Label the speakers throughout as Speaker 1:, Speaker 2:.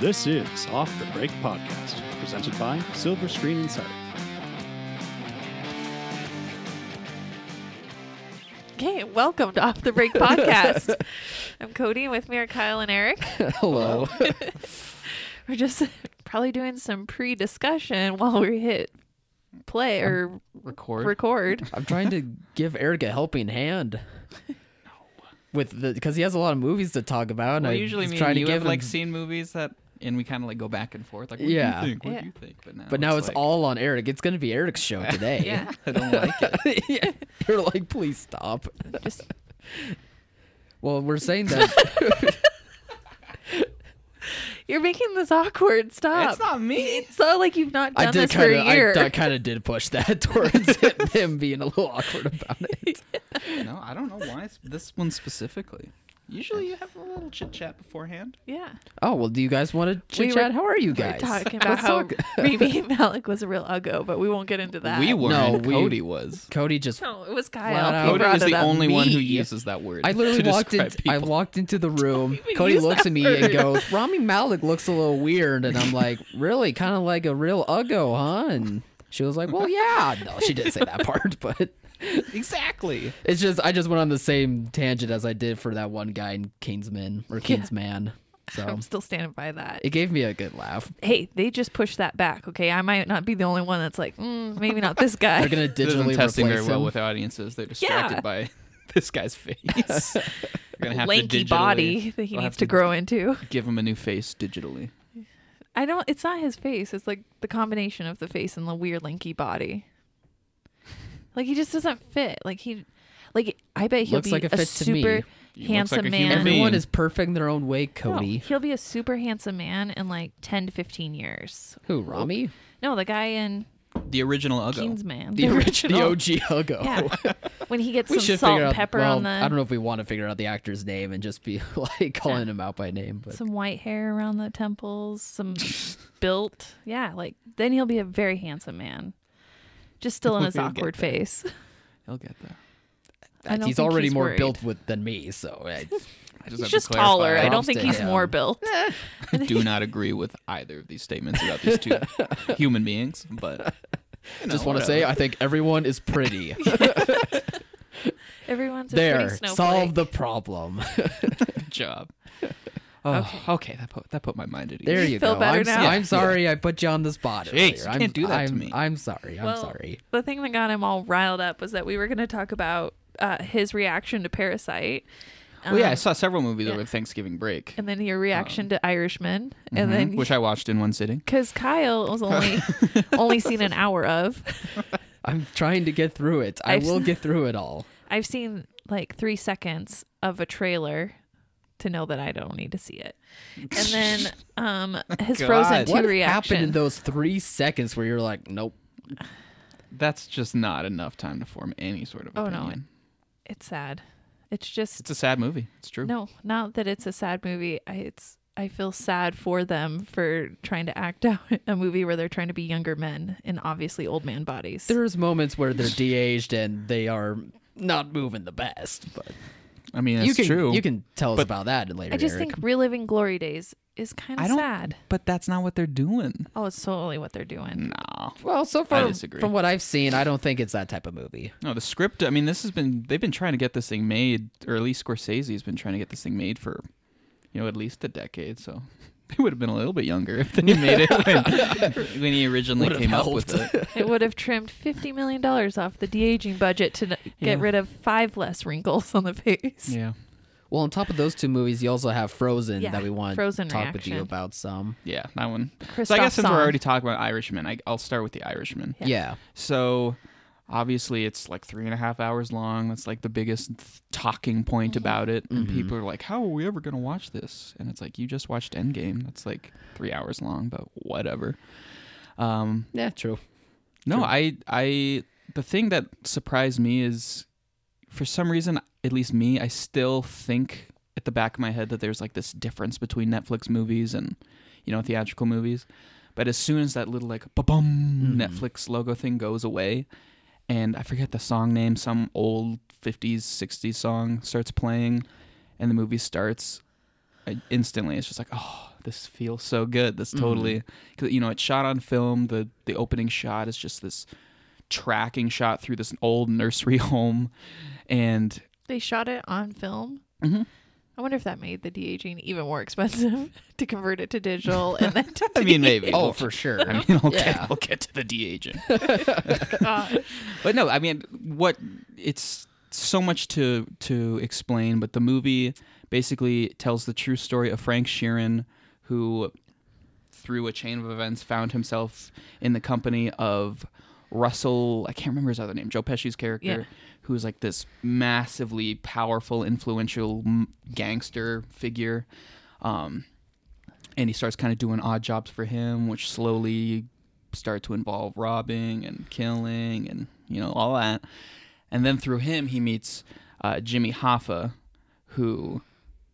Speaker 1: This is Off the Break Podcast, presented by Silver Screen Insight.
Speaker 2: Okay, welcome to Off the Break podcast. I'm Cody, and with me are Kyle and Eric.
Speaker 3: Hello.
Speaker 2: We're just probably doing some pre-discussion while we hit play or
Speaker 3: Record.
Speaker 2: record.
Speaker 3: I'm trying to give Eric a helping hand. With the because he has a lot of movies to talk about. And
Speaker 4: Well,
Speaker 3: I
Speaker 4: usually
Speaker 3: was
Speaker 4: me
Speaker 3: trying
Speaker 4: and
Speaker 3: to
Speaker 4: you
Speaker 3: give
Speaker 4: have like
Speaker 3: him-
Speaker 4: seen movies that, and we kind of like go back and forth. Like, what
Speaker 3: Yeah.
Speaker 4: do you think? What
Speaker 2: Yeah.
Speaker 4: do you think? But now,
Speaker 3: But now it's,
Speaker 4: like,
Speaker 3: all on Eric. It's gonna be Eric's show today.
Speaker 2: Yeah,
Speaker 4: I don't like it.
Speaker 3: Yeah. You're like, please stop.
Speaker 2: just
Speaker 3: Well, we're saying that
Speaker 2: you're making this awkward. Stop.
Speaker 4: It's not me.
Speaker 2: It's not like you've not
Speaker 3: I
Speaker 2: done
Speaker 3: did
Speaker 2: this for
Speaker 3: kind
Speaker 2: a
Speaker 3: of I,
Speaker 2: year.
Speaker 3: I kind of did push that towards him being a little awkward about it.
Speaker 4: no, I don't know why it's this one specifically. Usually you have a little chit chat beforehand.
Speaker 2: yeah,
Speaker 3: Oh well, do you guys want to
Speaker 2: We
Speaker 3: chit
Speaker 2: were-
Speaker 3: chat? How are
Speaker 2: we
Speaker 3: you
Speaker 2: were
Speaker 3: guys?
Speaker 2: talking about how Rami Malik was a real uggo, but we won't get into that.
Speaker 3: weren't.
Speaker 4: No,
Speaker 3: Cody
Speaker 4: Cody was.
Speaker 3: Cody just
Speaker 2: No, it was
Speaker 3: Flat
Speaker 2: Kyle.
Speaker 3: out.
Speaker 2: He
Speaker 4: Cody
Speaker 2: brought
Speaker 4: is
Speaker 2: it
Speaker 4: the
Speaker 2: up.
Speaker 4: only one who
Speaker 3: Me.
Speaker 4: uses that word.
Speaker 3: I literally
Speaker 4: to
Speaker 3: walked in.
Speaker 4: describe
Speaker 3: I
Speaker 4: people.
Speaker 3: walked into the room.
Speaker 2: even
Speaker 3: Cody
Speaker 2: use
Speaker 3: looks
Speaker 2: that
Speaker 3: at me
Speaker 2: word.
Speaker 3: and goes, "Rami Malik looks a little weird," and I'm like, "Really? Kind of like a real uggo, huh?" And she was like, "Well, yeah." No, she didn't say that part, but
Speaker 4: exactly.
Speaker 3: it's just I just went on the same tangent as I did for that one guy in Kingsman or Kingsman. So
Speaker 2: I'm still standing by that.
Speaker 3: it gave me a good laugh.
Speaker 2: hey, they just pushed that back. Okay, I might not be the only one that's like, mm, maybe not this guy.
Speaker 3: They're gonna
Speaker 4: This isn't
Speaker 3: digitally
Speaker 4: testing
Speaker 3: replace
Speaker 4: very well
Speaker 3: him.
Speaker 4: with audiences. They're distracted by this guy's face. You're gonna have
Speaker 2: lanky
Speaker 4: to digitally-
Speaker 2: body that he
Speaker 4: we'll
Speaker 2: needs
Speaker 4: have
Speaker 2: to grow into.
Speaker 4: Give him a new face digitally.
Speaker 2: I don't. It's not his face. It's like the combination of the face and the weird lanky body. Like he just doesn't fit. Like he, like I bet he'll
Speaker 3: Looks
Speaker 2: be
Speaker 3: like it
Speaker 2: a
Speaker 3: fits to me.
Speaker 2: super
Speaker 4: He looks
Speaker 2: handsome
Speaker 4: like a human
Speaker 2: man.
Speaker 4: being.
Speaker 3: Everyone is perfect in their own way,
Speaker 2: No,
Speaker 3: Cody.
Speaker 2: he'll be a super handsome man in like ten to fifteen years.
Speaker 3: Who, Rami?
Speaker 2: No, the guy in
Speaker 4: The original Uggo.
Speaker 2: Kingsman,
Speaker 3: The original, the OG Uggo.
Speaker 2: Yeah, when he gets
Speaker 3: we
Speaker 2: some
Speaker 3: should
Speaker 2: salt
Speaker 3: figure
Speaker 2: and
Speaker 3: out.
Speaker 2: pepper
Speaker 3: well,
Speaker 2: on the
Speaker 3: I don't know if we want to figure out the actor's name and just be like calling him out by name, but
Speaker 2: some white hair around the temples, some built. Yeah, like then he'll be a very handsome man. Just still in his
Speaker 4: We'll get
Speaker 2: awkward
Speaker 4: there.
Speaker 2: face.
Speaker 4: He'll get there.
Speaker 2: I don't
Speaker 3: he's
Speaker 2: think
Speaker 3: already
Speaker 2: he's
Speaker 3: more
Speaker 2: worried.
Speaker 3: built with than me. So I,
Speaker 4: I just
Speaker 2: He's
Speaker 4: have to
Speaker 2: just
Speaker 4: clarify.
Speaker 2: taller. I don't
Speaker 3: Props
Speaker 2: think
Speaker 3: to
Speaker 2: he's
Speaker 3: him.
Speaker 2: more built.
Speaker 4: do not agree with either of these statements about these two human beings, but you know,
Speaker 3: just want to say I think everyone is pretty.
Speaker 2: Everyone's a pretty
Speaker 3: there,
Speaker 2: snowflake.
Speaker 3: solve the problem.
Speaker 4: whatever. job. Oh, okay, that put that put my mind at ease.
Speaker 3: There
Speaker 2: You
Speaker 3: you,
Speaker 2: feel
Speaker 3: go.
Speaker 2: better
Speaker 3: I'm, so-
Speaker 2: now?
Speaker 3: I'm sorry I put you on the spot.
Speaker 4: Jeez,
Speaker 3: earlier.
Speaker 4: you
Speaker 3: I'm,
Speaker 4: can't do that to
Speaker 3: I'm-
Speaker 4: me.
Speaker 3: I'm sorry. I'm
Speaker 2: Well,
Speaker 3: sorry.
Speaker 2: The thing that got him all riled up was that we were going to talk about uh, his reaction to Parasite.
Speaker 4: Well, yeah, I
Speaker 2: um,
Speaker 4: saw several movies
Speaker 2: yeah.
Speaker 4: over Thanksgiving break,
Speaker 2: and then your reaction
Speaker 3: um,
Speaker 2: to Irishman, and
Speaker 3: mm-hmm,
Speaker 4: Mhm,
Speaker 2: then
Speaker 4: which I watched in one sitting.
Speaker 2: because Kyle was only only seen an hour of.
Speaker 3: I'm trying to get through it. I
Speaker 2: I've-
Speaker 3: will get through it all.
Speaker 2: I've seen like three seconds of a trailer to know that I don't need to see it. And then um his
Speaker 4: God.
Speaker 2: Frozen Two
Speaker 3: What happened in
Speaker 2: reaction.
Speaker 3: those three seconds where you're like, nope?
Speaker 4: That's just not enough time to form any sort of
Speaker 2: Oh, no.
Speaker 4: opinion.
Speaker 2: it's sad. It's just
Speaker 4: It's a sad movie. It's true.
Speaker 2: no. Not that it's a sad movie. I, it's I feel sad for them for trying to act out a movie where they're trying to be younger men in obviously old man bodies.
Speaker 3: There's moments where they're de-aged and they are not moving the best, but
Speaker 4: I mean,
Speaker 3: you
Speaker 4: it's
Speaker 3: can
Speaker 4: true.
Speaker 3: you can tell us
Speaker 4: But-
Speaker 3: about that later.
Speaker 2: I just
Speaker 3: Eric.
Speaker 2: think reliving glory days is kind of
Speaker 4: I don't.
Speaker 2: sad.
Speaker 4: But that's not what they're doing.
Speaker 2: Oh, it's totally what they're doing.
Speaker 4: No.
Speaker 3: Well, so far
Speaker 4: disagree.
Speaker 3: from what I've seen, I don't think it's that type of movie.
Speaker 4: No, the script. I mean, this has been they've been trying to get this thing made, or at least Scorsese's been trying to get this thing made for, you know, at least a decade. So they would have been a little bit younger if they made it when, when he originally
Speaker 3: Would've
Speaker 4: came up with it.
Speaker 2: It would have trimmed $50 million off the de aging budget to n-
Speaker 4: Yeah.
Speaker 2: get rid of five less wrinkles on the face.
Speaker 4: Yeah,
Speaker 3: Well, on top of those two movies, you also have Frozen
Speaker 2: Yeah,
Speaker 3: that we want
Speaker 2: Frozen
Speaker 3: to talk with you
Speaker 2: reaction.
Speaker 3: about some.
Speaker 4: yeah, that one.
Speaker 2: Christoph
Speaker 4: so I guess since
Speaker 2: Song.
Speaker 4: we're already talking about Irishman, I, I'll start with the Irishman.
Speaker 2: Yeah.
Speaker 3: Yeah.
Speaker 4: So obviously, it's like three and a half hours long. That's like the biggest th- talking point about it, and people are like, "How are we ever gonna watch this?" And it's like, you just watched Endgame. That's like three hours long, but whatever. Um,
Speaker 3: Yeah, true.
Speaker 4: No,
Speaker 3: True.
Speaker 4: I I the thing that surprised me is for some reason, at least me, I still think at the back of my head that there's like this difference between Netflix movies and you know theatrical movies. But as soon as that little like ba bum Netflix logo thing goes away, and I forget the song name, some old '50s '60s song starts playing, and the movie starts, I, instantly it's just like oh, this feels so good. This totally, cause, you know, it's shot on film. The the opening shot is just this tracking shot through this old nursery home, and
Speaker 2: They shot it on film.
Speaker 4: Mhm.
Speaker 2: I wonder if that made the de aging even more expensive to convert it to digital and then to
Speaker 4: I mean, maybe.
Speaker 3: Oh, for sure.
Speaker 4: I mean, I'll,
Speaker 3: Yeah.
Speaker 4: get, I'll get to the de aging.
Speaker 2: God.
Speaker 4: but no, I mean, what it's so much to to explain, but the movie basically tells the true story of Frank Sheeran, who through a chain of events found himself in the company of Russell. I can't remember his other name. Joe Pesci's character, who's like this massively powerful, influential m- gangster figure. Um, and he starts kind of doing odd jobs for him, which slowly start to involve robbing and killing and you know all that. And then through him, he meets uh, Jimmy Hoffa, who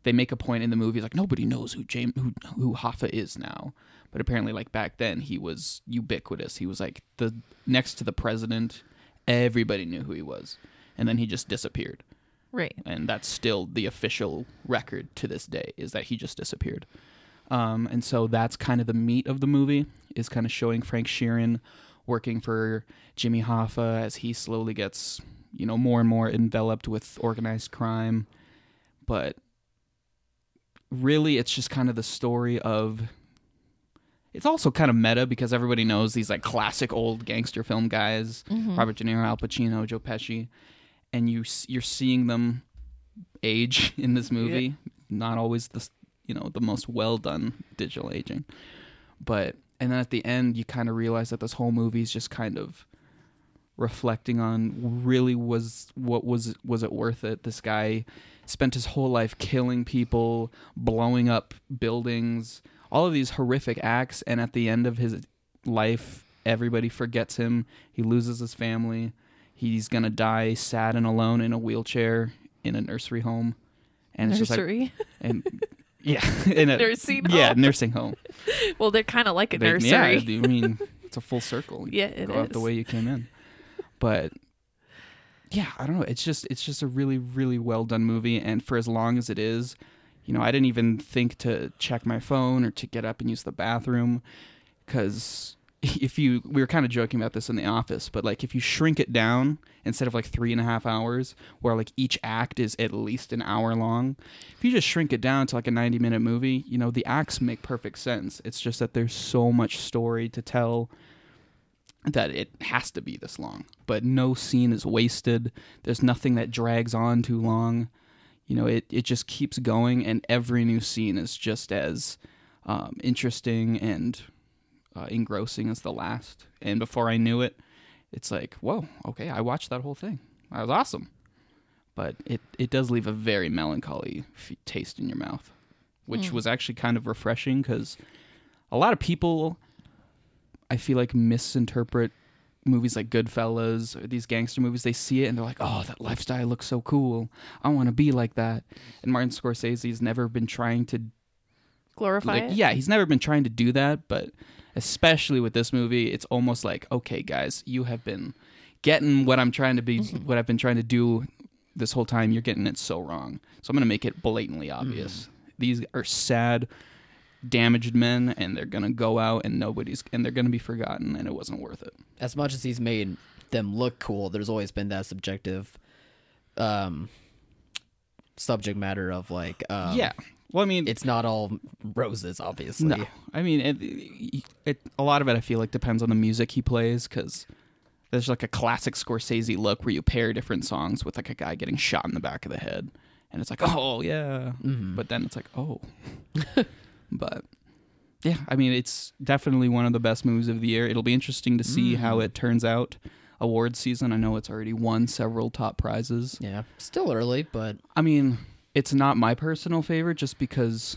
Speaker 4: they make a point in the movie like nobody knows who James who who Hoffa is now, but apparently like back then he was ubiquitous. He was like the next to the president. Everybody knew who he was, and then he just disappeared.
Speaker 2: right.
Speaker 4: And that's still the official record to this day is that he just disappeared. Um, and so that's kind of the meat of the movie is kind of showing Frank Sheeran working for Jimmy Hoffa as he slowly gets, you know, more and more enveloped with organized crime. But really, it's just kind of the story of. It's also kind of meta because everybody knows these like classic old gangster film guys, Robert De Niro, Al Pacino, Joe Pesci, and you s- you're seeing them age in this movie. Not always the s- you know the most well done digital aging but and then at the end you kind of realize that this whole movie is just kind of reflecting on really was what was was it worth it this guy spent his whole life killing people blowing up buildings all of these horrific acts and at the end of his life everybody forgets him he loses his family he's going to die sad and alone in a wheelchair in a nursery home and it's just like
Speaker 2: Nursery.
Speaker 4: and yeah, in a
Speaker 2: Nursing
Speaker 4: Yeah,
Speaker 2: home.
Speaker 4: nursing home.
Speaker 2: well, they're kind of like a
Speaker 4: They-
Speaker 2: nursery.
Speaker 4: Yeah, I mean it's a full circle. You
Speaker 2: Yeah, it
Speaker 4: go out the
Speaker 2: is.
Speaker 4: way you came in, but yeah, I don't know. It's just it's just a really really well done movie, and for as long as it is, you know, I didn't even think to check my phone or to get up and use the bathroom because if you we were kind of joking about this in the office but like if you shrink it down instead of like three and a half hours where like each act is at least an hour long if you just shrink it down to like a 90 minute movie you know the acts make perfect sense it's just that there's so much story to tell that it has to be this long but no scene is wasted there's nothing that drags on too long you know it, it just keeps going and every new scene is just as um, interesting and uh, engrossing as the last. And before I knew it, it's like, whoa, okay, I watched that whole thing. That was awesome. But it, it does leave a very melancholy f- taste in your mouth, which was actually kind of refreshing because a lot of people, I feel like, misinterpret movies like Goodfellas or these gangster movies. They see it and they're like, oh, that lifestyle looks so cool. I want to be like that. And Martin Scorsese's never been trying to
Speaker 2: Glorify
Speaker 4: like
Speaker 2: it.
Speaker 4: yeah he's never been trying to do that but especially with this movie it's almost like okay guys you have been getting what i'm trying to be what i've been trying to do this whole time you're getting it so wrong so i'm gonna make it blatantly obvious these are sad damaged men and they're gonna go out and nobody's and they're gonna be forgotten and it wasn't worth it
Speaker 3: as much as he's made them look cool, there's always been that subjective um subject matter of like um,
Speaker 4: yeah well i mean
Speaker 3: it's not all roses obviously
Speaker 4: No, I mean, it, it, a lot of it I feel like depends on the music he plays because there's like a classic Scorsese look where you pair different songs with like a guy getting shot in the back of the head, and it's like, oh yeah, but then it's like, oh, but yeah, I mean, it's definitely one of the best movies of the year. It'll be interesting to see how it turns out. Award season, I know it's already won several top prizes.
Speaker 3: yeah still early but
Speaker 4: I mean, it's not my personal favorite just because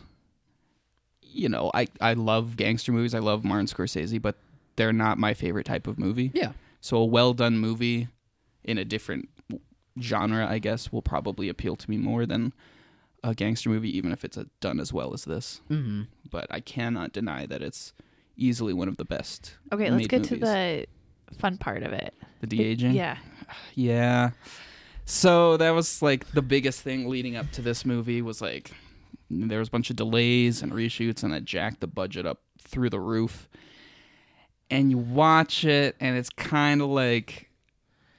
Speaker 4: you know, I I love gangster movies. I love Martin Scorsese, but they're not my favorite type of movie.
Speaker 3: yeah
Speaker 4: So a well-done movie in a different genre, I guess, will probably appeal to me more than a gangster movie even if it's uh done as well as this.
Speaker 3: mm-hmm.
Speaker 4: But I cannot deny that it's easily one of the best.
Speaker 2: Okay, let's
Speaker 4: made
Speaker 2: get to
Speaker 4: movies.
Speaker 2: the fun part of it.
Speaker 4: the de-aging.
Speaker 2: Yeah.
Speaker 4: Yeah. So that was like the biggest thing leading up to this movie was like there was a bunch of delays and reshoots, and that jacked the budget up through the roof. And you watch it, and it's kind of like,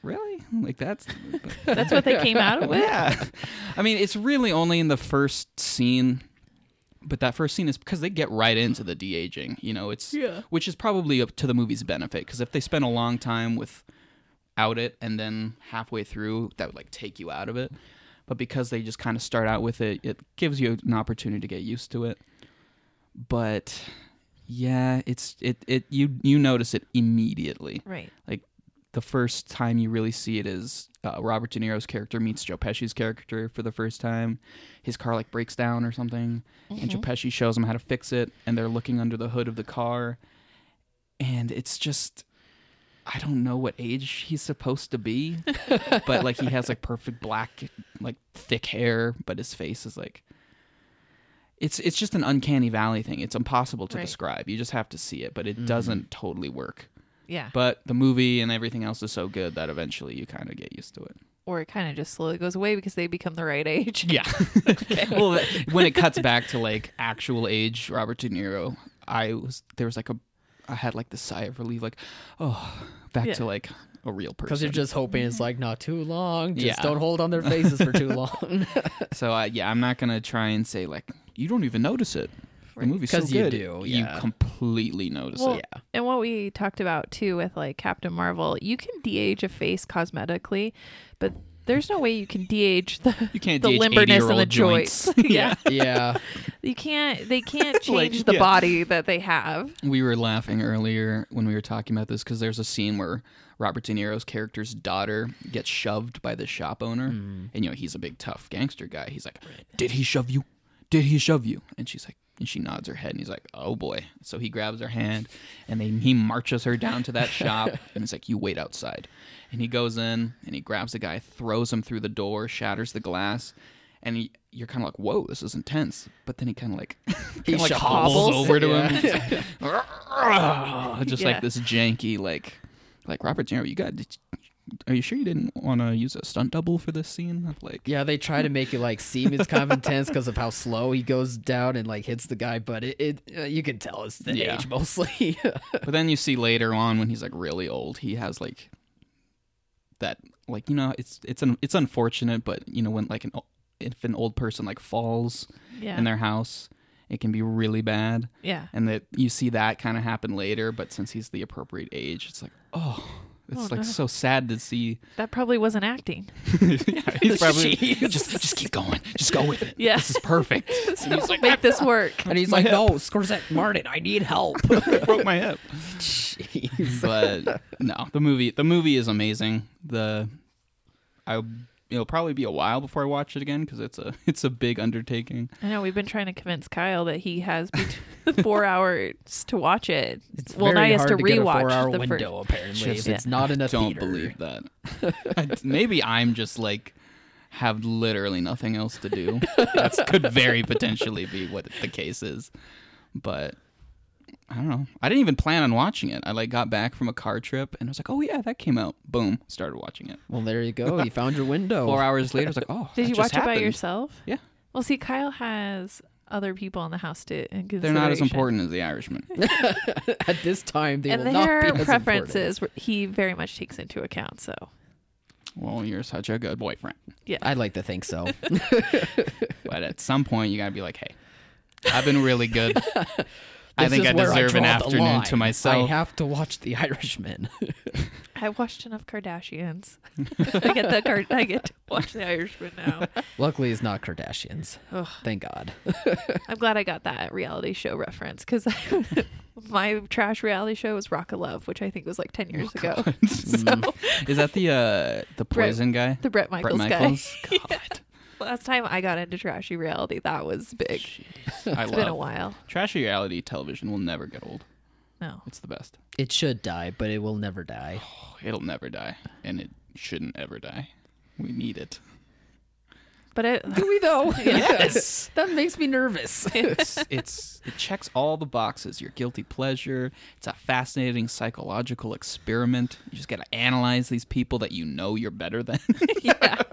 Speaker 4: really, like that's
Speaker 2: That's what they came out of with.
Speaker 4: yeah. I mean, it's really only in the first scene, but that first scene is because they get right into the de aging. You know, it's
Speaker 2: Yeah.
Speaker 4: which is probably up to the movie's benefit because if they spend a long time without it and then halfway through, that would like take you out of it. But because they just kind of start out with it, it gives you an opportunity to get used to it. But yeah, it's it it you you notice it immediately
Speaker 2: Right.
Speaker 4: the first time you really see it is uh, Robert De Niro's character meets Joe Pesci's character for the first time. His car like breaks down or something, and Joe Pesci shows him how to fix it, and they're looking under the hood of the car, and it's just. I don't know what age he's supposed to be, but like he has like perfect black, like thick hair, but his face is like it's it's just an uncanny valley thing. It's impossible to
Speaker 2: Right.
Speaker 4: describe. You just have to see it, but it doesn't totally work
Speaker 2: Yeah.
Speaker 4: but the movie and everything else is so good that eventually you kind of get used to it.
Speaker 2: or it kind of just slowly goes away because they become the right age.
Speaker 4: Yeah. well, that- when it cuts back to like actual age, Robert De Niro, I was there was like a, I had like the sigh of relief, like, oh, back
Speaker 2: Yeah.
Speaker 4: to like a real person.
Speaker 3: Because you're just hoping it's like not too long. Just
Speaker 4: Yeah.
Speaker 3: don't hold on their faces for too long.
Speaker 4: so I, yeah, I'm not gonna try and say like you don't even notice it. The movie's so
Speaker 3: 'Cause you
Speaker 4: good,
Speaker 3: do,
Speaker 4: you
Speaker 3: yeah.
Speaker 4: completely notice
Speaker 2: Well,
Speaker 4: it.
Speaker 2: and what we talked about too with like Captain Marvel, you can de-age a face cosmetically, but there's no way you can de-age the
Speaker 4: You can't
Speaker 2: the
Speaker 4: de-age
Speaker 2: limberness and the
Speaker 4: 80-year-old joints.
Speaker 2: joints. yeah.
Speaker 3: yeah.
Speaker 2: you can't. They can't
Speaker 4: Like,
Speaker 2: change the
Speaker 4: yeah.
Speaker 2: body that they have.
Speaker 4: We were laughing earlier when we were talking about this because there's a scene where Robert De Niro's character's daughter gets shoved by the shop owner. And, you know, he's a big, tough gangster guy. He's like, Did he shove you? Did he shove you? And she's like, and she nods her head and he's like, oh boy. So he grabs her hand and then he marches her down to that shop and he's like, you wait outside. And he goes in and he grabs the guy, throws him through the door, shatters the glass. And he, you're kind of like, whoa, this is intense. But then he kind of like, he like
Speaker 3: shuffles.
Speaker 4: hobbles
Speaker 2: Hobbles.
Speaker 4: over to him. He's like, "Argh," just
Speaker 2: Yeah.
Speaker 4: like this janky, like, like Robert De Niro, you got, did you- are you sure you didn't want to use a stunt double for this scene? Like,
Speaker 3: Yeah, they try to make it like seem it's kind of intense because of how slow he goes down and like hits the guy, but it, it uh, you can tell it's the
Speaker 4: Yeah.
Speaker 3: age mostly.
Speaker 4: But then you see later on when he's like really old, he has like that like you know it's it's un, it's unfortunate, but you know when like an o- if an old person like falls
Speaker 2: Yeah.
Speaker 4: in their house, it can be really bad,
Speaker 2: yeah.
Speaker 4: and that you see that kind of happen later. But since he's the appropriate age, it's like oh. It's
Speaker 2: Oh,
Speaker 4: like
Speaker 2: no.
Speaker 4: so sad to see.
Speaker 2: That probably wasn't acting.
Speaker 4: yeah, he's probably
Speaker 3: Jeez.
Speaker 4: just just keep going, just go with it.
Speaker 2: Yeah.
Speaker 4: this is perfect. And he's like,
Speaker 2: Make this work.
Speaker 3: and he's like, "No, Scorsese, Martin, I need help."
Speaker 4: I broke my hip.
Speaker 3: Jeez.
Speaker 4: but no, the movie the movie is amazing. The I it'll probably be a while before I watch it again because it's a it's a big undertaking.
Speaker 2: I know we've been trying to convince Kyle that he has bet- four hours to watch it.
Speaker 3: It's
Speaker 2: well, now
Speaker 3: very
Speaker 2: he has
Speaker 3: hard
Speaker 2: to
Speaker 3: get a
Speaker 2: rewatch
Speaker 3: four-hour
Speaker 2: the
Speaker 3: window apparently.
Speaker 4: Just-
Speaker 3: if it's not in a
Speaker 4: Don't
Speaker 3: theater.
Speaker 4: believe that. I- maybe I'm just like have literally nothing else to do. That could very potentially be what the case is, but. I don't know. I didn't even plan on watching it. I like got back from a car trip and I was like, "Oh yeah, that came out." Boom, started watching it.
Speaker 3: Well, there you go. You found your window.
Speaker 4: Four hours later, I was like, "Oh,
Speaker 2: Did
Speaker 4: that
Speaker 2: you
Speaker 4: just
Speaker 2: watch it by
Speaker 4: happened."
Speaker 2: yourself?
Speaker 4: Yeah.
Speaker 2: Well, see, Kyle has other people in the house to. In
Speaker 4: They're not as
Speaker 2: consideration.
Speaker 4: important as The Irishman.
Speaker 3: At this time, they
Speaker 2: and
Speaker 3: will not be
Speaker 2: their
Speaker 3: as important.
Speaker 2: preferences were- he very much takes into account so
Speaker 4: well, you're such a good boyfriend.
Speaker 3: I'd like to think so.
Speaker 4: But at some point, you gotta be like, hey, I've been really good. I
Speaker 3: This
Speaker 4: think
Speaker 3: is
Speaker 4: I
Speaker 3: where
Speaker 4: deserve an
Speaker 3: draw the
Speaker 4: afternoon
Speaker 3: line.
Speaker 4: to myself.
Speaker 3: I have to watch The Irishman.
Speaker 2: i watched enough kardashians i get the Kar- i get to watch the irishman now
Speaker 3: Luckily, it's not Kardashians.
Speaker 2: Ugh.
Speaker 3: Thank God.
Speaker 2: i'm glad i got that reality show reference because my trash reality show was rock of love which i think was like 10 years ago so
Speaker 4: Is that the uh, the poison guy?
Speaker 2: the brett michaels,
Speaker 4: Brett
Speaker 2: guy
Speaker 4: Michaels? God.
Speaker 2: last time i got into trashy reality that was big
Speaker 4: Jeez. I
Speaker 2: It's
Speaker 4: love
Speaker 2: been a while
Speaker 4: Trashy reality television will never get old.
Speaker 2: no
Speaker 4: It's the best.
Speaker 3: It should die, but it will never die.
Speaker 4: Oh, it'll never die. And it shouldn't ever die. We need it.
Speaker 2: but it
Speaker 3: Do we though?
Speaker 4: Yes.
Speaker 3: that makes me nervous.
Speaker 4: it's it's it checks all the boxes. Your guilty pleasure. It's a fascinating psychological experiment. You just gotta analyze these people that you know you're better than.
Speaker 2: yeah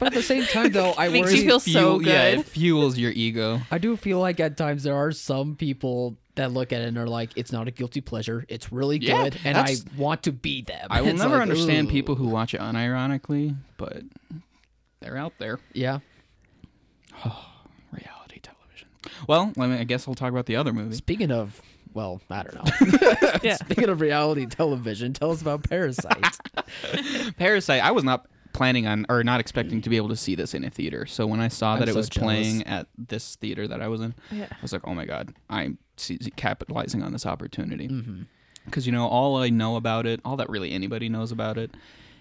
Speaker 3: But at the same time, though, I
Speaker 2: Makes
Speaker 3: worry.
Speaker 2: you feel so
Speaker 4: Yeah, it
Speaker 2: good.
Speaker 4: fuels your ego.
Speaker 3: I do feel like at times there are some people that look at it and are like, "It's not a guilty pleasure. It's really
Speaker 4: Yeah,
Speaker 3: good, and I
Speaker 4: that's-
Speaker 3: want to be them."
Speaker 4: I will
Speaker 3: It's
Speaker 4: never
Speaker 3: like,
Speaker 4: understand
Speaker 3: ooh.
Speaker 4: people who watch it unironically, but they're out there.
Speaker 3: Yeah.
Speaker 4: Reality television. Well, I, mean, I guess we'll talk about the other movie.
Speaker 3: Speaking of, well, I don't know.
Speaker 2: Yeah.
Speaker 3: Speaking of reality television, tell us about Parasites.
Speaker 4: Parasite. I was not planning on or not expecting to be able to see this in a theater. So when I saw
Speaker 3: I'm
Speaker 4: that it
Speaker 3: so
Speaker 4: was
Speaker 3: jealous.
Speaker 4: playing at this theater that I was in,
Speaker 2: Yeah.
Speaker 4: I was like, oh my god, I'm se- capitalizing on this opportunity.
Speaker 3: Mm-hmm.
Speaker 4: Because you know, all I know about it, all that really anybody knows about it,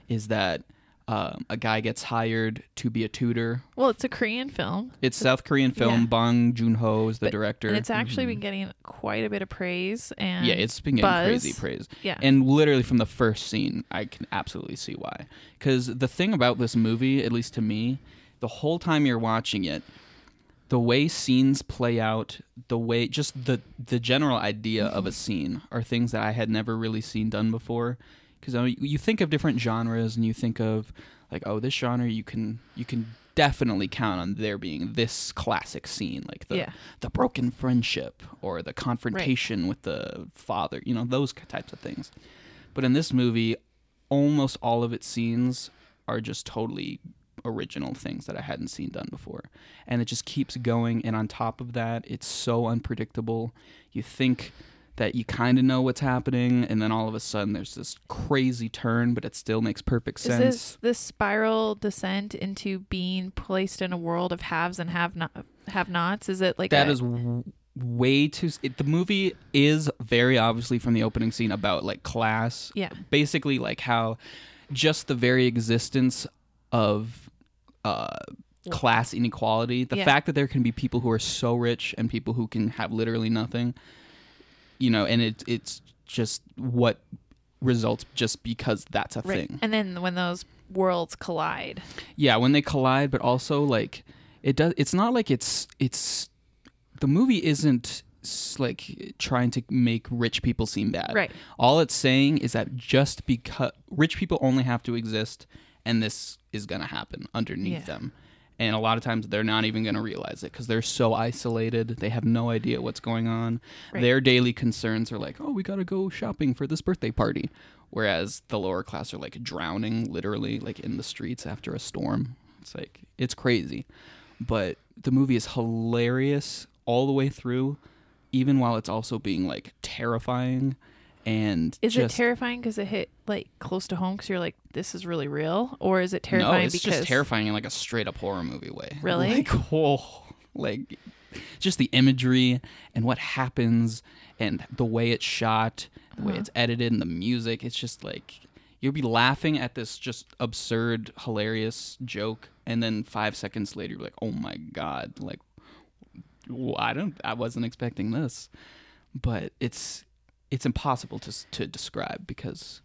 Speaker 4: is that um, a guy gets hired to be a tutor.
Speaker 2: Well, it's a Korean film.
Speaker 4: It's South Korean film.
Speaker 2: yeah.
Speaker 4: Bong Joon Ho is the
Speaker 2: But-
Speaker 4: director.
Speaker 2: And it's actually been getting quite a bit of praise and
Speaker 4: Mm-hmm. yeah, it's been getting crazy
Speaker 2: buzz.
Speaker 4: praise.
Speaker 2: Yeah.
Speaker 4: And literally from the first scene, I can absolutely see why. Because the thing about this movie, at least to me, the whole time you're watching it, the way scenes play out, the way just the the general idea of
Speaker 2: Mm-hmm.
Speaker 4: a scene are things that I had never really seen done before. Because I mean, you think of different genres and you think of like, oh, this genre you can you can definitely count on there being this classic scene, like the
Speaker 2: Yeah.
Speaker 4: the broken friendship or the confrontation with the father, you know, those types of things. But in this movie, almost all of its scenes are just totally original things that I hadn't seen done before. And it just keeps going. And on top of that, it's so unpredictable. You think that you kind of know what's happening, and then all of a sudden there's this crazy turn, but it still makes perfect
Speaker 2: Is
Speaker 4: sense.
Speaker 2: this this spiral descent into being placed in a world of haves and have not have nots? Is it like
Speaker 4: That
Speaker 2: a-
Speaker 4: is w- way too. s- It, the movie is very obviously from the opening scene about like class.
Speaker 2: Yeah.
Speaker 4: Basically, like how just the very existence of uh, class inequality, the
Speaker 2: Yeah.
Speaker 4: fact that there can be people who are so rich and people who can have literally nothing, you know, and it, it's just what results just because that's a
Speaker 2: right.
Speaker 4: thing.
Speaker 2: And then when those worlds collide,
Speaker 4: Yeah, when they collide, but also like it does. It's not like it's it's the movie isn't s- like trying to make rich people seem bad.
Speaker 2: Right.
Speaker 4: All it's saying is that just because rich people only have to exist, and this is gonna happen underneath
Speaker 2: Yeah.
Speaker 4: them. And a lot of times they're not even going to realize it because they're so isolated. They have no idea what's going on.
Speaker 2: Right.
Speaker 4: Their daily concerns are like, oh, we got to go shopping for this birthday party. Whereas the lower class are like drowning literally, like in the streets after a storm. It's like, it's crazy. But the movie is hilarious all the way through, even while it's also being like terrifying. And
Speaker 2: is it
Speaker 4: just,
Speaker 2: terrifying because it hit like close to home? Because you're like, this is really real, or is it terrifying
Speaker 4: No, it's
Speaker 2: because
Speaker 4: just terrifying in like a straight up horror movie way.
Speaker 2: Really?
Speaker 4: Like, whoa. Like, just the imagery and what happens and the way it's shot, the
Speaker 2: Uh-huh.
Speaker 4: way it's edited, and the music. It's just like you'll be laughing at this just absurd, hilarious joke, and then five seconds later, you're like, oh my god, like, w- I don't, I wasn't expecting this, but it's it's impossible to s- to describe because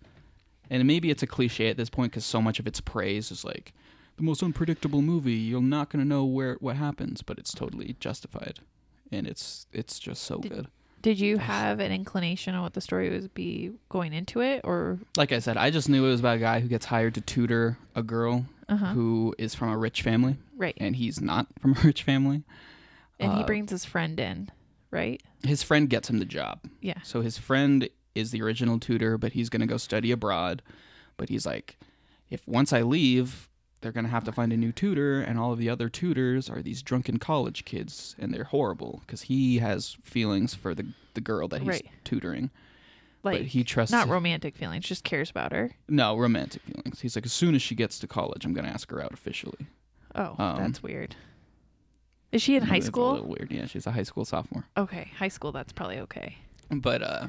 Speaker 4: and maybe it's a cliche at this point because so much of its praise is like the most unpredictable movie. You're not gonna know where what happens, but it's totally justified, and it's it's just so good.
Speaker 2: Did you have an inclination on what the story would be going into it, or
Speaker 4: Like I said, I just knew it was about a guy who gets hired to tutor a girl who is from a rich family,
Speaker 2: right? And,
Speaker 4: and he's not from a rich family.
Speaker 2: he
Speaker 4: Eh, uh,
Speaker 2: brings his friend in, right?
Speaker 4: His friend gets him the job.
Speaker 2: Yeah.
Speaker 4: So his friend is the original tutor, but he's going to go study abroad. But he's like, if once I leave, they're going to have to find a new tutor, and all of the other tutors are these drunken college kids, and they're horrible because he has feelings for the the girl that he's
Speaker 2: Right.
Speaker 4: tutoring.
Speaker 2: Like
Speaker 4: but he trusts
Speaker 2: not romantic feelings, just cares about her.
Speaker 4: no romantic feelings. He's like, as soon as she gets to college, I'm going to ask her out officially.
Speaker 2: Oh,
Speaker 4: Um,
Speaker 2: that's weird. Is she in high
Speaker 4: That's A
Speaker 2: school?
Speaker 4: little weird. Yeah, she's a high school sophomore.
Speaker 2: Okay, high school. That's probably okay.
Speaker 4: but uh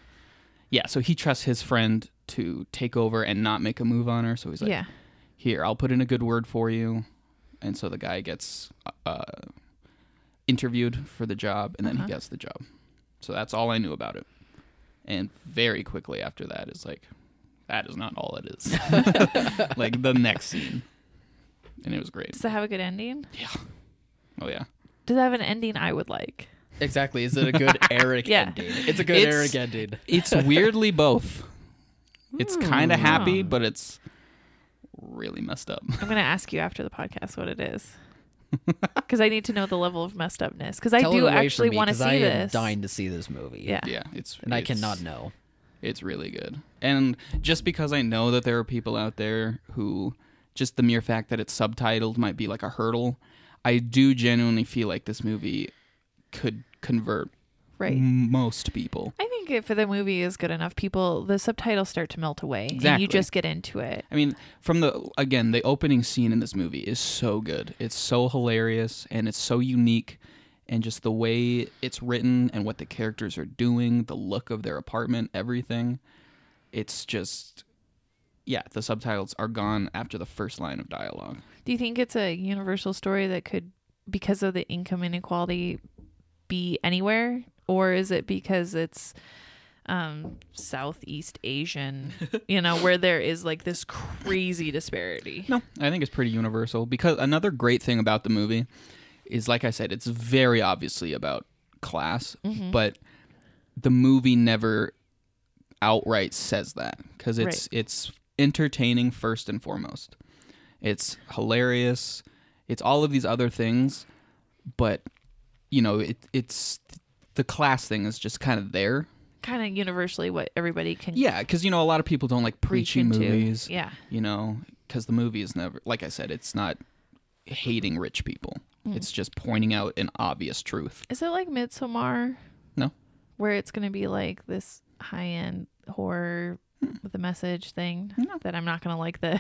Speaker 4: yeah so he trusts his friend to take over and not make a move on her so he's like
Speaker 2: yeah.
Speaker 4: here i'll put in a good word for you and so the guy gets uh interviewed for the job and then
Speaker 2: Uh-huh.
Speaker 4: he gets the job so that's all i knew about it and very quickly after that is like that is not all it is like the next scene and it was great
Speaker 2: Does that have a good ending?
Speaker 4: oh yeah
Speaker 2: Does that have an ending I would like?
Speaker 3: exactly. Is it a good Eric
Speaker 2: Yeah.
Speaker 3: ending? It's a good
Speaker 4: It's-
Speaker 3: Eric ending.
Speaker 4: Hmm.
Speaker 3: Hmm.
Speaker 4: it's weirdly both it's kind of happy but it's really messed up.
Speaker 2: I'm going to ask you after the podcast what it is. Because I need to know the level of messed upness. Because I
Speaker 3: Tell it
Speaker 2: do
Speaker 3: away from
Speaker 2: actually
Speaker 3: me,
Speaker 2: want to
Speaker 3: 'cause
Speaker 2: see
Speaker 3: I am
Speaker 2: this.
Speaker 3: dying to see this movie.
Speaker 2: Yeah.
Speaker 4: Yeah, it's
Speaker 3: and I
Speaker 4: it's-
Speaker 3: cannot know.
Speaker 4: It's really good. And just because I know that there are people out there who just the mere fact that it's subtitled might be like a hurdle, I do genuinely feel like this movie could convert
Speaker 2: Right.
Speaker 3: Mm.
Speaker 4: most people.
Speaker 2: I think if the movie is good enough, people, the subtitles start to melt away. And
Speaker 4: Exactly.
Speaker 2: you just get into it.
Speaker 4: I mean, from the again, the opening scene in this movie is so good. It's so hilarious and it's so unique and just the way it's written and what the characters are doing, the look of their apartment, everything. It's just yeah, the subtitles are gone after the first line of dialogue.
Speaker 2: Do you think it's a universal story that could, because of the income inequality, be anywhere, or is it because it's um, Southeast Asian, you know, where there is like this crazy disparity?
Speaker 4: No, I think it's pretty universal because another great thing about the movie is, like I said, it's very obviously about class, but the movie never outright says that because it's it's entertaining first and foremost. It's hilarious. It's all of these other things, but you know, it, it's the class thing is just kind of there.
Speaker 2: Kind of universally, what everybody can
Speaker 4: Yeah, because you know, a lot of people don't like
Speaker 2: reach
Speaker 4: preachy
Speaker 2: into.
Speaker 4: movies
Speaker 2: Yeah,
Speaker 4: you know, because the movie is never, like I said, it's not hating rich people.
Speaker 2: Mm.
Speaker 4: It's just pointing out an obvious truth.
Speaker 2: is it like Midsommar?
Speaker 4: No.
Speaker 2: where it's going to be like this high end horror
Speaker 4: Hmm.
Speaker 2: with a message thing that I'm not going to like the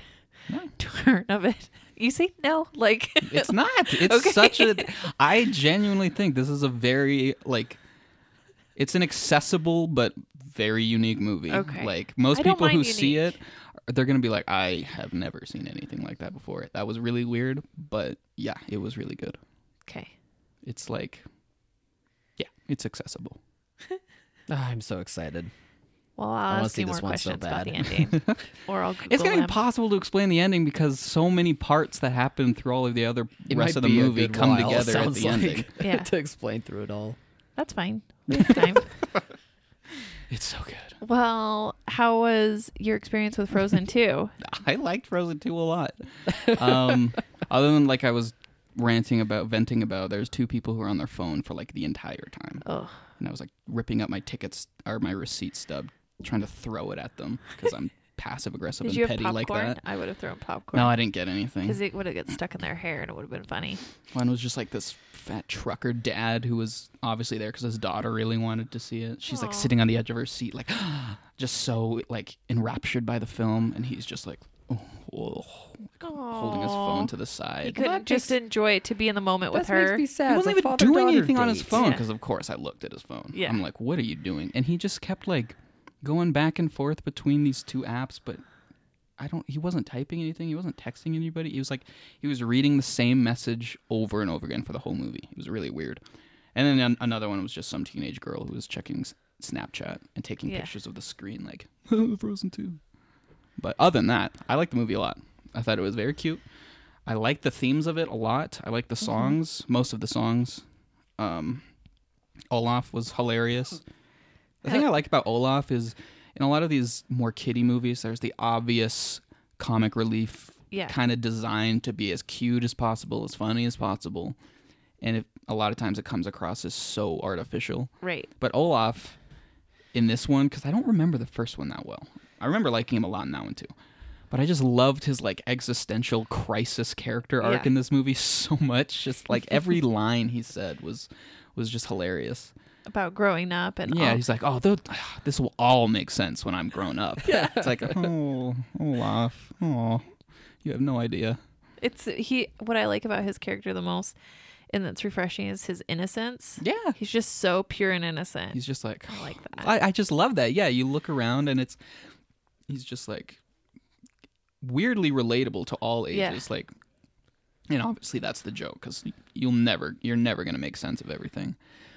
Speaker 4: No.
Speaker 2: turn of it. You say no, like
Speaker 4: It's not. It's
Speaker 2: Okay.
Speaker 4: such a. I genuinely think this is a very like. It's an accessible but very unique movie.
Speaker 2: Okay.
Speaker 4: Like most
Speaker 2: I don't
Speaker 4: people who
Speaker 2: mind
Speaker 4: see it,
Speaker 2: unique.
Speaker 4: they're gonna be like, "I have never seen anything like that before. That was really weird." But yeah, it was really good.
Speaker 2: okay.
Speaker 4: It's like, yeah, it's accessible.
Speaker 3: Ah, I'm so excited.
Speaker 2: Well, I'll
Speaker 3: I wanna
Speaker 2: ask
Speaker 3: see
Speaker 2: you more
Speaker 3: this one so
Speaker 2: questions about
Speaker 3: bad.
Speaker 2: the ending, or I'll Google
Speaker 4: It's gonna
Speaker 2: them.
Speaker 4: be possible to explain the ending because so many parts that happen through all of the other
Speaker 3: It
Speaker 4: rest
Speaker 3: might
Speaker 4: of the
Speaker 3: be a
Speaker 4: movie
Speaker 3: good
Speaker 4: come
Speaker 3: while,
Speaker 4: together at
Speaker 3: sounds
Speaker 4: the ending.
Speaker 3: like,
Speaker 2: Yeah.
Speaker 3: to explain through it all.
Speaker 2: That's fine. We have time.
Speaker 4: It's so good.
Speaker 2: well, how was your experience with Frozen Two?
Speaker 4: I liked Frozen 2 a lot. Um, other than like I was ranting about, venting about, there's two people who are on their phone for like the entire time,
Speaker 2: Oh,
Speaker 4: and I was like ripping up my tickets or my receipt stub, trying to throw it at them because I'm passive aggressive
Speaker 2: did
Speaker 4: and
Speaker 2: you have
Speaker 4: petty
Speaker 2: popcorn?
Speaker 4: like that.
Speaker 2: I would have thrown popcorn.
Speaker 4: No, I didn't get anything.
Speaker 2: because it would have got stuck in their hair and it would have been funny.
Speaker 4: One was just like this fat trucker dad who was obviously there because his daughter really wanted to see it. She's
Speaker 2: Aw.
Speaker 4: like sitting on the edge of her seat, like just so like enraptured by the film, and he's just like oh, oh, holding his phone to the
Speaker 2: He
Speaker 4: side.
Speaker 2: couldn't just enjoy it to be in the moment with
Speaker 3: That
Speaker 2: her.
Speaker 3: makes me sad.
Speaker 4: He
Speaker 3: It's a
Speaker 4: wasn't even doing
Speaker 3: father-daughter
Speaker 4: anything on his
Speaker 3: date.
Speaker 4: phone
Speaker 2: Yeah.
Speaker 4: because, of course, I looked at his phone.
Speaker 2: Yeah.
Speaker 4: I'm like, "What are you doing?" And he just kept like going back and forth between these two apps, but. I don't. He wasn't typing anything. He wasn't texting anybody. He was like, he was reading the same message over and over again for the whole movie. It was really weird. And then an- another one was just some teenage girl who was checking s- Snapchat and taking
Speaker 2: Yeah.
Speaker 4: pictures of the screen, like Frozen Two. But other than that, I liked the movie a lot. I thought it was very cute. I liked the themes of it a lot. I liked the songs, most of the songs. Um, Olaf was hilarious. The thing I like about Olaf is in a lot of these more kiddie movies, there's the obvious comic relief
Speaker 2: Yeah.
Speaker 4: kind of designed to be as cute as possible, as funny as possible. And it, a lot of times it comes across as so artificial.
Speaker 2: Right.
Speaker 4: But Olaf in this one, because I don't remember the first one that well. I remember liking him a lot in that one too. But I just loved his like existential crisis character arc
Speaker 2: Yeah.
Speaker 4: in this movie so much. Just like every line he said was was just hilarious.
Speaker 2: About growing up and
Speaker 4: Yeah,
Speaker 2: all.
Speaker 4: he's like, oh, th- this will all make sense when I'm grown up. yeah, it's like, oh, Olaf, oh, you have no idea.
Speaker 2: It's he. What I like about his character the most, and that's refreshing, is his innocence.
Speaker 4: Yeah,
Speaker 2: He's just so pure and innocent.
Speaker 4: he's just like,
Speaker 2: I like that.
Speaker 4: I, I just love that. Yeah, you look around and it's, he's just like, weirdly relatable to all ages.
Speaker 2: Yeah.
Speaker 4: Like, and obviously that's the joke because you'll never, you're never gonna make sense of everything.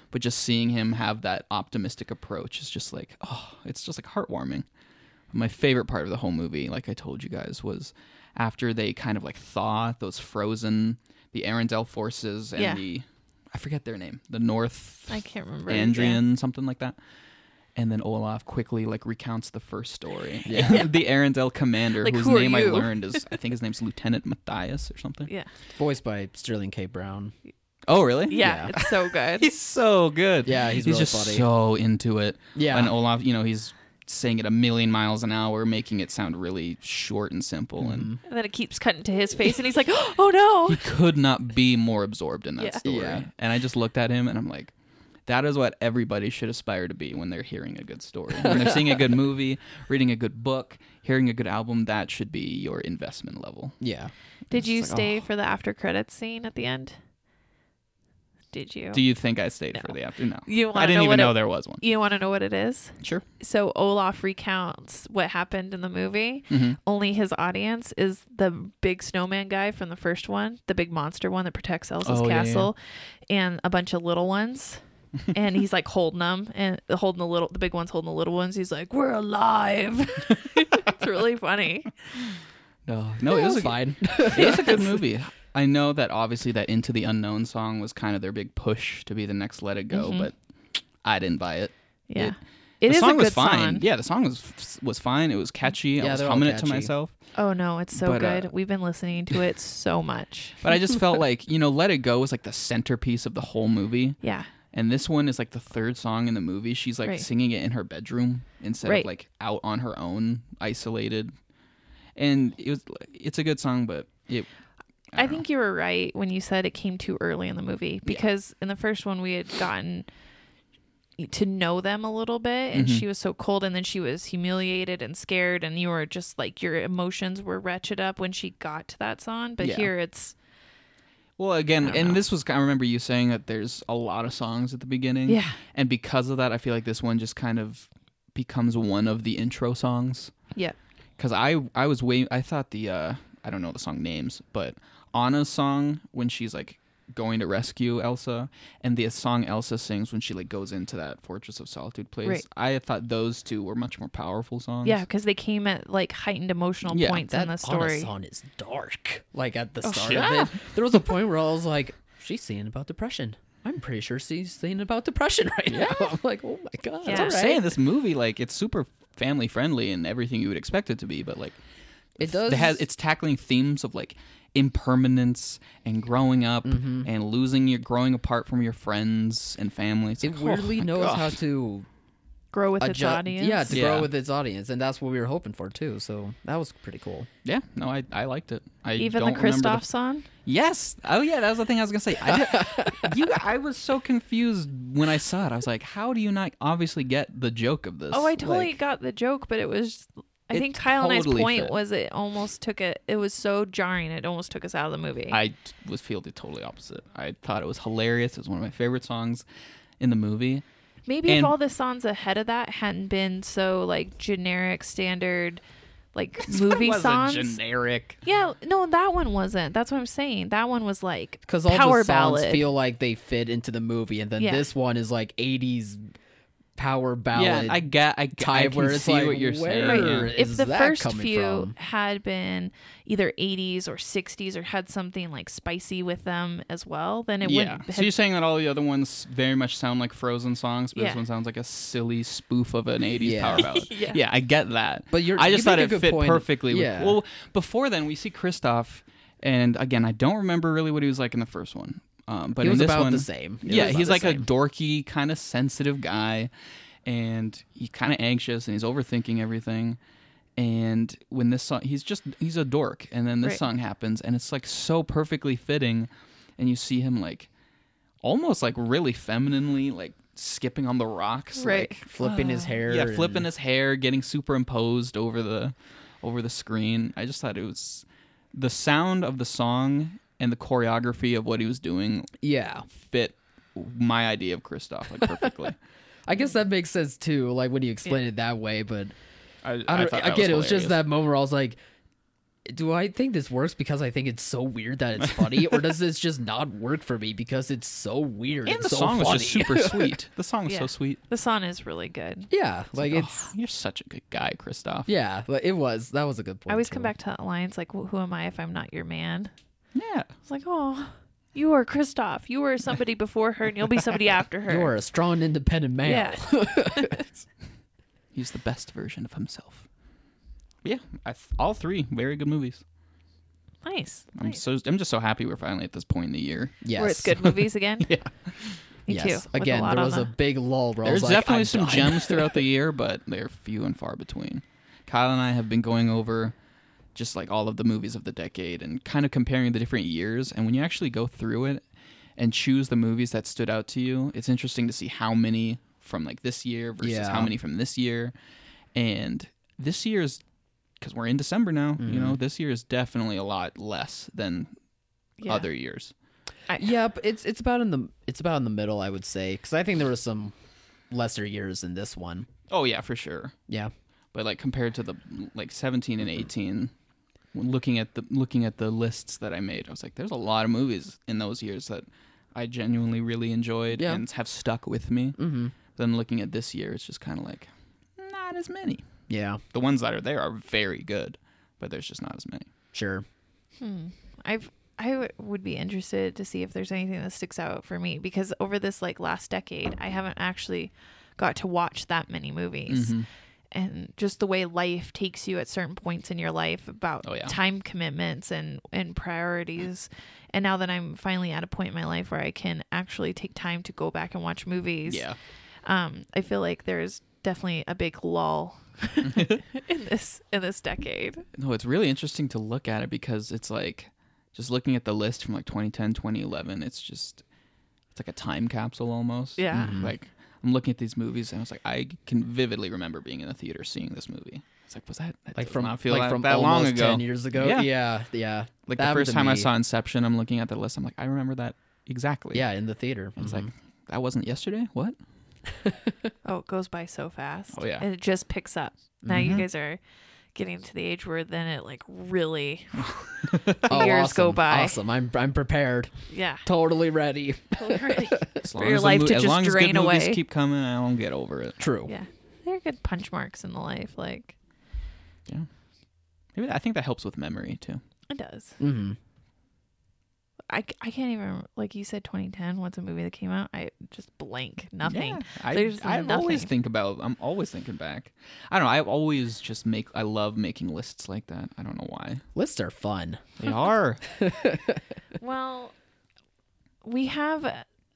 Speaker 4: But just seeing him have that optimistic approach is just like, oh, it's just like heartwarming. my favorite part of the whole movie, like I told you guys, was after they kind of like thaw those frozen the Arendelle forces and
Speaker 2: Yeah.
Speaker 4: the I forget their name, the North
Speaker 2: I can't remember.
Speaker 4: Andrian something like that, and then Olaf quickly like recounts the first story.
Speaker 3: Yeah.
Speaker 4: the Arendelle commander,
Speaker 2: Like,
Speaker 4: whose
Speaker 2: who are
Speaker 4: name I
Speaker 2: you?
Speaker 4: learned is I think his name's Lieutenant Matthias or something.
Speaker 2: Yeah.
Speaker 3: Voiced by Sterling K. Brown.
Speaker 4: Oh, really?
Speaker 2: Yeah, it's so good.
Speaker 4: He's so good.
Speaker 3: Yeah, he's
Speaker 4: he's
Speaker 3: really
Speaker 4: just
Speaker 3: funny.
Speaker 4: so into it.
Speaker 3: Yeah.
Speaker 4: and Olaf, you know, he's saying it a million miles an hour, making it sound really short and simple.
Speaker 3: Mm-hmm.
Speaker 4: And
Speaker 2: and then it keeps cutting to his face and he's like, "Oh no."
Speaker 4: he could not be more absorbed in that
Speaker 2: Yeah.
Speaker 4: story.
Speaker 3: Yeah.
Speaker 4: And I just looked at him and I'm like, that is what everybody should aspire to be when they're hearing a good story. When they're seeing a good movie, reading a good book, hearing a good album, that should be your investment level.
Speaker 3: Yeah.
Speaker 2: Did you
Speaker 3: like,
Speaker 4: "Oh."
Speaker 2: stay for the after credits scene at the end? Did you?
Speaker 4: Do you think I stayed
Speaker 2: No.
Speaker 4: for the afternoon? No.
Speaker 2: You wanna
Speaker 4: I didn't
Speaker 2: know
Speaker 4: even
Speaker 2: what it-
Speaker 4: know there was one.
Speaker 2: you want to know what it is?
Speaker 4: Sure.
Speaker 2: So Olaf recounts what happened in the movie.
Speaker 4: Mhm.
Speaker 2: Only his audience is the big snowman guy from the first one, the big monster one that protects Elsa's
Speaker 4: Oh, yeah, yeah.
Speaker 2: castle, and a bunch of little ones. and he's like holding them and holding the little the big ones holding the little ones. He's like, "We're alive." it's really funny.
Speaker 4: No, no, it was a,
Speaker 3: fine.
Speaker 4: it was a good movie. I know that obviously that Into the Unknown song was kind of their big push to be the next Let It Go, but I didn't buy it.
Speaker 2: Yeah.
Speaker 4: It-
Speaker 2: Mm-hmm. It
Speaker 4: the
Speaker 2: is
Speaker 4: song
Speaker 2: a good
Speaker 4: was fine.
Speaker 2: song.
Speaker 4: Yeah, the song was was fine. It was catchy.
Speaker 3: Yeah,
Speaker 4: I was
Speaker 3: they're all
Speaker 4: humming it to
Speaker 3: catchy.
Speaker 4: myself.
Speaker 2: Oh no, it's so
Speaker 4: But, uh,
Speaker 2: good. We've been listening to it so much.
Speaker 4: But I just felt like, you know, Let It Go was like the centerpiece of the whole movie.
Speaker 2: Yeah.
Speaker 4: And this one is like the third song in the movie. She's like
Speaker 2: Right.
Speaker 4: singing it in her bedroom instead
Speaker 2: Right.
Speaker 4: of like out on her own, isolated. And it was it's a good song, but it
Speaker 2: I, think you were right when you said it came too early in the movie because in the first one we had gotten to know them a little bit and
Speaker 4: Mm-hmm.
Speaker 2: she was so cold and then she was humiliated and scared and you were just like your emotions were wretched up when she got to that song but
Speaker 4: Yeah.
Speaker 2: here it's
Speaker 4: Well, again,
Speaker 2: don't
Speaker 4: and
Speaker 2: know.
Speaker 4: this was, I remember you saying that there's a lot of songs at the beginning.
Speaker 2: Yeah.
Speaker 4: And because of that, I feel like this one just kind of becomes one of the intro songs.
Speaker 2: yeah
Speaker 4: Because I, I was way, I thought the, uh, I don't know the song names, but Anna's song when she's like going to rescue Elsa and the song Elsa sings when she like goes into that Fortress of Solitude place.
Speaker 2: Right.
Speaker 4: I thought those two were much more powerful songs.
Speaker 2: yeah because they came at like heightened emotional
Speaker 4: Yeah,
Speaker 2: points
Speaker 3: that
Speaker 2: in the
Speaker 3: Anna
Speaker 2: story Oh,
Speaker 3: song is dark. Like at the start
Speaker 2: yeah.
Speaker 3: of it, there was a point where I was like, "She's singing about depression." I'm pretty sure she's singing about depression right now. I'm like, "Oh my god!"
Speaker 2: Yeah. That's what
Speaker 3: it's
Speaker 4: I'm
Speaker 3: all
Speaker 4: saying
Speaker 3: right.
Speaker 4: this movie, like, it's super family friendly and everything you would expect it to be, but like,
Speaker 3: It does.
Speaker 4: It has it's tackling themes of like impermanence and growing up
Speaker 2: Mm-hmm.
Speaker 4: and losing your growing apart from your friends and family. It's
Speaker 3: it
Speaker 4: like, oh
Speaker 3: weirdly
Speaker 4: my
Speaker 3: knows
Speaker 4: God.
Speaker 3: how to
Speaker 2: grow with its
Speaker 3: adju-
Speaker 2: audience
Speaker 3: Yeah, to
Speaker 4: Yeah.
Speaker 3: grow with its audience, and that's what we were hoping for too. So that was pretty cool.
Speaker 4: Yeah, no, I, I liked it. I
Speaker 2: even the
Speaker 4: don't remember
Speaker 2: Kristoff song
Speaker 4: yes. Oh yeah, that was the thing I was gonna say. I, did, you, I was so confused when I saw it. I was like, how do you not obviously get the joke of this?
Speaker 2: Oh, I totally
Speaker 4: Like,
Speaker 2: got the joke, but it was. I
Speaker 4: It
Speaker 2: think Kyle and I's
Speaker 4: totally
Speaker 2: point
Speaker 4: fit.
Speaker 2: was it almost took it. It was so jarring, it almost took us out of the movie.
Speaker 4: I t- was feel the totally opposite. I thought it was hilarious. It was one of my favorite songs in the movie.
Speaker 2: Maybe if
Speaker 4: and-
Speaker 2: all the songs ahead of that hadn't been so like generic, standard, like movie
Speaker 4: was
Speaker 2: songs.
Speaker 4: generic.
Speaker 2: yeah, no, that one wasn't. That's what I'm saying. That one was like
Speaker 3: Because all
Speaker 2: power
Speaker 3: the songs
Speaker 2: ballad.
Speaker 3: feel like they fit into the movie, and then
Speaker 2: Yeah.
Speaker 3: this one is like '80s power ballad.
Speaker 4: Yeah, I get. I, get- I
Speaker 3: type
Speaker 4: can
Speaker 3: where it's
Speaker 4: see
Speaker 3: like,
Speaker 4: what you're
Speaker 3: where
Speaker 4: saying. yeah.
Speaker 3: is
Speaker 2: if the
Speaker 3: that
Speaker 2: first
Speaker 3: coming
Speaker 2: few
Speaker 3: from?
Speaker 2: had been either 80s or 60s or had something like spicy with them as well, then it
Speaker 4: Yeah.
Speaker 2: would.
Speaker 4: So you're saying that all the other ones very much sound like Frozen songs, but
Speaker 2: Yeah.
Speaker 4: this one sounds like a silly spoof of an 80s
Speaker 3: Yeah.
Speaker 4: power ballad.
Speaker 2: Yeah.
Speaker 4: I get that.
Speaker 3: But you're-
Speaker 4: I
Speaker 3: you
Speaker 4: just thought
Speaker 3: make a
Speaker 4: it
Speaker 3: good
Speaker 4: fit
Speaker 3: point.
Speaker 4: perfectly. with-
Speaker 3: Yeah.
Speaker 4: well, before then, we see Kristoff, and again, I don't remember really what he was like in the first one. Um, but
Speaker 3: He
Speaker 4: in
Speaker 3: was
Speaker 4: this
Speaker 3: about
Speaker 4: one,
Speaker 3: the same. It
Speaker 4: yeah,
Speaker 3: was about
Speaker 4: he's
Speaker 3: the
Speaker 4: like a
Speaker 3: same.
Speaker 4: dorky, kind of sensitive guy, and he's kind of anxious and he's overthinking everything. And when this song, he's just he's a dork, and then this
Speaker 2: Right.
Speaker 4: song happens, and it's like so perfectly fitting, and you see him like almost like really femininely like skipping on the rocks,
Speaker 2: Right.
Speaker 4: Like,
Speaker 3: flipping his hair.
Speaker 4: yeah,
Speaker 3: and-
Speaker 4: flipping his hair, getting superimposed over the over the screen. I just thought it was the sound of the song and the choreography of what he was doing
Speaker 3: Yeah,
Speaker 4: fit my idea of Kristoff like perfectly.
Speaker 3: I guess that makes sense too. Like when you explain it that way, but
Speaker 4: I,
Speaker 3: I don't,
Speaker 4: thought that
Speaker 3: again, it was just
Speaker 4: hilarious.
Speaker 3: that moment where I was like, do I think this works because I think it's so weird that it's funny, or does this just not work for me because it's so weird?
Speaker 4: And the
Speaker 3: so
Speaker 4: song was just
Speaker 3: funny?
Speaker 4: super sweet. The song was
Speaker 2: Yeah.
Speaker 4: so sweet.
Speaker 2: the song is really good.
Speaker 3: yeah, like it's
Speaker 4: Oh, you're such a good guy, Kristoff.
Speaker 3: yeah, like it was. That was a good point.
Speaker 2: I always come
Speaker 3: too.
Speaker 2: back to that line. It's like, "Wh- who am I if I'm not your man?
Speaker 4: Yeah.
Speaker 2: It's like, oh, you are Kristoff. You were somebody before her, and you'll be somebody after her.
Speaker 3: You are a strong, independent man.
Speaker 2: yeah.
Speaker 4: He's the best version of himself. But yeah, I th- all three very good movies.
Speaker 2: Nice.
Speaker 4: I'm
Speaker 2: nice.
Speaker 4: so I'm just so happy we're finally at this point in the year.
Speaker 3: Yes.
Speaker 2: Where it's good movies again.
Speaker 4: Yeah.
Speaker 2: Me
Speaker 3: yes.
Speaker 2: too. with
Speaker 3: Again,
Speaker 2: lot
Speaker 3: there
Speaker 2: on
Speaker 3: was a
Speaker 2: the-
Speaker 3: big lull. Where I was
Speaker 4: There's
Speaker 3: like,
Speaker 4: definitely
Speaker 3: I'm
Speaker 4: some
Speaker 3: done.
Speaker 4: gems throughout the year, but they're few and far between. Kyle and I have been going over just like all of the movies of the decade and kind of comparing the different years. And when you actually go through it and choose the movies that stood out to you, it's interesting to see how many from like this year versus
Speaker 3: Yeah.
Speaker 4: how many from this year. And this year's, because we're in December now, you
Speaker 3: Mm-hmm.
Speaker 4: know, this year is definitely a lot less than
Speaker 2: yeah.
Speaker 4: other years.
Speaker 3: Yep, it's it's about in the it's about in the middle, I would say, because I think there was some lesser years in this one.
Speaker 4: Oh, yeah, for sure.
Speaker 3: Yeah,
Speaker 4: but like compared to the like 17 and 18 when looking at the looking at the lists that i made i was like there's a lot of movies in those years that i genuinely really enjoyed
Speaker 3: Yeah.
Speaker 4: and have stuck with me mm-hmm. then looking at this year it's just kind of like not as many
Speaker 3: yeah,
Speaker 4: the ones that are there are very good but there's just not as many
Speaker 3: sure.
Speaker 2: I've I w- would be interested to see if there's anything that sticks out for me because over this like last decade, I haven't actually got to watch that many movies.
Speaker 3: Mm-hmm.
Speaker 2: And just the way life takes you at certain points in your life about
Speaker 4: Oh, yeah.
Speaker 2: time commitments and and priorities. And now that I'm finally at a point in my life where I can actually take time to go back and watch movies, um, I feel like there's definitely a big lull in this in this decade.
Speaker 4: no it's really interesting to look at it because it's like just looking at the list from like 2010 2011 it's just it's like a time capsule almost
Speaker 2: Yeah.
Speaker 3: Mm-hmm.
Speaker 2: Mhm.
Speaker 4: like i'm looking at these movies and i was like i can vividly remember being in the theater seeing this movie it's like was that, that
Speaker 3: Like
Speaker 4: does
Speaker 3: from
Speaker 4: not feel
Speaker 3: like
Speaker 4: that,
Speaker 3: from
Speaker 4: that long
Speaker 3: almost
Speaker 4: ago
Speaker 3: ten years ago.
Speaker 4: Yeah.
Speaker 3: Yeah, yeah. yeah. That
Speaker 4: like the
Speaker 3: happened
Speaker 4: first
Speaker 3: to
Speaker 4: time i
Speaker 3: me.
Speaker 4: saw inception i'm looking at the list i'm like i remember that exactly
Speaker 3: Yeah, Mm-hmm. in the theater.
Speaker 4: it's like that wasn't yesterday what
Speaker 2: Oh, it goes by so fast.
Speaker 4: Oh, yeah. Mm-hmm.
Speaker 2: And it just picks up. Now you guys are getting to the age where then it like really
Speaker 3: oh,
Speaker 2: years
Speaker 3: awesome,
Speaker 2: go by.
Speaker 3: Awesome. I'm I'm prepared.
Speaker 2: yeah.
Speaker 3: Totally ready.
Speaker 4: as
Speaker 2: your
Speaker 4: the
Speaker 2: life to
Speaker 4: as
Speaker 2: just
Speaker 4: long as good
Speaker 2: drain
Speaker 4: movies
Speaker 2: away.
Speaker 4: keep coming i don't get over it
Speaker 3: True.
Speaker 2: Yeah. They're good punch marks in the life, like
Speaker 4: maybe that, i think that helps with memory too
Speaker 2: it does.
Speaker 3: hmm
Speaker 2: I, c- I can't even like you said 2010 what's a movie that came out I just blank nothing
Speaker 4: Yeah, I,
Speaker 2: There's
Speaker 4: I always
Speaker 2: nothing.
Speaker 4: think about. I'm always thinking back. I don't know. I always just make. I love making lists like that. I don't know why.
Speaker 3: Lists are fun.
Speaker 4: They are.
Speaker 2: well we have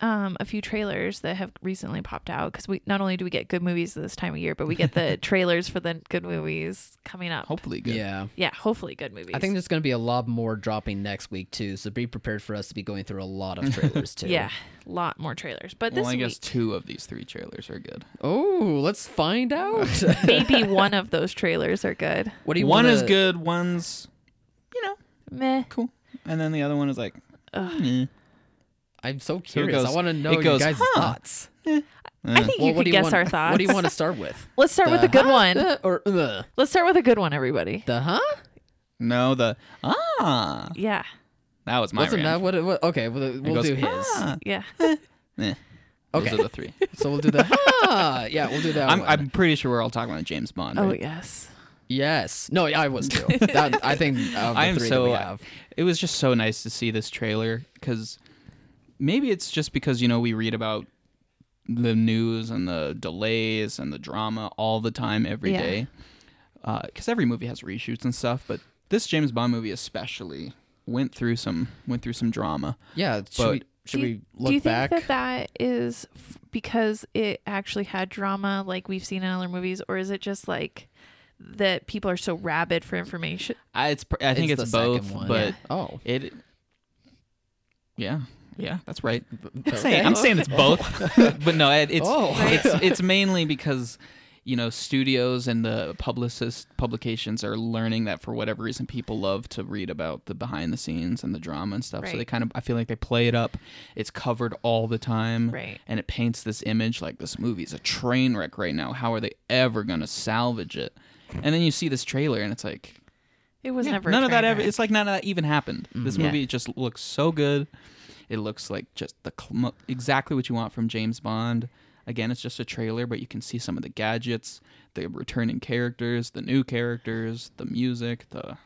Speaker 2: um, a few trailers that have recently popped out because we not only do we get good movies this time of year but we get the trailers for the good movies coming up
Speaker 4: Hopefully good.
Speaker 3: Yeah.
Speaker 2: yeah hopefully good movies
Speaker 3: I think there's going to be a lot more dropping next week too, so be prepared for us to be going through a lot of trailers too.
Speaker 2: yeah a lot more trailers but this
Speaker 4: Well, I guess
Speaker 2: week
Speaker 4: two of these three trailers are good.
Speaker 3: Oh, let's find out.
Speaker 2: maybe one of those trailers are good.
Speaker 3: what do you
Speaker 4: one
Speaker 3: wanna...
Speaker 4: is good. One's you know
Speaker 2: Meh.
Speaker 4: cool, and then the other one is like. meh.
Speaker 3: I'm so curious. I
Speaker 4: goes-
Speaker 3: want to know
Speaker 4: it
Speaker 3: your
Speaker 4: goes,
Speaker 3: guys'
Speaker 4: huh.
Speaker 3: thoughts.
Speaker 2: I think you
Speaker 3: Eh. what
Speaker 2: could
Speaker 3: do
Speaker 2: guess
Speaker 3: want,
Speaker 2: our thoughts.
Speaker 3: What do you want to start with?
Speaker 2: Let's start with a
Speaker 3: The
Speaker 2: good
Speaker 3: huh,
Speaker 2: one.
Speaker 3: uh, or uh,
Speaker 2: Let's start with a good one, everybody.
Speaker 3: the huh?
Speaker 4: No, the ah.
Speaker 2: Yeah.
Speaker 4: That was my.
Speaker 3: What's
Speaker 4: rant.
Speaker 3: enough? What, what? Okay, we'll, we'll
Speaker 4: goes,
Speaker 3: do his.
Speaker 4: Ah.
Speaker 2: Yeah.
Speaker 4: Eh.
Speaker 3: Okay.
Speaker 4: Those are the three.
Speaker 3: So we'll do the huh. Yeah, we'll do that
Speaker 4: I'm,
Speaker 3: one.
Speaker 4: I'm pretty sure we're all talking about James Bond.
Speaker 2: Oh
Speaker 4: right?
Speaker 2: yes.
Speaker 3: Yes. No, yeah, I was too. That, I think of the
Speaker 4: I am
Speaker 3: three
Speaker 4: so. uh,
Speaker 3: that we have.
Speaker 4: It was just so nice to see this trailer because maybe it's just because you know we read about the news and the delays and the drama all the time every
Speaker 2: Yeah.
Speaker 4: day. Because every movie has reshoots and stuff, but this James Bond movie especially went through some went through some drama.
Speaker 3: Yeah, should,
Speaker 4: But-
Speaker 3: we, should
Speaker 2: do, you-
Speaker 3: we
Speaker 2: do you think
Speaker 3: look back?
Speaker 2: that that is f- because it actually had drama like we've seen in other movies, or is it just like that people are so rabid for information?
Speaker 4: I, it's pr- I think it's,
Speaker 3: the second
Speaker 4: both,
Speaker 3: one.
Speaker 4: but
Speaker 3: oh,
Speaker 4: it. Yeah, yeah, that's right.
Speaker 3: okay.
Speaker 4: saying- I'm saying it's both, but no, it, it's
Speaker 3: Oh.
Speaker 4: it's it's mainly because you know studios and the publicist publications are learning that for whatever reason people love to read about the behind the scenes and the drama and stuff. So they
Speaker 2: Right.
Speaker 4: kind of I feel like they play it up. It's covered all the time,
Speaker 2: Right.
Speaker 4: And it paints this image like this movie's a train wreck right now. How are they ever gonna salvage it? And then you see this trailer and it's like
Speaker 2: It was
Speaker 4: yeah,
Speaker 2: never a
Speaker 4: none of that
Speaker 2: train
Speaker 4: ever.
Speaker 2: wreck.
Speaker 4: It's like none of that even happened. This
Speaker 2: Yeah.
Speaker 4: movie just looks so good. It looks like just the cl- exactly what you want from James Bond. Again, it's just a trailer, but you can see some of the gadgets, the returning characters, the new characters, the music, the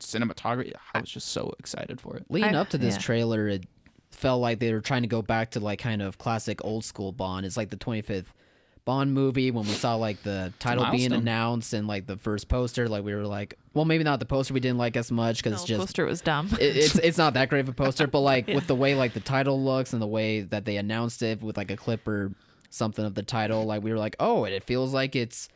Speaker 4: cinematography. I was just so excited for it.
Speaker 3: leading
Speaker 2: I-
Speaker 3: up to this
Speaker 2: yeah.
Speaker 3: trailer, it felt like they were trying to go back to like kind of classic old school Bond. It's like the 25th Bond movie when we saw like the title being
Speaker 4: milestone.
Speaker 3: announced and like the first poster, like we were like, well, maybe not the poster we didn't like as much because
Speaker 2: No,
Speaker 3: it's
Speaker 2: the
Speaker 3: just
Speaker 2: poster was dumb.
Speaker 3: it, it's it's not that great of a poster, but like with the way like the title looks and the way that they announced it with like a clip or something of the title, like we were like, oh, and it feels like it's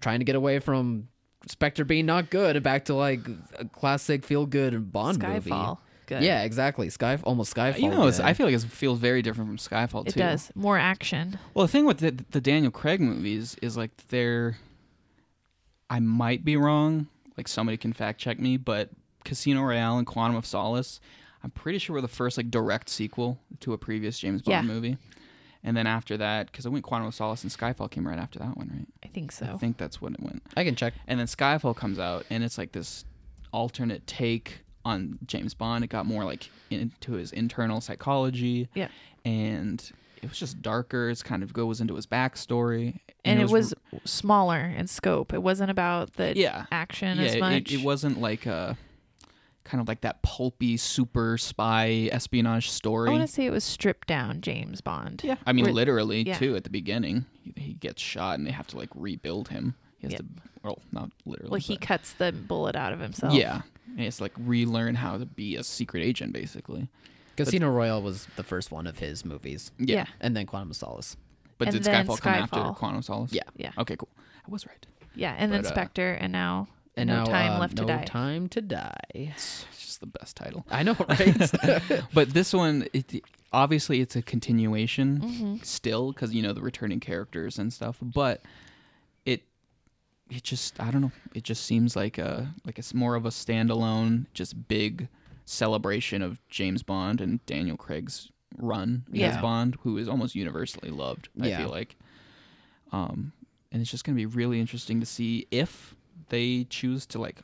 Speaker 3: trying to get away from Spectre being not good and back to like a classic feel good Bond
Speaker 2: Skyfall.
Speaker 3: movie.
Speaker 2: Good.
Speaker 3: Yeah, exactly. Sky almost Skyfall.
Speaker 4: You know, it's,
Speaker 3: good.
Speaker 4: I feel like it feels very different from Skyfall.
Speaker 2: It
Speaker 4: too.
Speaker 2: does. More action.
Speaker 4: Well, the thing with the, the Daniel Craig movies is like they're. I might be wrong. Like somebody can fact check me, but Casino Royale and Quantum of Solace, I'm pretty sure were the first like direct sequel to a previous James Bond
Speaker 2: Yeah.
Speaker 4: movie. And then after that, because I went Quantum of Solace and Skyfall came right after that one, right?
Speaker 2: I think
Speaker 4: I
Speaker 2: so.
Speaker 4: think that's when it went.
Speaker 3: I can check.
Speaker 4: And then Skyfall comes out, and it's like this alternate take on James Bond. It got more like into his internal psychology
Speaker 2: Yeah.
Speaker 4: and it was just darker. It's kind of goes into his backstory,
Speaker 2: And, it was, smaller in scope. It wasn't about the
Speaker 4: yeah,
Speaker 2: action
Speaker 4: yeah.
Speaker 2: as
Speaker 4: it-
Speaker 2: much.
Speaker 4: It, it wasn't like a kind of like that pulpy super spy espionage
Speaker 2: I
Speaker 4: story.
Speaker 2: want to say it was stripped down James Bond.
Speaker 4: yeah, I mean
Speaker 2: Where-
Speaker 4: literally
Speaker 2: yeah.
Speaker 4: too. At the beginning, he, he gets shot, and they have to like rebuild him. He has
Speaker 2: Yeah.
Speaker 4: to, well, not literally.
Speaker 2: Well, he
Speaker 4: but-
Speaker 2: cuts the bullet out of himself.
Speaker 4: yeah, and it's like relearn how to be a secret agent, basically.
Speaker 3: Casino Royale was the first one of his movies,
Speaker 4: Yeah,
Speaker 2: Yeah.
Speaker 3: and then Quantum of Solace.
Speaker 4: but
Speaker 2: And
Speaker 4: did
Speaker 2: then
Speaker 4: Skyfall, come after
Speaker 2: Skyfall.
Speaker 4: Quantum Solace?
Speaker 3: Yeah.
Speaker 2: Yeah.
Speaker 4: Okay, cool. I was right.
Speaker 2: Yeah. And then
Speaker 4: But, uh,
Speaker 2: Spectre, and now
Speaker 3: And
Speaker 2: No
Speaker 3: now,
Speaker 2: Time
Speaker 3: um,
Speaker 2: Left to
Speaker 3: no
Speaker 2: Die.
Speaker 3: Time to die.
Speaker 4: It's just the best title.
Speaker 3: I know, right?
Speaker 4: But this one, it, obviously, it's a continuation
Speaker 2: Mm-hmm.
Speaker 4: still because you know the returning characters and stuff. But it, it just I don't know. It just seems like a like it's more of a standalone, just big celebration of James Bond and Daniel Craig's run as
Speaker 2: Yeah.
Speaker 4: Bond, who is almost universally loved. I
Speaker 3: Yeah.
Speaker 4: feel like, um, and it's just gonna be really interesting to see if they choose to like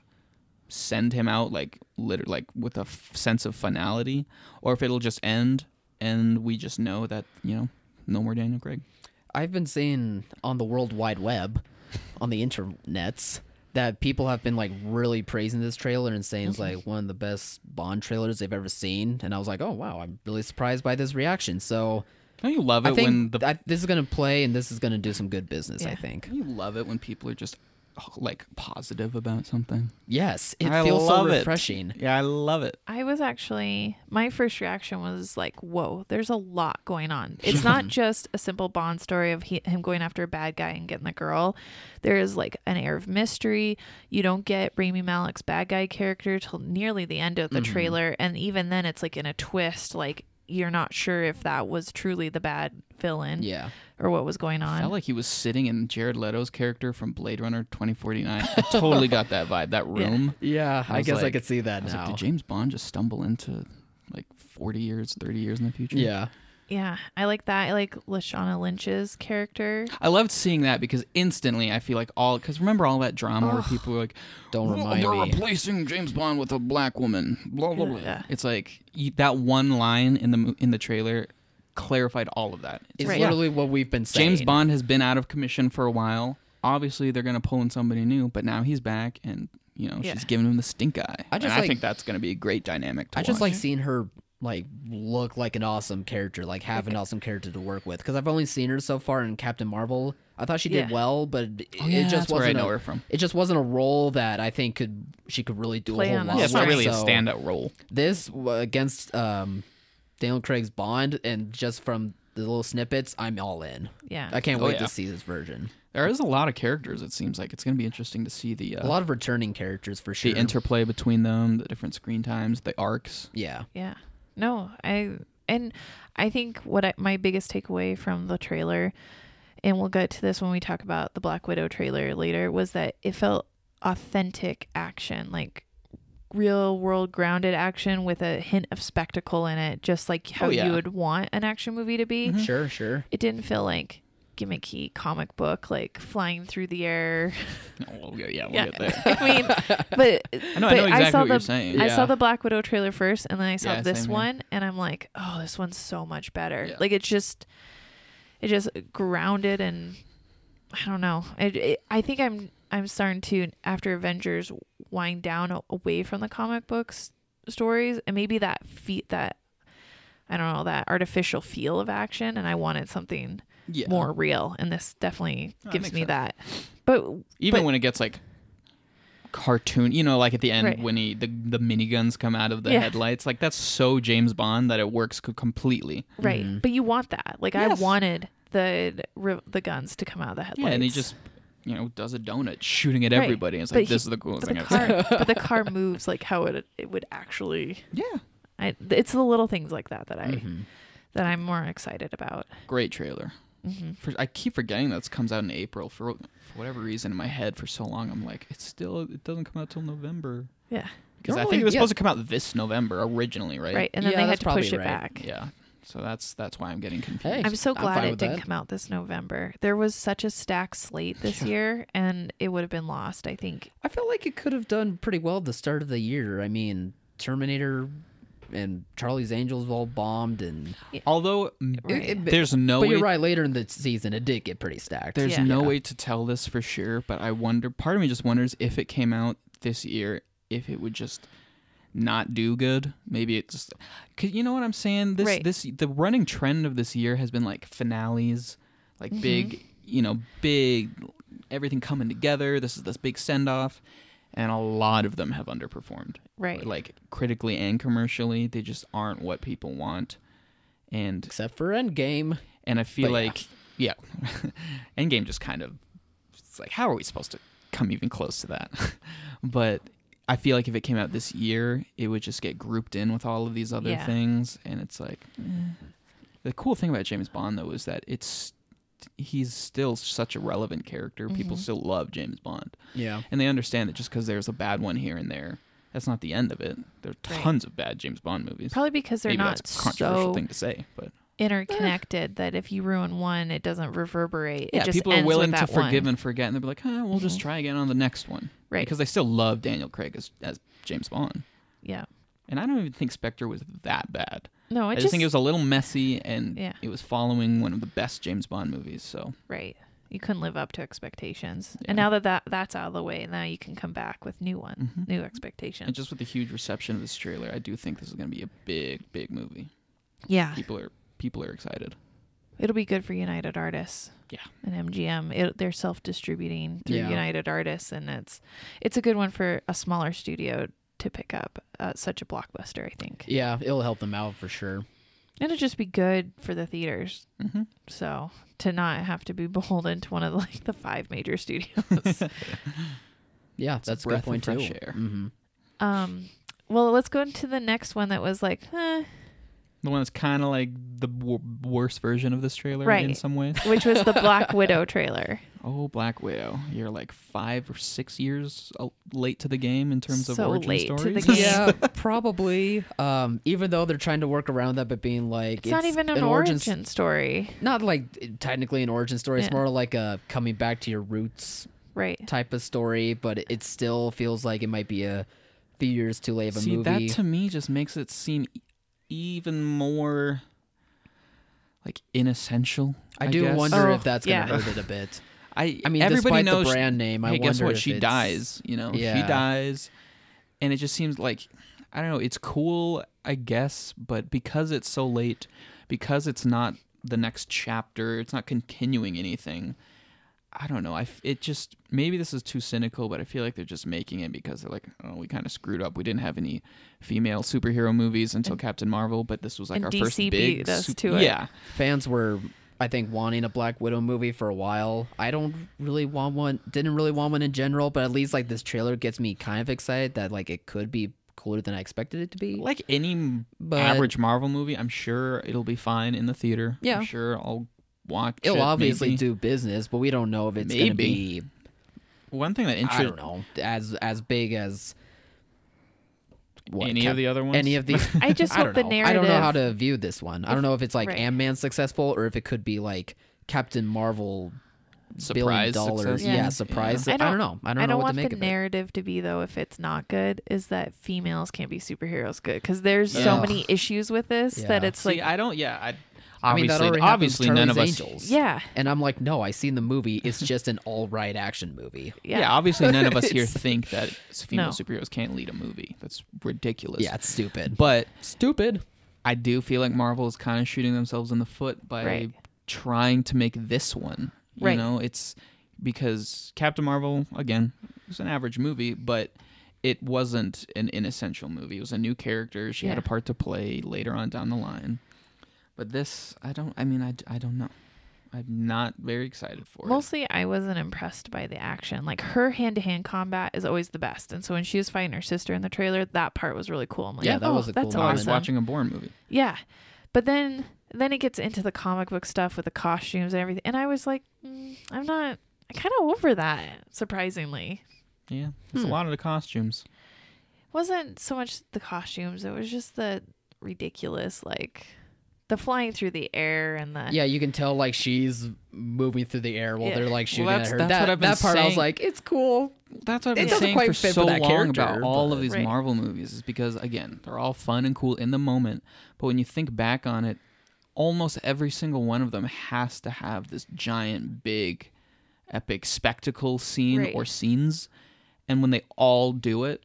Speaker 4: send him out like liter- like with a f- sense of finality or if it'll just end and we just know that you know no more daniel craig
Speaker 3: I've been seeing on the World Wide Web, on the internets, that people have been like really praising this trailer and saying it's like one of the best Bond trailers they've ever seen. And I was like, oh wow, I'm really surprised by this reaction. So
Speaker 4: don't you love it
Speaker 3: I
Speaker 4: when
Speaker 3: think
Speaker 4: the
Speaker 3: I- this is gonna play and this is gonna do some good business. I
Speaker 2: Yeah.
Speaker 3: think.
Speaker 4: don't you love it when people are just oh, like positive about something
Speaker 3: Yes, it
Speaker 4: I
Speaker 3: feels so
Speaker 4: love it.
Speaker 3: refreshing.
Speaker 4: yeah i love it
Speaker 2: I was actually my first reaction was like, "Whoa, there's a lot going on." It's not just a simple Bond story of he, him going after a bad guy and getting the girl. There is like an air of mystery. You don't get Rami Malek's bad guy character till nearly the end of the
Speaker 3: Mm-hmm.
Speaker 2: trailer, and even then, it's like in a twist. Like you're not sure if that was truly the bad villain,
Speaker 3: Yeah,
Speaker 2: or what was going
Speaker 4: I felt
Speaker 2: on.
Speaker 4: like he was sitting in Jared Leto's character from Blade Runner 2049. I totally got that vibe, that room.
Speaker 3: yeah. I,
Speaker 4: was
Speaker 3: guess I
Speaker 4: like-
Speaker 3: could see that
Speaker 4: I was like,
Speaker 3: now.
Speaker 4: did James Bond just stumble into like 40 years, 30 years in the future?
Speaker 3: yeah,
Speaker 2: yeah, I like that. I like Lashana Lynch's character.
Speaker 4: I loved seeing that because instantly I feel like all because remember all that drama where people were like,
Speaker 3: Don't
Speaker 4: "Well,
Speaker 3: remind
Speaker 4: they're
Speaker 3: me."
Speaker 4: replacing James Bond with a black woman." Blah blah blah.
Speaker 2: Yeah.
Speaker 4: It's like you- that one line in the mo- in the trailer clarified all of that. It's
Speaker 3: it's
Speaker 2: Right.
Speaker 3: literally what we've been saying.
Speaker 4: James Bond has been out of commission for a while. Obviously, they're gonna pull in somebody new, but now he's back, and you know
Speaker 2: Yeah.
Speaker 4: she's giving him the stink eye.
Speaker 3: I just
Speaker 4: and I
Speaker 3: like-
Speaker 4: think that's gonna be a great dynamic. To
Speaker 3: I just
Speaker 4: watch.
Speaker 3: like seeing her like look like an awesome character, like have an awesome character to work with. Because I've only seen her so far in Captain Marvel. I thought she did
Speaker 2: Yeah.
Speaker 3: well, but it,
Speaker 4: yeah,
Speaker 3: it just
Speaker 4: that's
Speaker 3: wasn't
Speaker 4: where I know
Speaker 3: a,
Speaker 4: her from.
Speaker 3: It just wasn't a role that I think could she could really do
Speaker 2: Play
Speaker 3: a whole
Speaker 2: on the
Speaker 3: lot.
Speaker 4: yeah, it's not
Speaker 3: with.
Speaker 4: really a
Speaker 3: So
Speaker 4: standout role.
Speaker 3: This w- against um, Daniel Craig's Bond, and just from the little snippets, I'm all in.
Speaker 2: Yeah,
Speaker 3: I can't
Speaker 4: Oh,
Speaker 3: wait
Speaker 4: yeah.
Speaker 3: to see this version.
Speaker 4: There is a lot of characters. It seems like it's gonna be interesting to see the
Speaker 3: A
Speaker 4: uh,
Speaker 3: lot of returning characters for sure.
Speaker 4: the interplay between them, the different screen times, the arcs.
Speaker 3: yeah,
Speaker 2: Yeah. No, I and I think what I, my biggest takeaway from the trailer, and we'll get to this when we talk about the Black Widow trailer later, was that it felt authentic action, like real world grounded action with a hint of spectacle in it, just like how
Speaker 4: Oh, yeah. Mm-hmm.
Speaker 2: you would want an action movie to be.
Speaker 3: sure, sure.
Speaker 2: It didn't feel like gimmicky comic book, like flying through the air.
Speaker 4: Oh, yeah, yeah, we'll
Speaker 2: Yeah.
Speaker 4: get there.
Speaker 2: I mean, but
Speaker 4: I know,
Speaker 2: but
Speaker 4: I know exactly
Speaker 2: saw
Speaker 4: what
Speaker 2: the
Speaker 4: you're saying.
Speaker 2: I
Speaker 3: Yeah.
Speaker 2: saw the Black Widow trailer first, and then I saw
Speaker 4: Yeah,
Speaker 2: this
Speaker 4: same here.
Speaker 2: one, and I'm like, oh, this one's so much better.
Speaker 4: Yeah.
Speaker 2: Like it's just, it just grounded, and I don't know. It, it, I think I'm I'm starting to after Avengers wind down a- away from the comic books stories, and maybe that feet that I don't know that artificial feel of action, and I wanted something
Speaker 4: Yeah.
Speaker 2: more real, and this definitely
Speaker 4: that
Speaker 2: gives
Speaker 4: makes
Speaker 2: me
Speaker 4: sense.
Speaker 2: that. But
Speaker 4: Even
Speaker 2: but-
Speaker 4: when it gets like cartoon, you know, like at the end
Speaker 2: Right.
Speaker 4: when he the the miniguns come out of the
Speaker 2: Yeah.
Speaker 4: headlights, like that's so James Bond that it works co- completely.
Speaker 2: right, but you want that. Like
Speaker 4: Mm-hmm. Yes.
Speaker 2: I wanted the re- the guns to come out of the headlights.
Speaker 4: Yeah, and he just you know does a donut shooting at
Speaker 2: Right.
Speaker 4: everybody. It's
Speaker 2: But
Speaker 4: like
Speaker 2: he-
Speaker 4: this is the coolest
Speaker 2: but the
Speaker 4: thing I've seen.
Speaker 2: car, but the car moves like how it it would actually.
Speaker 4: Yeah,
Speaker 2: I, it's the little things like that that I
Speaker 4: Mm-hmm.
Speaker 2: that I'm more excited about.
Speaker 4: great trailer.
Speaker 3: Mm-hmm.
Speaker 4: For, I keep forgetting that it comes out in April for, for whatever reason in my head for so long. I'm like, it's still it doesn't come out till November
Speaker 2: Yeah,
Speaker 4: because I
Speaker 3: Normally,
Speaker 4: think it was
Speaker 3: yeah.
Speaker 4: supposed to come out this November originally, right?
Speaker 2: right. And then
Speaker 3: Yeah,
Speaker 2: they had
Speaker 3: that's
Speaker 2: to push
Speaker 3: probably
Speaker 2: it
Speaker 3: right.
Speaker 2: back.
Speaker 4: Yeah. So that's that's why I'm getting confused.
Speaker 3: Hey.
Speaker 2: I'm so
Speaker 3: I'm
Speaker 2: glad
Speaker 3: fine
Speaker 2: it
Speaker 3: with
Speaker 2: didn't
Speaker 3: that.
Speaker 2: come out this November. There was such a stacked slate this year, and it would have been lost. I think.
Speaker 3: I feel like it could have done pretty well at the start of the year. I mean, Terminator and Charlie's Angels all bombed, and
Speaker 4: Although m-
Speaker 3: Oh,
Speaker 2: Right. It- it-
Speaker 4: there's no
Speaker 3: but
Speaker 4: way
Speaker 3: you're right. Later in the season, it did get pretty stacked.
Speaker 4: there's
Speaker 2: Yeah.
Speaker 4: no way to tell this for sure, but I wonder part of me just wonders if it came out this year if it would just not do good. Maybe it just cause you know what I'm saying? This
Speaker 2: Right.
Speaker 4: this the running trend of this year has been like finales, like
Speaker 2: Mm-hmm.
Speaker 4: big, you know, big everything coming together. This is this big send-off and a lot of them have underperformed.
Speaker 2: Right.
Speaker 4: like critically and commercially they just aren't what people want and
Speaker 3: except for Endgame.
Speaker 4: and i feel
Speaker 3: But yeah.
Speaker 4: like yeah, endgame just kind of it's like how are we supposed to come even close to that but i feel like if it came out this year it would just get grouped in with all of these other
Speaker 2: Yeah.
Speaker 4: things and it's like eh. the cool thing about james bond though is that it's he's still such a relevant character people
Speaker 2: Mm-hmm.
Speaker 4: still love james bond
Speaker 3: Yeah,
Speaker 4: and they understand that just because there's a bad one here and there, that's not the end of it. There are
Speaker 2: Right.
Speaker 4: tons of bad James Bond movies.
Speaker 2: Probably because they're
Speaker 4: Maybe
Speaker 2: not
Speaker 4: that's a controversial
Speaker 2: so
Speaker 4: thing Eh. to say, but
Speaker 2: interconnected that if you ruin one, it doesn't reverberate.
Speaker 4: yeah,
Speaker 2: it just
Speaker 4: people
Speaker 2: ends
Speaker 4: are
Speaker 2: with
Speaker 4: willing to
Speaker 2: that
Speaker 4: forgive
Speaker 2: one. Mm-hmm.
Speaker 4: and forget, and they'll be like, "Huh, we'll just try again on the next one,"
Speaker 2: Right.
Speaker 4: Because they still love Daniel Craig as, as James Bond,
Speaker 2: Yeah.
Speaker 4: and I don't even think Spectre was that bad.
Speaker 2: No, I,
Speaker 4: I, just, think it was a little messy, and
Speaker 2: Yeah.
Speaker 4: it was following one of the best James Bond movies. So
Speaker 2: right. You couldn't live up to expectations, and now that, that that's out of the way, now you can come back with new one, new expectations.
Speaker 4: Mm-hmm. and just with the huge reception of this trailer, I do think this is going to be a big, big movie.
Speaker 2: yeah,
Speaker 4: People are people are excited.
Speaker 2: it'll be good for United Artists.
Speaker 4: Yeah.
Speaker 2: and MGM. It, they're self distributing through
Speaker 3: Yeah.
Speaker 2: United Artists, and it's it's a good one for a smaller studio to pick up uh, such a blockbuster. I think,
Speaker 3: yeah, it'll help them out for sure.
Speaker 2: and it'd just be good for the theaters.
Speaker 4: Mhm.
Speaker 2: So to not have to be beholden to one of like the five major studios.
Speaker 3: Yeah, that's a good
Speaker 4: breath of
Speaker 3: point too.
Speaker 4: fresh air.
Speaker 3: Mm-hmm.
Speaker 2: um, well, let's go into the next one that was like, eh,
Speaker 4: The one that's kind of like the w- worst version of this trailer in
Speaker 2: Right.
Speaker 4: some ways.
Speaker 2: which was the Black Widow trailer.
Speaker 4: Oh, Black Widow, you're like five or six years uh, late to the game in terms of
Speaker 2: So
Speaker 4: origin
Speaker 2: late to the
Speaker 4: stories.
Speaker 2: game.
Speaker 3: yeah, probably. Um, even though they're trying to work around that, but being like,
Speaker 2: It's, not even an, origin,
Speaker 3: origin
Speaker 2: story,
Speaker 3: not like eh, technically an origin story. It's
Speaker 2: Yeah.
Speaker 3: more like a coming back to your roots
Speaker 2: right?
Speaker 3: type of story, but it still feels like it might be a few years too late of a
Speaker 4: See,
Speaker 3: movie.
Speaker 4: that to me just makes it seem e- even more like inessential.
Speaker 3: I do
Speaker 4: guess.
Speaker 3: wonder
Speaker 2: Oh,
Speaker 3: if that's
Speaker 2: yeah.
Speaker 3: gonna hurt it a bit.
Speaker 4: I,
Speaker 3: I mean,
Speaker 4: everybody
Speaker 3: despite
Speaker 4: knows
Speaker 3: the brand name, I
Speaker 4: hey, guess
Speaker 3: wonder
Speaker 4: what?
Speaker 3: if
Speaker 4: She
Speaker 3: it's-
Speaker 4: dies. You know, she
Speaker 3: Yeah.
Speaker 4: dies, and it just seems like I don't know. It's cool, I guess, but because it's so late, because it's not the next chapter, it's not continuing anything. I don't know. I f- it just maybe this is too cynical, but I feel like they're just making it because they're like, oh, we kind of screwed up. We didn't have any female superhero movies until Captain Marvel, but this was like
Speaker 2: and
Speaker 4: our first
Speaker 2: DC
Speaker 4: big.
Speaker 2: beat us
Speaker 4: sup-
Speaker 2: to it.
Speaker 4: Yeah,
Speaker 3: Fans were, I think, wanting a Black Widow movie for a while. I don't really want one. Didn't really want one in general, but at least like this trailer gets me kind of excited that like it could be cooler than I expected it to be.
Speaker 4: like any
Speaker 3: But-
Speaker 4: average Marvel movie, I'm sure it'll be fine in the theater.
Speaker 3: Yeah.
Speaker 4: I'm sure I'll watch.
Speaker 3: It'll
Speaker 4: it,
Speaker 3: obviously
Speaker 4: maybe.
Speaker 3: do business, but we don't know if it's gonna
Speaker 4: Maybe.
Speaker 3: be.
Speaker 4: One thing that
Speaker 3: I don't
Speaker 4: interests
Speaker 3: know as as big as. What,
Speaker 4: any
Speaker 3: Cap-
Speaker 4: of the other ones.
Speaker 3: Any of these
Speaker 2: I just
Speaker 3: I
Speaker 2: hope
Speaker 3: don't
Speaker 2: the
Speaker 3: know.
Speaker 2: narrative.
Speaker 3: I don't know how to view this one. I don't know if it's like
Speaker 2: right.
Speaker 3: Ant Man successful or if it could be like Captain Marvel billion
Speaker 4: surprise
Speaker 3: dollars.
Speaker 4: success.
Speaker 3: Yeah,
Speaker 2: Yeah.
Speaker 3: surprise.
Speaker 2: I
Speaker 3: I,
Speaker 2: don't-
Speaker 3: don't, know. I don't
Speaker 2: I
Speaker 3: know
Speaker 2: don't
Speaker 3: what
Speaker 2: want
Speaker 3: to make
Speaker 2: the
Speaker 3: of it.
Speaker 2: narrative to be though if it's not good is that females can't be superheroes good because there's so
Speaker 3: Yeah.
Speaker 2: many issues with this that
Speaker 3: Yeah.
Speaker 2: it's
Speaker 4: See,
Speaker 2: like
Speaker 4: I don't. Yeah, I
Speaker 3: I mean,
Speaker 4: obviously,
Speaker 3: that already happens
Speaker 4: obviously,
Speaker 3: with
Speaker 4: none of us.
Speaker 3: Charlie's Angels.
Speaker 2: yeah
Speaker 3: And I'm like, no, I seen the movie. It's just an all right action movie.
Speaker 2: yeah,
Speaker 4: Yeah. obviously, none of us here think that female
Speaker 2: No.
Speaker 4: superheroes can't lead a movie. That's ridiculous.
Speaker 3: Yeah, it's stupid.
Speaker 4: but
Speaker 3: stupid.
Speaker 4: I do feel like Marvel is kind of shooting themselves in the foot by
Speaker 2: Right.
Speaker 4: trying to make this one. You
Speaker 2: Right.
Speaker 4: know, it's because Captain Marvel again was an average movie, but it wasn't an inessential movie. It was a new character. She had
Speaker 2: Yeah.
Speaker 4: a part to play later on down the line. But this, I don't. I mean, I, I don't know. I'm not very excited for it.
Speaker 2: Mostly, I wasn't impressed by the action. Like her hand to hand combat is always the best, and so when she was fighting her sister in the trailer, that part was really cool. I'm like,
Speaker 3: Yeah, that
Speaker 2: "Oh,
Speaker 3: was a cool
Speaker 2: that's
Speaker 4: Oh, I was
Speaker 2: awesome.
Speaker 4: watching a Bourne movie.
Speaker 2: Yeah, but then then it gets into the comic book stuff with the costumes and everything, and I was like, mm, I'm not. I kind of over that. Surprisingly,
Speaker 4: Yeah, it's
Speaker 3: Hmm.
Speaker 4: a lot of the costumes.
Speaker 2: wasn't so much the costumes. It was just the ridiculous, like the flying through the air and the
Speaker 3: Yeah, you can tell like she's moving through the air while
Speaker 2: Yeah.
Speaker 3: they're like shooting
Speaker 4: that's-
Speaker 3: at her.
Speaker 4: that's
Speaker 3: that
Speaker 4: what I've been
Speaker 3: that part I was
Speaker 4: saying.
Speaker 3: like, it's cool.
Speaker 4: That's
Speaker 3: It
Speaker 4: what I've been
Speaker 3: doesn't
Speaker 4: saying
Speaker 3: quite
Speaker 4: for
Speaker 3: fit for
Speaker 4: so
Speaker 3: that
Speaker 4: long about
Speaker 3: character,
Speaker 4: all of
Speaker 3: but-
Speaker 4: these
Speaker 2: Right.
Speaker 4: Marvel movies is because again, they're all fun and cool in the moment, but when you think back on it, almost every single one of them has to have this giant big epic spectacle scene
Speaker 2: Right.
Speaker 4: or scenes. And when they all do it,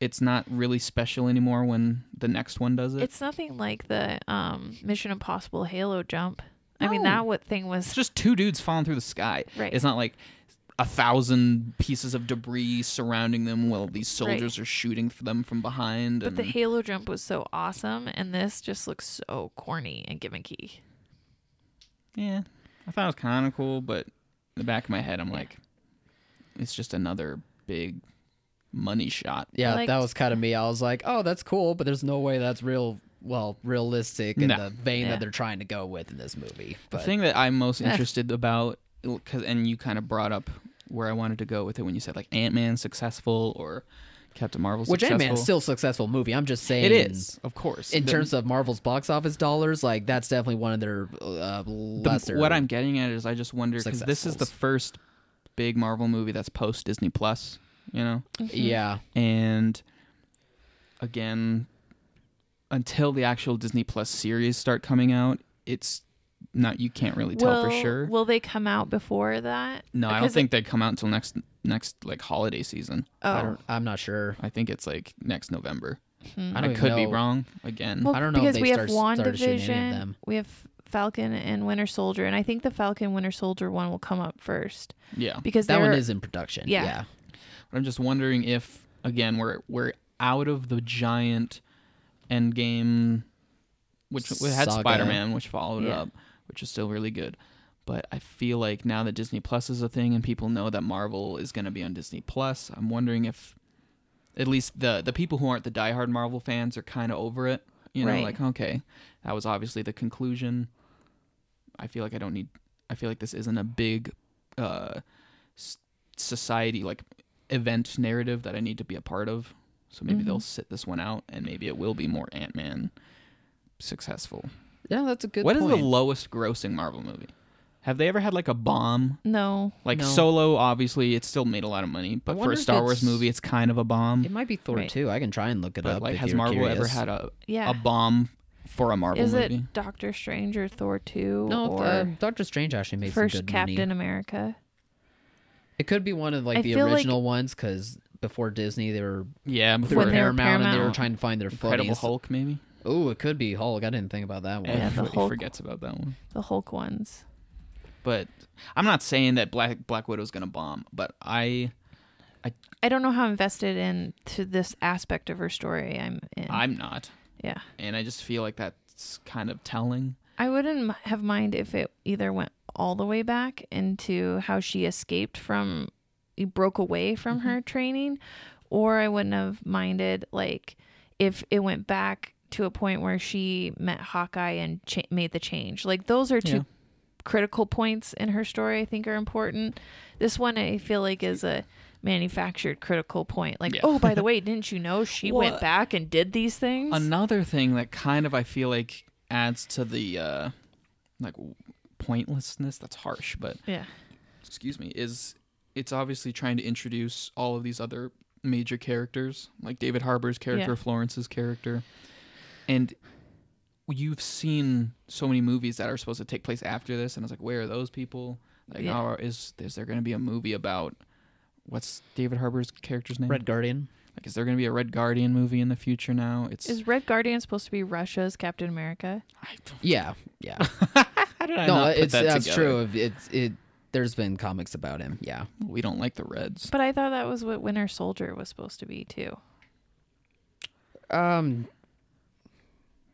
Speaker 4: it's not really special anymore when the next one does it. It's,
Speaker 2: It's nothing like the um, Mission Impossible Halo jump. I mean,
Speaker 4: No.
Speaker 2: that what thing was
Speaker 4: just two dudes falling through the sky.
Speaker 2: Right.
Speaker 4: It's not like a thousand pieces of debris surrounding them while these soldiers are shooting for them from behind.
Speaker 2: But
Speaker 4: and...
Speaker 2: the Halo jump was so awesome, and this just looks so corny and gimmicky.
Speaker 4: Yeah, I thought it was kind of cool, but in the back of my head, I'm like, it's just another big money shot.
Speaker 3: Yeah,
Speaker 2: Like-
Speaker 3: that was kind of me. I was like, oh, that's cool, but there's no way that's real. Well, realistic in
Speaker 4: No.
Speaker 3: the vein
Speaker 2: Yeah.
Speaker 3: that they're trying to go with in this movie.
Speaker 4: The
Speaker 3: But
Speaker 4: thing that I'm most
Speaker 3: Eh.
Speaker 4: interested about, cause, and you kind of brought up where I wanted to go with it when you said like Ant Man successful or Captain Marvel
Speaker 3: which Ant
Speaker 4: successful.
Speaker 3: Man's still a successful movie. I'm just saying
Speaker 4: it is, of course.
Speaker 3: in
Speaker 4: The-
Speaker 3: terms of Marvel's box office dollars. Like that's definitely one of their uh,
Speaker 4: the-
Speaker 3: lesser.
Speaker 4: what I'm getting at is I just wonder because this is the
Speaker 3: Successfuls.
Speaker 4: first big Marvel movie that's post Disney Plus. You know,
Speaker 3: yeah,
Speaker 4: and again until the actual disney plus series start coming out it's not you can't really tell
Speaker 2: will,
Speaker 4: for sure
Speaker 2: Will they come out before that?
Speaker 4: no i don't
Speaker 2: Because
Speaker 4: think they come out until next next like holiday season
Speaker 2: It, oh,
Speaker 3: I don't, I'm not sure.
Speaker 4: i think it's like next november
Speaker 3: I don't even
Speaker 4: could be
Speaker 3: know.
Speaker 4: wrong again
Speaker 2: Well,
Speaker 3: I don't know if
Speaker 2: because
Speaker 3: they
Speaker 2: we have
Speaker 3: start- started shooting any of
Speaker 2: WandaVision,
Speaker 3: them.
Speaker 2: we have Falcon and Winter Soldier, and I think the Falcon Winter Soldier one will come up first
Speaker 4: yeah
Speaker 2: because
Speaker 3: That one
Speaker 2: they're-
Speaker 3: is in production.
Speaker 2: Yeah.
Speaker 3: yeah.
Speaker 4: But I'm just wondering if again we're we're out of the giant Endgame, which we had
Speaker 3: Saga.
Speaker 4: Spider Man, which followed it
Speaker 2: Yeah.
Speaker 4: up, which is still really good. But I feel like now that Disney Plus is a thing and people know that Marvel is going to be on Disney Plus, I'm wondering if at least the the people who aren't the diehard Marvel fans are kind of over it. You know,
Speaker 2: Right.
Speaker 4: like okay, that was obviously the conclusion. I feel like I don't need. I feel like this isn't a big uh, s- society like event narrative that I need to be a part of. So
Speaker 3: Mm-hmm.
Speaker 4: maybe they'll sit this one out, and maybe it will be more Ant Man successful.
Speaker 3: Yeah, that's a good.
Speaker 4: What is
Speaker 3: point.
Speaker 4: the lowest grossing Marvel movie? Have they ever had like a bomb?
Speaker 2: no.
Speaker 4: Like
Speaker 3: No.
Speaker 4: Solo, obviously, it still made a lot of money, but for
Speaker 3: wonder
Speaker 4: a
Speaker 3: if
Speaker 4: Star Wars
Speaker 3: it's-
Speaker 4: movie, it's kind of a bomb.
Speaker 3: It might be Thor
Speaker 2: Right.
Speaker 3: too. I can try and look it
Speaker 4: But
Speaker 3: up.
Speaker 4: like,
Speaker 3: if
Speaker 4: has
Speaker 3: you're
Speaker 4: Marvel ever
Speaker 3: curious.
Speaker 4: had a
Speaker 2: Yeah.
Speaker 4: a bomb for a Marvel
Speaker 2: is
Speaker 4: movie?
Speaker 2: it Doctor Strange or Thor two
Speaker 3: No,
Speaker 2: or
Speaker 3: uh, Doctor Strange actually made some
Speaker 2: first
Speaker 3: good
Speaker 2: Captain
Speaker 3: money.
Speaker 2: America?
Speaker 3: It could be one of like
Speaker 2: I
Speaker 3: the
Speaker 2: feel like-
Speaker 3: original ones because before Disney they were
Speaker 4: Yeah,
Speaker 3: through
Speaker 4: before
Speaker 2: When they were
Speaker 3: Paramount, and they were
Speaker 2: Paramount.
Speaker 3: trying to find their
Speaker 4: Incredible
Speaker 3: footing.
Speaker 4: Hulk, maybe.
Speaker 3: Oh, it could be Hulk. I didn't think about that one.
Speaker 2: Yeah, the
Speaker 4: Everybody
Speaker 2: Hulk.
Speaker 4: forgets about that one.
Speaker 2: The Hulk ones.
Speaker 4: But I'm not saying that Black Black Widow's gonna bomb, but I
Speaker 2: I don't know how invested in to this aspect of her story I'm in.
Speaker 4: I'm not,
Speaker 2: yeah.
Speaker 4: and I just feel like that's kind of telling.
Speaker 2: I wouldn't m- have mind if it either went all the way back into how she escaped from, broke away from
Speaker 4: Mm-hmm.
Speaker 2: her training, or I wouldn't have minded like if it went back to a point where she met Hawkeye and cha- made the change. Like those are two
Speaker 4: Yeah.
Speaker 2: critical points in her story. I think are important. This one I feel like is a manufactured critical point. Like,
Speaker 4: Yeah.
Speaker 2: oh, by the way, didn't you know she went
Speaker 4: Well,
Speaker 2: back and did these things?
Speaker 4: Another thing that kind of I feel like adds to the uh, like w- pointlessness. That's harsh, but
Speaker 2: yeah.
Speaker 4: excuse me, is it's obviously trying to introduce all of these other major characters, like David Harbour's character,
Speaker 2: Yeah.
Speaker 4: Florence's character. And you've seen so many movies that are supposed to take place after this, and I was like, where are those people? Like,
Speaker 2: Yeah.
Speaker 4: oh, is, is there going to be a movie about what's David Harbour's character's name?
Speaker 3: Red Guardian.
Speaker 4: Like, is there going to be a Red Guardian movie in the future now? It's.
Speaker 2: Is Red Guardian supposed to be Russia's Captain America?
Speaker 4: I don't-
Speaker 3: Yeah, yeah.
Speaker 4: How did I
Speaker 3: no,
Speaker 4: not put
Speaker 3: it's
Speaker 4: that
Speaker 3: that's
Speaker 4: together?
Speaker 3: true. It's it. There's been comics about him. Yeah.
Speaker 4: We don't like the Reds.
Speaker 2: But I thought that was what Winter Soldier was supposed to be too.
Speaker 3: Um.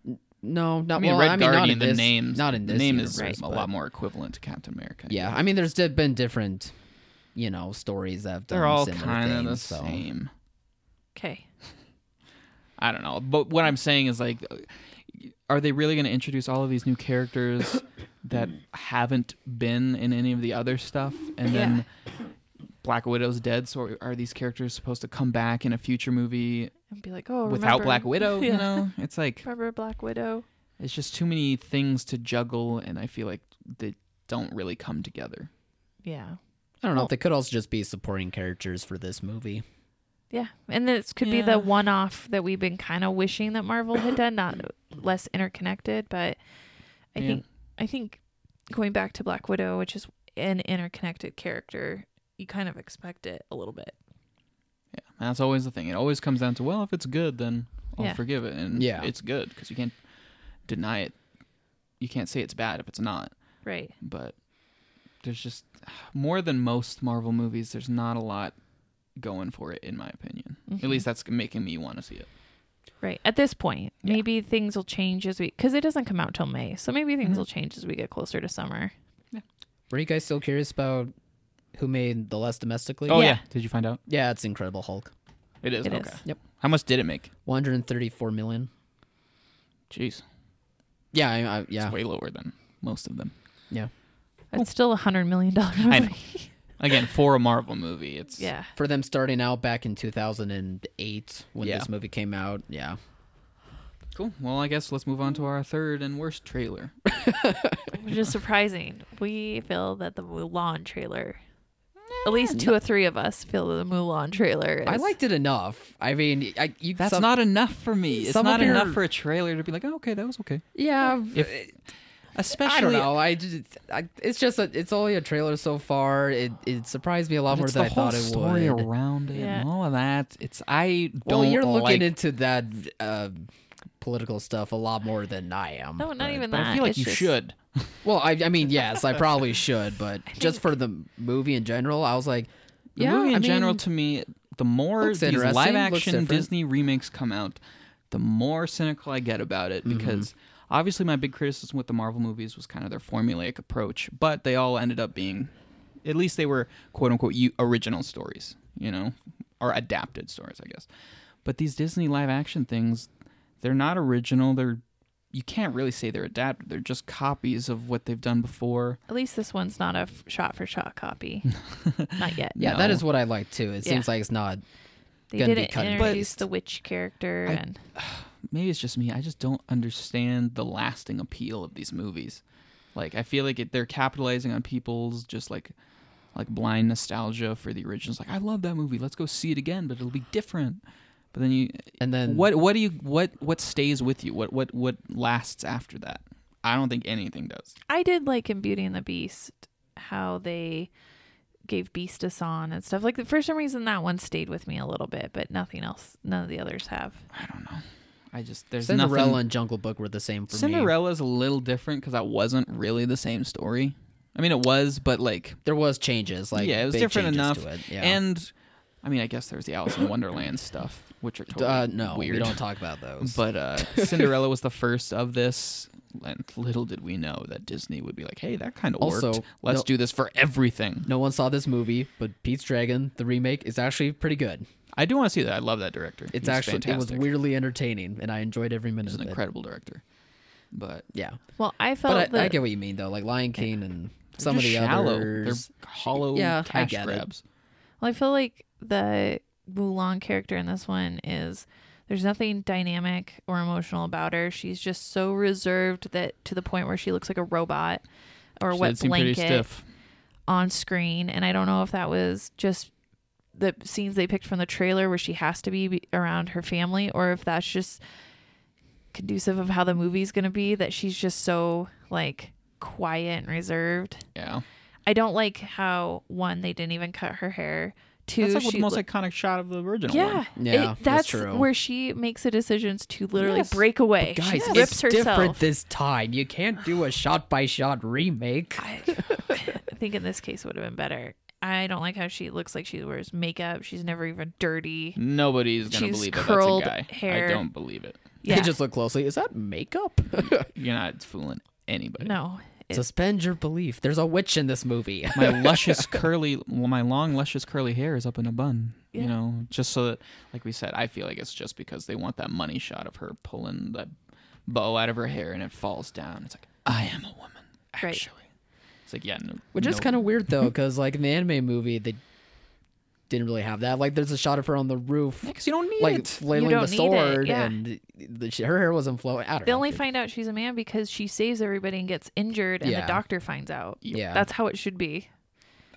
Speaker 3: n- No, not
Speaker 4: I mean,
Speaker 3: well,
Speaker 4: Red
Speaker 3: I mean,
Speaker 4: Guardian.
Speaker 3: Not in
Speaker 4: the
Speaker 3: this,
Speaker 4: name,
Speaker 3: Not in
Speaker 4: the
Speaker 3: this.
Speaker 4: name is
Speaker 3: universe,
Speaker 4: a
Speaker 3: but-
Speaker 4: lot more equivalent to Captain America.
Speaker 3: Yeah, I mean, there's di- been different, you know, stories that have done
Speaker 4: they're all
Speaker 3: similar
Speaker 4: kind of
Speaker 3: things,
Speaker 4: the
Speaker 3: so.
Speaker 4: same.
Speaker 2: Okay.
Speaker 4: I don't know, but what I'm saying is like, are they really going to introduce all of these new characters that haven't been in any of the other stuff? And then Black Widow's dead, so are these characters supposed to come back in a future movie
Speaker 2: And be like, oh,
Speaker 4: without
Speaker 2: remember-
Speaker 4: Black Widow?
Speaker 2: Yeah.
Speaker 4: You know, it's like
Speaker 2: Remember Black Widow?
Speaker 4: it's just too many things to juggle, and I feel like they don't really come together.
Speaker 2: Yeah.
Speaker 3: I don't know. They could also just be supporting characters for this movie.
Speaker 2: Yeah. And this could be
Speaker 4: Yeah.
Speaker 2: the one off that we've been kind of wishing that Marvel had done, not less interconnected, but I
Speaker 4: Yeah.
Speaker 2: think I think going back to Black Widow, which is an interconnected character, you kind of expect it a little bit.
Speaker 4: Yeah, that's always the thing. It always comes down to well, if it's good, then I'll
Speaker 2: Yeah.
Speaker 4: forgive it, and
Speaker 3: Yeah.
Speaker 4: it's good because you can't deny it. You can't say it's bad if it's not.
Speaker 2: Right.
Speaker 4: But there's just more than most Marvel movies. There's not a lot going for it, in my opinion.
Speaker 2: Mm-hmm.
Speaker 4: At least that's making me want to see it.
Speaker 2: Right. At this point,
Speaker 4: Yeah.
Speaker 2: maybe things will change as we because it doesn't come out till May, so maybe things
Speaker 4: Mm-hmm.
Speaker 2: will change as we get closer to summer.
Speaker 3: Were you guys still curious about who made the less domestically?
Speaker 4: Oh yeah,
Speaker 2: Yeah.
Speaker 4: did you find out?
Speaker 3: yeah, it's Incredible Hulk.
Speaker 4: It is
Speaker 2: It
Speaker 4: okay.
Speaker 2: is.
Speaker 3: Yep.
Speaker 4: How much did it make?
Speaker 3: 134 million.
Speaker 4: Jeez,
Speaker 3: Yeah, I, I, yeah,
Speaker 4: it's way lower than most of them.
Speaker 3: yeah.
Speaker 2: It's still a hundred million dollar
Speaker 4: I know.
Speaker 2: movie.
Speaker 4: Again, for a Marvel movie, it's
Speaker 2: yeah.
Speaker 3: For them starting out back in 2008 when
Speaker 4: Yeah.
Speaker 3: this movie came out. Yeah.
Speaker 4: cool. Well, I guess let's move on to our third and worst trailer.
Speaker 2: Which is surprising. We feel that the Mulan trailer, at least two or three of us feel that the Mulan trailer is.
Speaker 3: I liked it enough. I mean, I, you,
Speaker 4: That's
Speaker 3: some-
Speaker 4: not enough for me. It's
Speaker 3: some
Speaker 4: not
Speaker 3: of your-
Speaker 4: enough for a trailer to be like, oh, okay, that was okay.
Speaker 3: Yeah.
Speaker 4: If, especially,
Speaker 3: I don't know. I just, I, it's just, a, it's only a trailer so far. It, it surprised me a lot
Speaker 4: But
Speaker 3: more
Speaker 4: it's the
Speaker 3: than I
Speaker 4: whole
Speaker 3: thought it
Speaker 4: story
Speaker 3: would.
Speaker 4: around it
Speaker 2: Yeah.
Speaker 4: and all of that. It's I don't.
Speaker 3: well, you're looking
Speaker 4: like,
Speaker 3: into that uh, political stuff a lot more than I am.
Speaker 2: No, not
Speaker 3: but-
Speaker 2: even
Speaker 4: But
Speaker 2: that.
Speaker 4: I feel like
Speaker 2: It's
Speaker 4: you
Speaker 2: just-
Speaker 4: should.
Speaker 3: Well, I, I mean, yes, I probably should, but just for the movie in general, I was like,
Speaker 4: The
Speaker 3: yeah,
Speaker 4: movie in
Speaker 3: I
Speaker 4: general,
Speaker 3: mean,
Speaker 4: to me, the more
Speaker 3: looks
Speaker 4: these
Speaker 3: interesting,
Speaker 4: live
Speaker 3: looks
Speaker 4: action
Speaker 3: different.
Speaker 4: Disney remakes come out, the more cynical I get about it
Speaker 3: Mm-hmm.
Speaker 4: because obviously my big criticism with the Marvel movies was kind of their formulaic approach, but they all ended up being, at least they were quote unquote u- original stories, you know, or adapted stories, I guess. But these Disney live action things, they're not original. They're you can't really say they're adapted. They're just copies of what they've done before.
Speaker 2: At least this one's not a f- shot for shot copy. not yet.
Speaker 3: yeah,
Speaker 4: No.
Speaker 3: that is what I like too. It
Speaker 2: Yeah.
Speaker 3: seems like it's not.
Speaker 2: They
Speaker 3: Gonna be
Speaker 2: didn't
Speaker 3: cut and
Speaker 2: introduce
Speaker 3: paste.
Speaker 2: the witch character,
Speaker 4: I-
Speaker 2: and
Speaker 4: maybe it's just me. I just don't understand the lasting appeal of these movies. Like I feel like it, they're capitalizing on people's just like like blind nostalgia for the originals. Like I love that movie. Let's go see it again, but it'll be different. But then you
Speaker 3: And then
Speaker 4: what what do you what what stays with you? What what what lasts after that? I don't think anything does.
Speaker 2: I did like in Beauty and the Beast how they gave Beast a song and stuff. Like for some reason, that one stayed with me a little bit, but nothing else. None of the others have.
Speaker 4: I don't know. I just there's
Speaker 3: Cinderella
Speaker 4: nothing.
Speaker 3: and Jungle Book were the same for me.
Speaker 4: Cinderella's a little different because that wasn't really the same story. I mean, it was, but like
Speaker 3: There was changes, like
Speaker 4: yeah, it was
Speaker 3: big
Speaker 4: different
Speaker 3: changes
Speaker 4: enough.
Speaker 3: To it. Yeah.
Speaker 4: And I mean, I guess there's the Alice in Wonderland stuff, which are totally
Speaker 3: uh, no,
Speaker 4: weird.
Speaker 3: we don't talk about those.
Speaker 4: but uh, Cinderella was the first of this, and little did we know that Disney would be like, "Hey, that kind of
Speaker 3: Also,
Speaker 4: worked. Let's
Speaker 3: no-
Speaker 4: do this for everything."
Speaker 3: no one saw this movie, but Pete's Dragon, the remake, is actually pretty good.
Speaker 4: I do want to see that. I love that director.
Speaker 3: It's
Speaker 4: He's
Speaker 3: actually
Speaker 4: fantastic.
Speaker 3: it was weirdly entertaining, and I enjoyed every minute
Speaker 4: He's
Speaker 3: of
Speaker 4: an
Speaker 3: it.
Speaker 4: incredible director, but
Speaker 3: Yeah,
Speaker 2: Well, I felt
Speaker 3: but I,
Speaker 2: that
Speaker 3: I get what you mean though, like Lion King and some of
Speaker 4: They're
Speaker 3: the
Speaker 4: just shallow.
Speaker 3: others.
Speaker 4: They're hollow
Speaker 3: Yeah, I
Speaker 4: cash
Speaker 3: get it.
Speaker 4: grabs.
Speaker 2: Well, I feel like the Mulan character in this one is there's nothing dynamic or emotional about her. She's just so reserved that to the point where she looks like a robot or
Speaker 4: She did
Speaker 2: wet
Speaker 4: seem pretty
Speaker 2: blanket
Speaker 4: stiff.
Speaker 2: on screen. And I don't know if that was just the scenes they picked from the trailer where she has to be be around her family or if that's just conducive of how the movie's going to be that she's just so like quiet and reserved.
Speaker 4: Yeah,
Speaker 2: I don't like how one they didn't even cut her hair. too.
Speaker 4: That's like the
Speaker 2: she
Speaker 4: most
Speaker 2: lo-
Speaker 4: iconic shot of the original one.
Speaker 2: yeah,
Speaker 3: Yeah, that's
Speaker 2: it, that's,
Speaker 3: true.
Speaker 2: where she makes the decisions to literally
Speaker 4: Yes.
Speaker 2: break away.
Speaker 3: Guys,
Speaker 2: she rips
Speaker 3: it's
Speaker 2: herself.
Speaker 3: different this time. You can't do a shot by shot remake.
Speaker 2: I, I think in this case would have been better. I don't like how she looks like she wears makeup. She's never even dirty.
Speaker 4: Nobody's gonna
Speaker 2: She's
Speaker 4: believe
Speaker 2: curled
Speaker 4: that that's a guy.
Speaker 2: hair.
Speaker 4: I don't believe it.
Speaker 2: Yeah,
Speaker 3: They just look closely. Is that makeup?
Speaker 4: You're not fooling anybody.
Speaker 2: no. It-
Speaker 3: Suspend your belief. There's a witch in this movie.
Speaker 4: My luscious curly, well, my long luscious curly hair is up in a bun.
Speaker 2: Yeah.
Speaker 4: You know, just so that, like we said, I feel like it's just because they want that money shot of her pulling the bow out of her hair and it falls down. It's like I am a woman,
Speaker 2: Right.
Speaker 4: actually. It's like yeah, no,
Speaker 3: Which is
Speaker 4: no-
Speaker 3: kind of weird though, because like in the anime movie, they didn't really have that. Like, there's a shot of her on the roof,
Speaker 4: Yeah, 'cause you don't need
Speaker 3: like
Speaker 4: it.
Speaker 3: flailing
Speaker 2: don't
Speaker 3: the
Speaker 2: need it,
Speaker 3: sword,
Speaker 2: yeah.
Speaker 3: and the, she, her hair wasn't flowing. I don't
Speaker 2: They
Speaker 3: know,
Speaker 2: only
Speaker 3: dude.
Speaker 2: find out she's a man because she saves everybody and gets injured, and
Speaker 3: Yeah.
Speaker 2: the doctor finds out.
Speaker 3: Yeah.
Speaker 2: that's how it should be.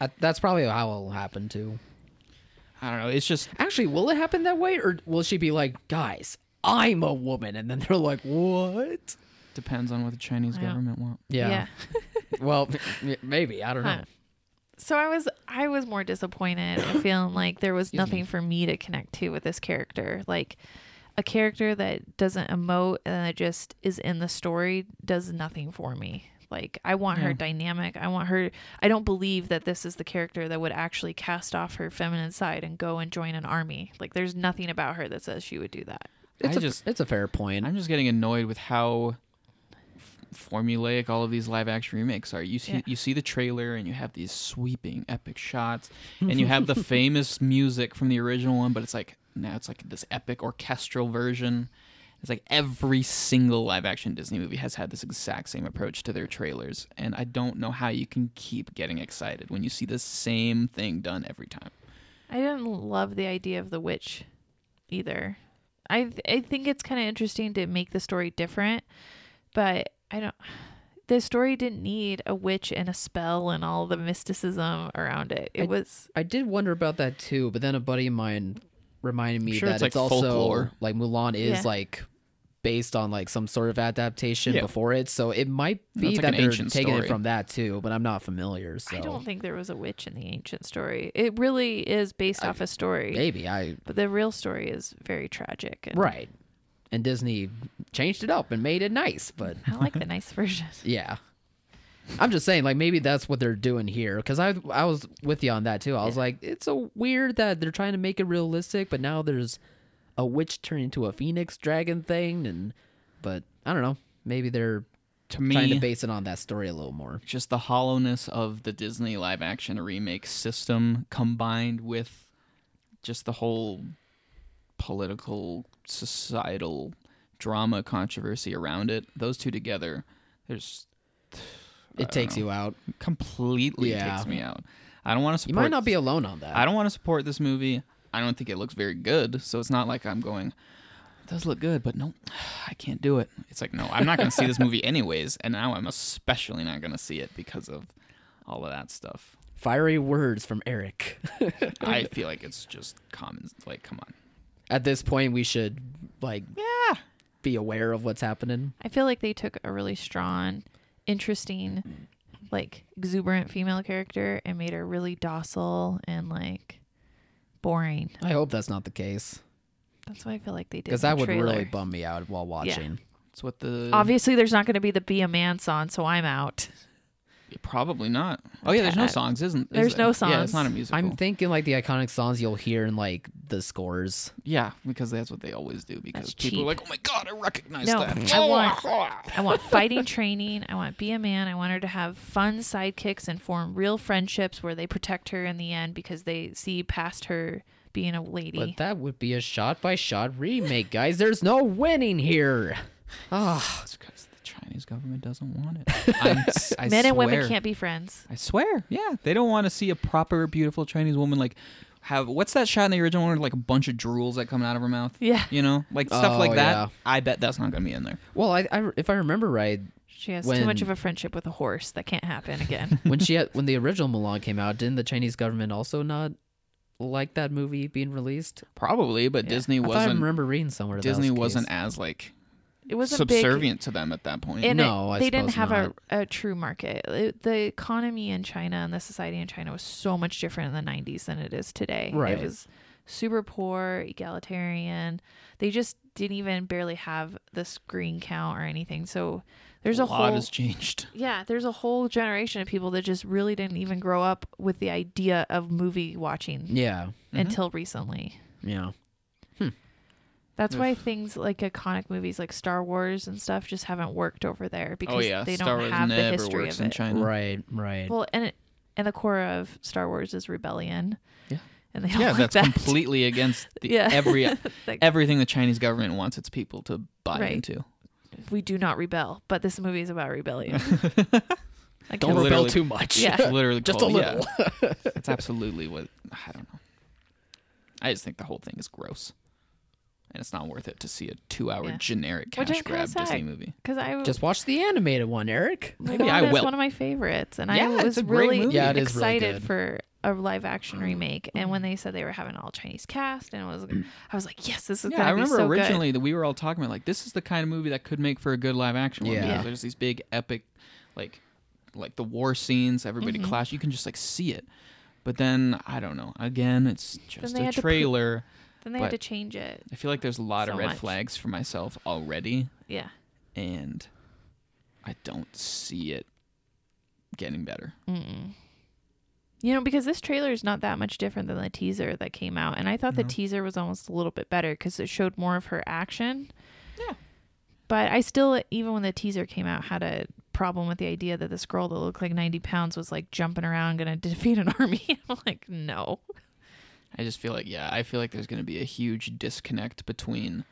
Speaker 3: I, that's probably how it'll happen too.
Speaker 4: I don't know. It's just
Speaker 3: Actually, will it happen that way, or will she be like, guys, I'm a woman, and then they're like, what?
Speaker 4: depends on what the Chinese
Speaker 2: Yeah.
Speaker 4: government want.
Speaker 3: Yeah. well, m- maybe I don't know.
Speaker 2: Huh. So I was I was more disappointed and feeling like there was nothing for me to connect to with this character. Like a character that doesn't emote and that just is in the story does nothing for me. Like I want her
Speaker 4: Yeah.
Speaker 2: dynamic. I want her I don't believe that this is the character that would actually cast off her feminine side and go and join an army. Like there's nothing about her that says she would do that.
Speaker 3: It's
Speaker 4: I
Speaker 3: a
Speaker 4: just-
Speaker 3: it's a fair point.
Speaker 4: I'm just getting annoyed with how f- formulaic all of these live action remakes are. You see,
Speaker 2: Yeah.
Speaker 4: you see the trailer and you have these sweeping epic shots, and you have the famous music from the original one, but it's like now it's like this epic orchestral version. It's like every single live action Disney movie has had this exact same approach to their trailers, and I don't know how you can keep getting excited when you see the same thing done every time.
Speaker 2: I didn't love the idea of the witch either. I th- I think it's kind of interesting to make the story different, but I don't the story didn't need a witch and a spell and all the mysticism around it. It
Speaker 3: I-
Speaker 2: was
Speaker 3: I did wonder about that too, but then a buddy of mine reminded me
Speaker 4: sure
Speaker 3: that
Speaker 4: it's,
Speaker 3: it's,
Speaker 4: like,
Speaker 3: also
Speaker 4: folklore.
Speaker 3: like Mulan is
Speaker 2: Yeah.
Speaker 3: like based on like some sort of adaptation
Speaker 4: Yeah.
Speaker 3: before it, so it might
Speaker 4: Well,
Speaker 3: be
Speaker 4: it's like
Speaker 3: that
Speaker 4: an
Speaker 3: they're taking
Speaker 4: ancient
Speaker 3: it
Speaker 4: story.
Speaker 3: from that too. But I'm not familiar, so
Speaker 2: I don't think there was a witch in the ancient story. It really is based off a story.
Speaker 3: maybe I
Speaker 2: but the real story is very tragic. And
Speaker 3: right. And Disney changed it up and made it nice, but
Speaker 2: I like the nice version.
Speaker 3: yeah. I'm just saying, like maybe that's what they're doing here, because I I was with you on that too. I was like, it's so weird that they're trying to make it realistic, but now there's a witch turning into a phoenix dragon thing, and but I don't know, maybe they're
Speaker 4: To me,
Speaker 3: trying to base it on that story a little more.
Speaker 4: just the hollowness of the Disney live action remake system combined with just the whole political societal drama controversy around it those two together there's
Speaker 3: It takes you out.
Speaker 4: completely
Speaker 3: Yeah.
Speaker 4: takes me out i don't want to
Speaker 3: You
Speaker 4: support
Speaker 3: might not be alone on that.
Speaker 4: i don't want to support this movie i don't think it looks very good so it's not like i'm going it does look good but no i can't do it it's like no i'm not going to see this movie anyways and now i'm especially not going to see it because of all of that stuff
Speaker 3: Fiery words from Eric.
Speaker 4: I feel like it's just common. Like, come on.
Speaker 3: At this point, we should like
Speaker 4: Yeah.
Speaker 3: be aware of what's happening.
Speaker 2: I feel like they took a really strong, interesting, like exuberant female character and made her really docile and like boring.
Speaker 3: I hope that's not the case,
Speaker 2: That's what I feel like they did.
Speaker 3: because
Speaker 2: in the
Speaker 3: that would really
Speaker 2: trailer.
Speaker 3: bum me out while watching.
Speaker 4: It's what the
Speaker 2: Obviously, there's not going to be the "Be a Man" song, so I'm out.
Speaker 4: probably not. Oh yeah, there's no songs, isn't? is
Speaker 2: There's
Speaker 4: there?
Speaker 2: no
Speaker 4: Yeah, it's not a
Speaker 2: songs.
Speaker 4: musical.
Speaker 3: I'm thinking like the iconic songs you'll hear in like the scores.
Speaker 4: yeah, because that's what they always do. Because
Speaker 2: That's
Speaker 4: people
Speaker 2: cheap.
Speaker 4: are like, oh my god, I recognize
Speaker 2: No,
Speaker 4: that.
Speaker 2: I want, I want fighting training. I want "Be a Man." I want her to have fun sidekicks and form real friendships where they protect her in the end because they see past her being a lady.
Speaker 3: But that would be a shot by shot remake, guys. There's no winning here. Ah,
Speaker 4: It's because the Chinese government doesn't want it. I'm, I
Speaker 2: Men and women
Speaker 4: swear.
Speaker 2: can't be friends.
Speaker 4: I swear. Yeah, they don't want to see a proper, beautiful Chinese woman like have what's that shot in the original one? Like a bunch of drools that coming out of her mouth.
Speaker 2: Yeah.
Speaker 4: You know, like stuff
Speaker 3: Oh,
Speaker 4: like that.
Speaker 3: yeah.
Speaker 4: I bet that's not gonna be in there.
Speaker 3: well, I, I if I remember right,
Speaker 2: She has
Speaker 3: When-
Speaker 2: too much of a friendship with a horse. That can't happen again.
Speaker 3: when she had, when the original Mulan came out, didn't the Chinese government also not like that movie being released?
Speaker 4: Probably, but Disney
Speaker 3: I thought I
Speaker 4: wasn't.
Speaker 3: remember reading somewhere that
Speaker 4: Disney
Speaker 3: was the
Speaker 4: wasn't
Speaker 3: case.
Speaker 4: as like
Speaker 2: It wasn't big.
Speaker 4: subservient to them at that point.
Speaker 2: And
Speaker 3: No,
Speaker 2: it-
Speaker 3: I
Speaker 2: they didn't
Speaker 3: suppose
Speaker 2: have A, a true market. It- the economy in China and the society in China was so much different in the 90s than it is today.
Speaker 3: Right.
Speaker 2: It was super poor, egalitarian. They just didn't even barely have the screen count or anything. So there's a,
Speaker 4: a lot
Speaker 2: whole
Speaker 4: has changed.
Speaker 2: yeah, there's a whole generation of people that just really didn't even grow up with the idea of movie watching
Speaker 3: Yeah.
Speaker 4: Mm-hmm.
Speaker 2: until recently.
Speaker 3: Yeah.
Speaker 2: That's why things like iconic movies like Star Wars and stuff just haven't worked over there because
Speaker 4: Oh yeah,
Speaker 2: they don't
Speaker 4: Star Wars
Speaker 2: have the
Speaker 4: never
Speaker 2: history
Speaker 4: works
Speaker 2: of
Speaker 4: in
Speaker 2: it.
Speaker 4: China.
Speaker 3: Right. Right.
Speaker 2: Well, and it, and the core of Star Wars is rebellion.
Speaker 4: Yeah.
Speaker 2: and they don't
Speaker 4: Yeah,
Speaker 2: like
Speaker 4: that's
Speaker 2: that.
Speaker 4: completely against the,
Speaker 2: Yeah.
Speaker 4: every
Speaker 2: Like,
Speaker 4: everything the Chinese government wants its people to buy
Speaker 2: Right.
Speaker 4: into.
Speaker 2: we do not rebel, but this movie is about rebellion. I
Speaker 3: Don't
Speaker 2: can't-
Speaker 4: Literally.
Speaker 3: rebel too much.
Speaker 2: Yeah.
Speaker 4: It's literally
Speaker 3: Just
Speaker 4: called-
Speaker 3: a little.
Speaker 4: Yeah. That's absolutely what I don't know. I just think the whole thing is gross, and it's not worth it to see a two-hour
Speaker 2: Yeah.
Speaker 4: generic
Speaker 2: Which
Speaker 4: cash
Speaker 2: I'm kinda
Speaker 4: grab Disney
Speaker 2: sad.
Speaker 4: movie.
Speaker 2: Because I
Speaker 3: Just watch the animated one, Eric.
Speaker 4: Maybe
Speaker 2: Moana
Speaker 4: I
Speaker 2: is
Speaker 4: will.
Speaker 2: one of my favorites, and
Speaker 4: Yeah,
Speaker 2: I
Speaker 4: it's
Speaker 2: was
Speaker 4: a great
Speaker 2: really
Speaker 4: movie.
Speaker 3: Yeah, it is really
Speaker 2: excited
Speaker 3: good.
Speaker 2: for a live action
Speaker 4: Mm.
Speaker 2: remake. And when they said they were having an all Chinese cast, and it was, I was like, yes, this is
Speaker 4: Mm. Yeah,
Speaker 2: gonna
Speaker 4: I remember
Speaker 2: be so
Speaker 4: originally that we were all talking about like this is the kind of movie that could make for a good live action one
Speaker 3: Yeah.
Speaker 4: because
Speaker 2: Yeah.
Speaker 4: there's these big epic, like, like the war scenes, everybody
Speaker 2: Mm-hmm.
Speaker 4: clash. You can just like see it, but then I don't know. Again, it's just
Speaker 2: they
Speaker 4: a
Speaker 2: had to put-
Speaker 4: trailer.
Speaker 2: good. Then they had to
Speaker 4: but-
Speaker 2: change it.
Speaker 4: I feel like there's a lot
Speaker 2: So
Speaker 4: of red
Speaker 2: much.
Speaker 4: flags for myself already,
Speaker 2: Yeah,
Speaker 4: and I don't see it getting better.
Speaker 2: you know, because this trailer is not that much different than the teaser that came out, and I thought the teaser was almost a little bit better because it showed more of her action.
Speaker 4: Yeah.
Speaker 2: But I still, even when the teaser came out, had a problem with the idea that this girl that looked like 90 pounds was like jumping around gonna defeat an army. I'm like, no.
Speaker 4: I just feel like yeah, I feel like there's going to be a huge disconnect between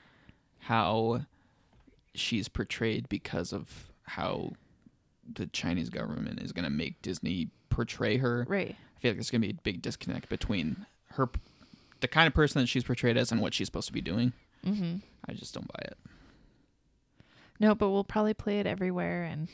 Speaker 4: how she's portrayed because of how the Chinese government is going to make Disney portray her.
Speaker 2: Right.
Speaker 4: I feel like there's going to be a big disconnect between her the kind of person that she's portrayed as and what she's supposed to be doing.
Speaker 2: Mm-hmm.
Speaker 4: I just don't buy it.
Speaker 2: No, but we'll probably play it everywhere. And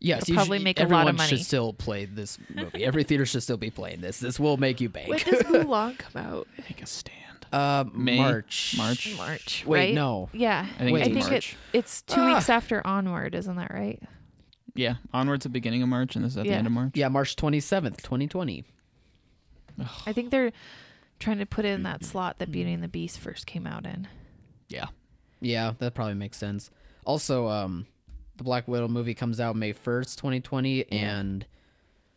Speaker 3: Yes,
Speaker 2: It'll
Speaker 3: you
Speaker 2: probably
Speaker 3: should,
Speaker 2: make a lot
Speaker 3: everyone
Speaker 2: of
Speaker 3: should
Speaker 2: money.
Speaker 3: still play this movie. Every theater should still be playing this. This will make you bank.
Speaker 2: when does Mulan come out?
Speaker 4: Take a stand.
Speaker 3: Uh,
Speaker 4: May,
Speaker 3: March.
Speaker 4: March.
Speaker 2: March.
Speaker 3: Wait,
Speaker 2: right?
Speaker 3: no.
Speaker 2: Yeah,
Speaker 4: I think
Speaker 3: Wait.
Speaker 4: it's
Speaker 2: I think
Speaker 4: March.
Speaker 2: it, it's two
Speaker 3: Ah.
Speaker 2: weeks after Onward, isn't that right?
Speaker 4: Yeah, onwards at the beginning of March and this is at
Speaker 2: Yeah.
Speaker 4: the end of March.
Speaker 3: Yeah, March twenty seventh, twenty twenty.
Speaker 2: I think they're trying to put it in that
Speaker 3: Mm-hmm.
Speaker 2: slot that Beauty and the Beast first came out in.
Speaker 4: Yeah.
Speaker 3: Yeah, that probably makes sense. Also, um, the Black Widow movie comes out May first, twenty twenty, and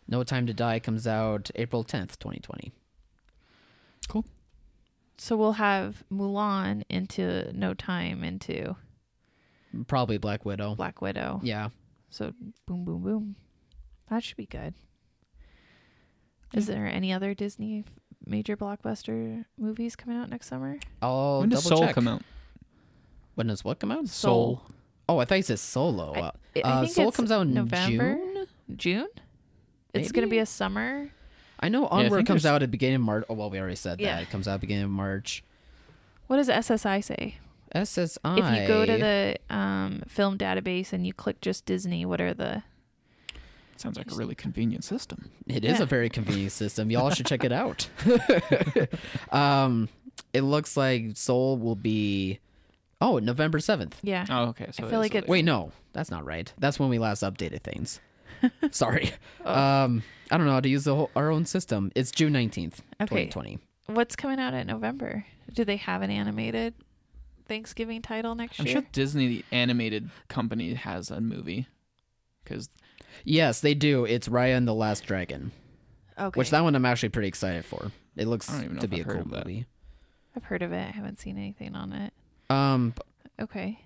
Speaker 3: No Time to Die comes out April tenth, twenty twenty.
Speaker 4: Cool.
Speaker 2: So we'll have Mulan into No Time into
Speaker 3: Probably Black Widow.
Speaker 2: Black Widow.
Speaker 3: Yeah,
Speaker 2: So boom, boom, boom. That should be good. Is there any other Disney major blockbuster movies coming out next summer?
Speaker 3: I'll
Speaker 4: when does
Speaker 3: double
Speaker 4: Soul
Speaker 3: check.
Speaker 4: come out?
Speaker 3: When does what come out?
Speaker 2: Soul.
Speaker 3: Oh, I thought you said Solo.
Speaker 2: I- I
Speaker 3: uh,
Speaker 2: think
Speaker 3: Soul
Speaker 2: it's
Speaker 3: comes out in
Speaker 2: November?
Speaker 3: June.
Speaker 2: June? It's going to
Speaker 3: Maybe?
Speaker 2: be a summer.
Speaker 3: I know
Speaker 4: I
Speaker 3: Onward
Speaker 4: think
Speaker 3: comes
Speaker 4: there's-
Speaker 3: out at beginning of March. Oh, well, we already said
Speaker 2: Yeah.
Speaker 3: that. It comes out beginning of March.
Speaker 2: What does SSI say?
Speaker 3: SSI.
Speaker 2: If you go to the um, film database and you click just Disney, what are the.
Speaker 4: Sounds like a really convenient system.
Speaker 3: It is
Speaker 2: Yeah.
Speaker 3: a very convenient system. Y'all should check it out. um, it looks like Soul will be, oh, November seventh.
Speaker 2: Yeah.
Speaker 4: Oh, okay. So it
Speaker 2: feel
Speaker 4: is
Speaker 2: like
Speaker 4: a
Speaker 2: it's-
Speaker 4: little-
Speaker 3: Wait, no, that's not right. That's when we last updated things. Sorry.
Speaker 4: Oh.
Speaker 3: Um, I don't know how to use the whole, our own system. It's June nineteenth,
Speaker 2: Okay.
Speaker 3: twenty twenty.
Speaker 2: What's coming out in November? Do they have an animated Thanksgiving title next
Speaker 4: I'm
Speaker 2: year?
Speaker 4: sure Disney the animated company has a movie because
Speaker 3: Yes, they do. It's Raya and the Last Dragon,
Speaker 2: Okay.
Speaker 3: which that one I'm actually pretty excited for. It looks
Speaker 4: I don't even know
Speaker 3: to
Speaker 4: if
Speaker 3: be
Speaker 4: I've
Speaker 3: a
Speaker 4: heard
Speaker 3: cool
Speaker 4: of that.
Speaker 3: movie.
Speaker 2: I've heard of it. I haven't seen anything on it.
Speaker 3: Um,
Speaker 2: Okay.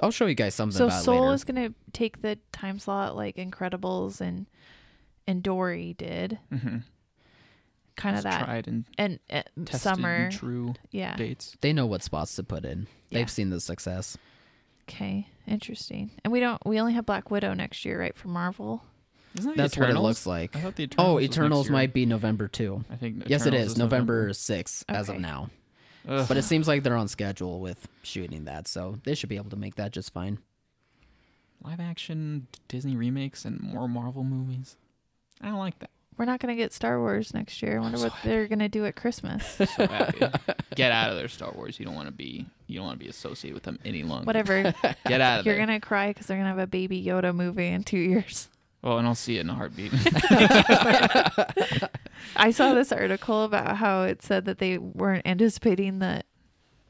Speaker 3: I'll show you guys something
Speaker 2: So
Speaker 3: about it
Speaker 2: Soul
Speaker 3: later.
Speaker 2: is going to take the time slot like Incredibles and and Dory did.
Speaker 3: Hmm.
Speaker 4: Mhm.
Speaker 2: Kind of
Speaker 4: it's
Speaker 2: that.
Speaker 4: tried and
Speaker 2: And uh,
Speaker 4: tested
Speaker 2: summer.
Speaker 4: and true
Speaker 2: yeah.
Speaker 4: dates.
Speaker 3: they know what spots to put in.
Speaker 2: Yeah.
Speaker 3: They've seen the success.
Speaker 2: Okay. Interesting. And we don't we only have Black Widow next year, right, for Marvel?
Speaker 4: Isn't that
Speaker 3: That's
Speaker 4: Eternals?
Speaker 3: what it looks like.
Speaker 4: I thought the Eternals.
Speaker 3: Oh,
Speaker 4: was
Speaker 3: Eternals
Speaker 4: next year.
Speaker 3: might be November too.
Speaker 4: I think.
Speaker 3: yes, it
Speaker 4: Eternals
Speaker 3: is November sixth as of
Speaker 2: Okay.
Speaker 3: now.
Speaker 4: Ugh.
Speaker 3: But it seems like they're on schedule with shooting that, so they should be able to make that just fine.
Speaker 4: Live action Disney remakes and more Marvel movies. I don't like that.
Speaker 2: we're not going to get Star Wars next year. I wonder what they're going to do at Christmas.
Speaker 4: So happy. Get out of there, Star Wars. You don't want to be. You don't want to be associated with them any longer.
Speaker 2: Whatever.
Speaker 4: Get out of
Speaker 2: You're
Speaker 4: there.
Speaker 2: going to cry because they're going to have a Baby Yoda movie in two years.
Speaker 4: Well, and I'll see it in a heartbeat.
Speaker 2: I saw this article about how it said that they weren't anticipating the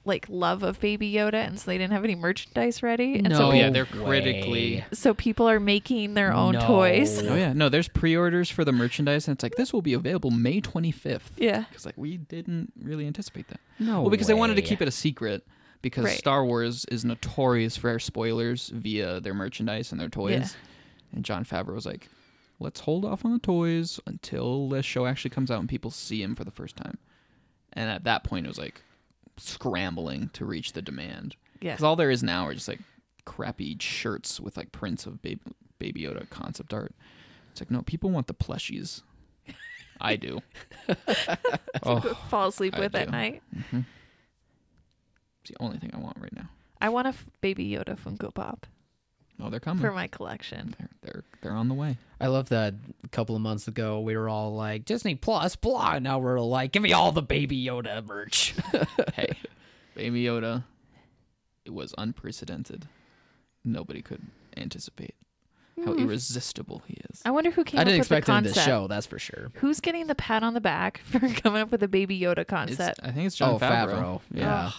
Speaker 2: like love of Baby Yoda, and so they didn't have any merchandise ready. And
Speaker 4: Oh
Speaker 2: so,
Speaker 4: yeah, they're critically-
Speaker 3: way.
Speaker 2: so people are making their own
Speaker 3: No.
Speaker 2: toys.
Speaker 4: oh yeah, no. There's pre-orders for the merchandise, and it's like this will be available May 25th.
Speaker 2: Yeah.
Speaker 4: Because like we didn't really anticipate that.
Speaker 3: No.
Speaker 4: Well, because they wanted to
Speaker 3: way.
Speaker 4: keep it a secret. Because
Speaker 2: Right.
Speaker 4: Star Wars is notorious for spoilers via their merchandise and their toys. And John Favreau was like, let's hold off on the toys until the show actually comes out and people see him for the first time. And at that point, it was like scrambling to reach the demand.
Speaker 2: Yeah.
Speaker 4: Because all there is now are just like crappy shirts with like prints of Baby, Baby Yoda concept art. It's like, no, people want the plushies. I do. oh,
Speaker 2: Fall asleep
Speaker 4: I
Speaker 2: with at
Speaker 4: do.
Speaker 2: night.
Speaker 4: it's the only thing I want right now.
Speaker 2: I want a f- Baby Yoda Funko Pop
Speaker 4: Oh, they're
Speaker 3: Hmm.
Speaker 4: coming.
Speaker 2: for my collection.
Speaker 4: they're, they're they're on the way.
Speaker 3: I love that a couple of months ago we were all like Disney Plus, blah. And now we're like, give me all the Baby Yoda merch.
Speaker 4: hey, Baby Yoda, it was unprecedented. Nobody could anticipate how irresistible he is.
Speaker 2: Mm. I wonder who came
Speaker 3: I
Speaker 2: up
Speaker 3: didn't
Speaker 2: with
Speaker 3: expect
Speaker 2: the
Speaker 3: him to
Speaker 2: concept.
Speaker 3: show. That's for sure.
Speaker 2: Who's getting the pat on the back for coming up with the Baby Yoda
Speaker 4: It's,
Speaker 2: concept?
Speaker 4: I think it's John
Speaker 3: oh,
Speaker 4: Favreau.
Speaker 3: Favreau.
Speaker 2: Oh,
Speaker 3: Yeah,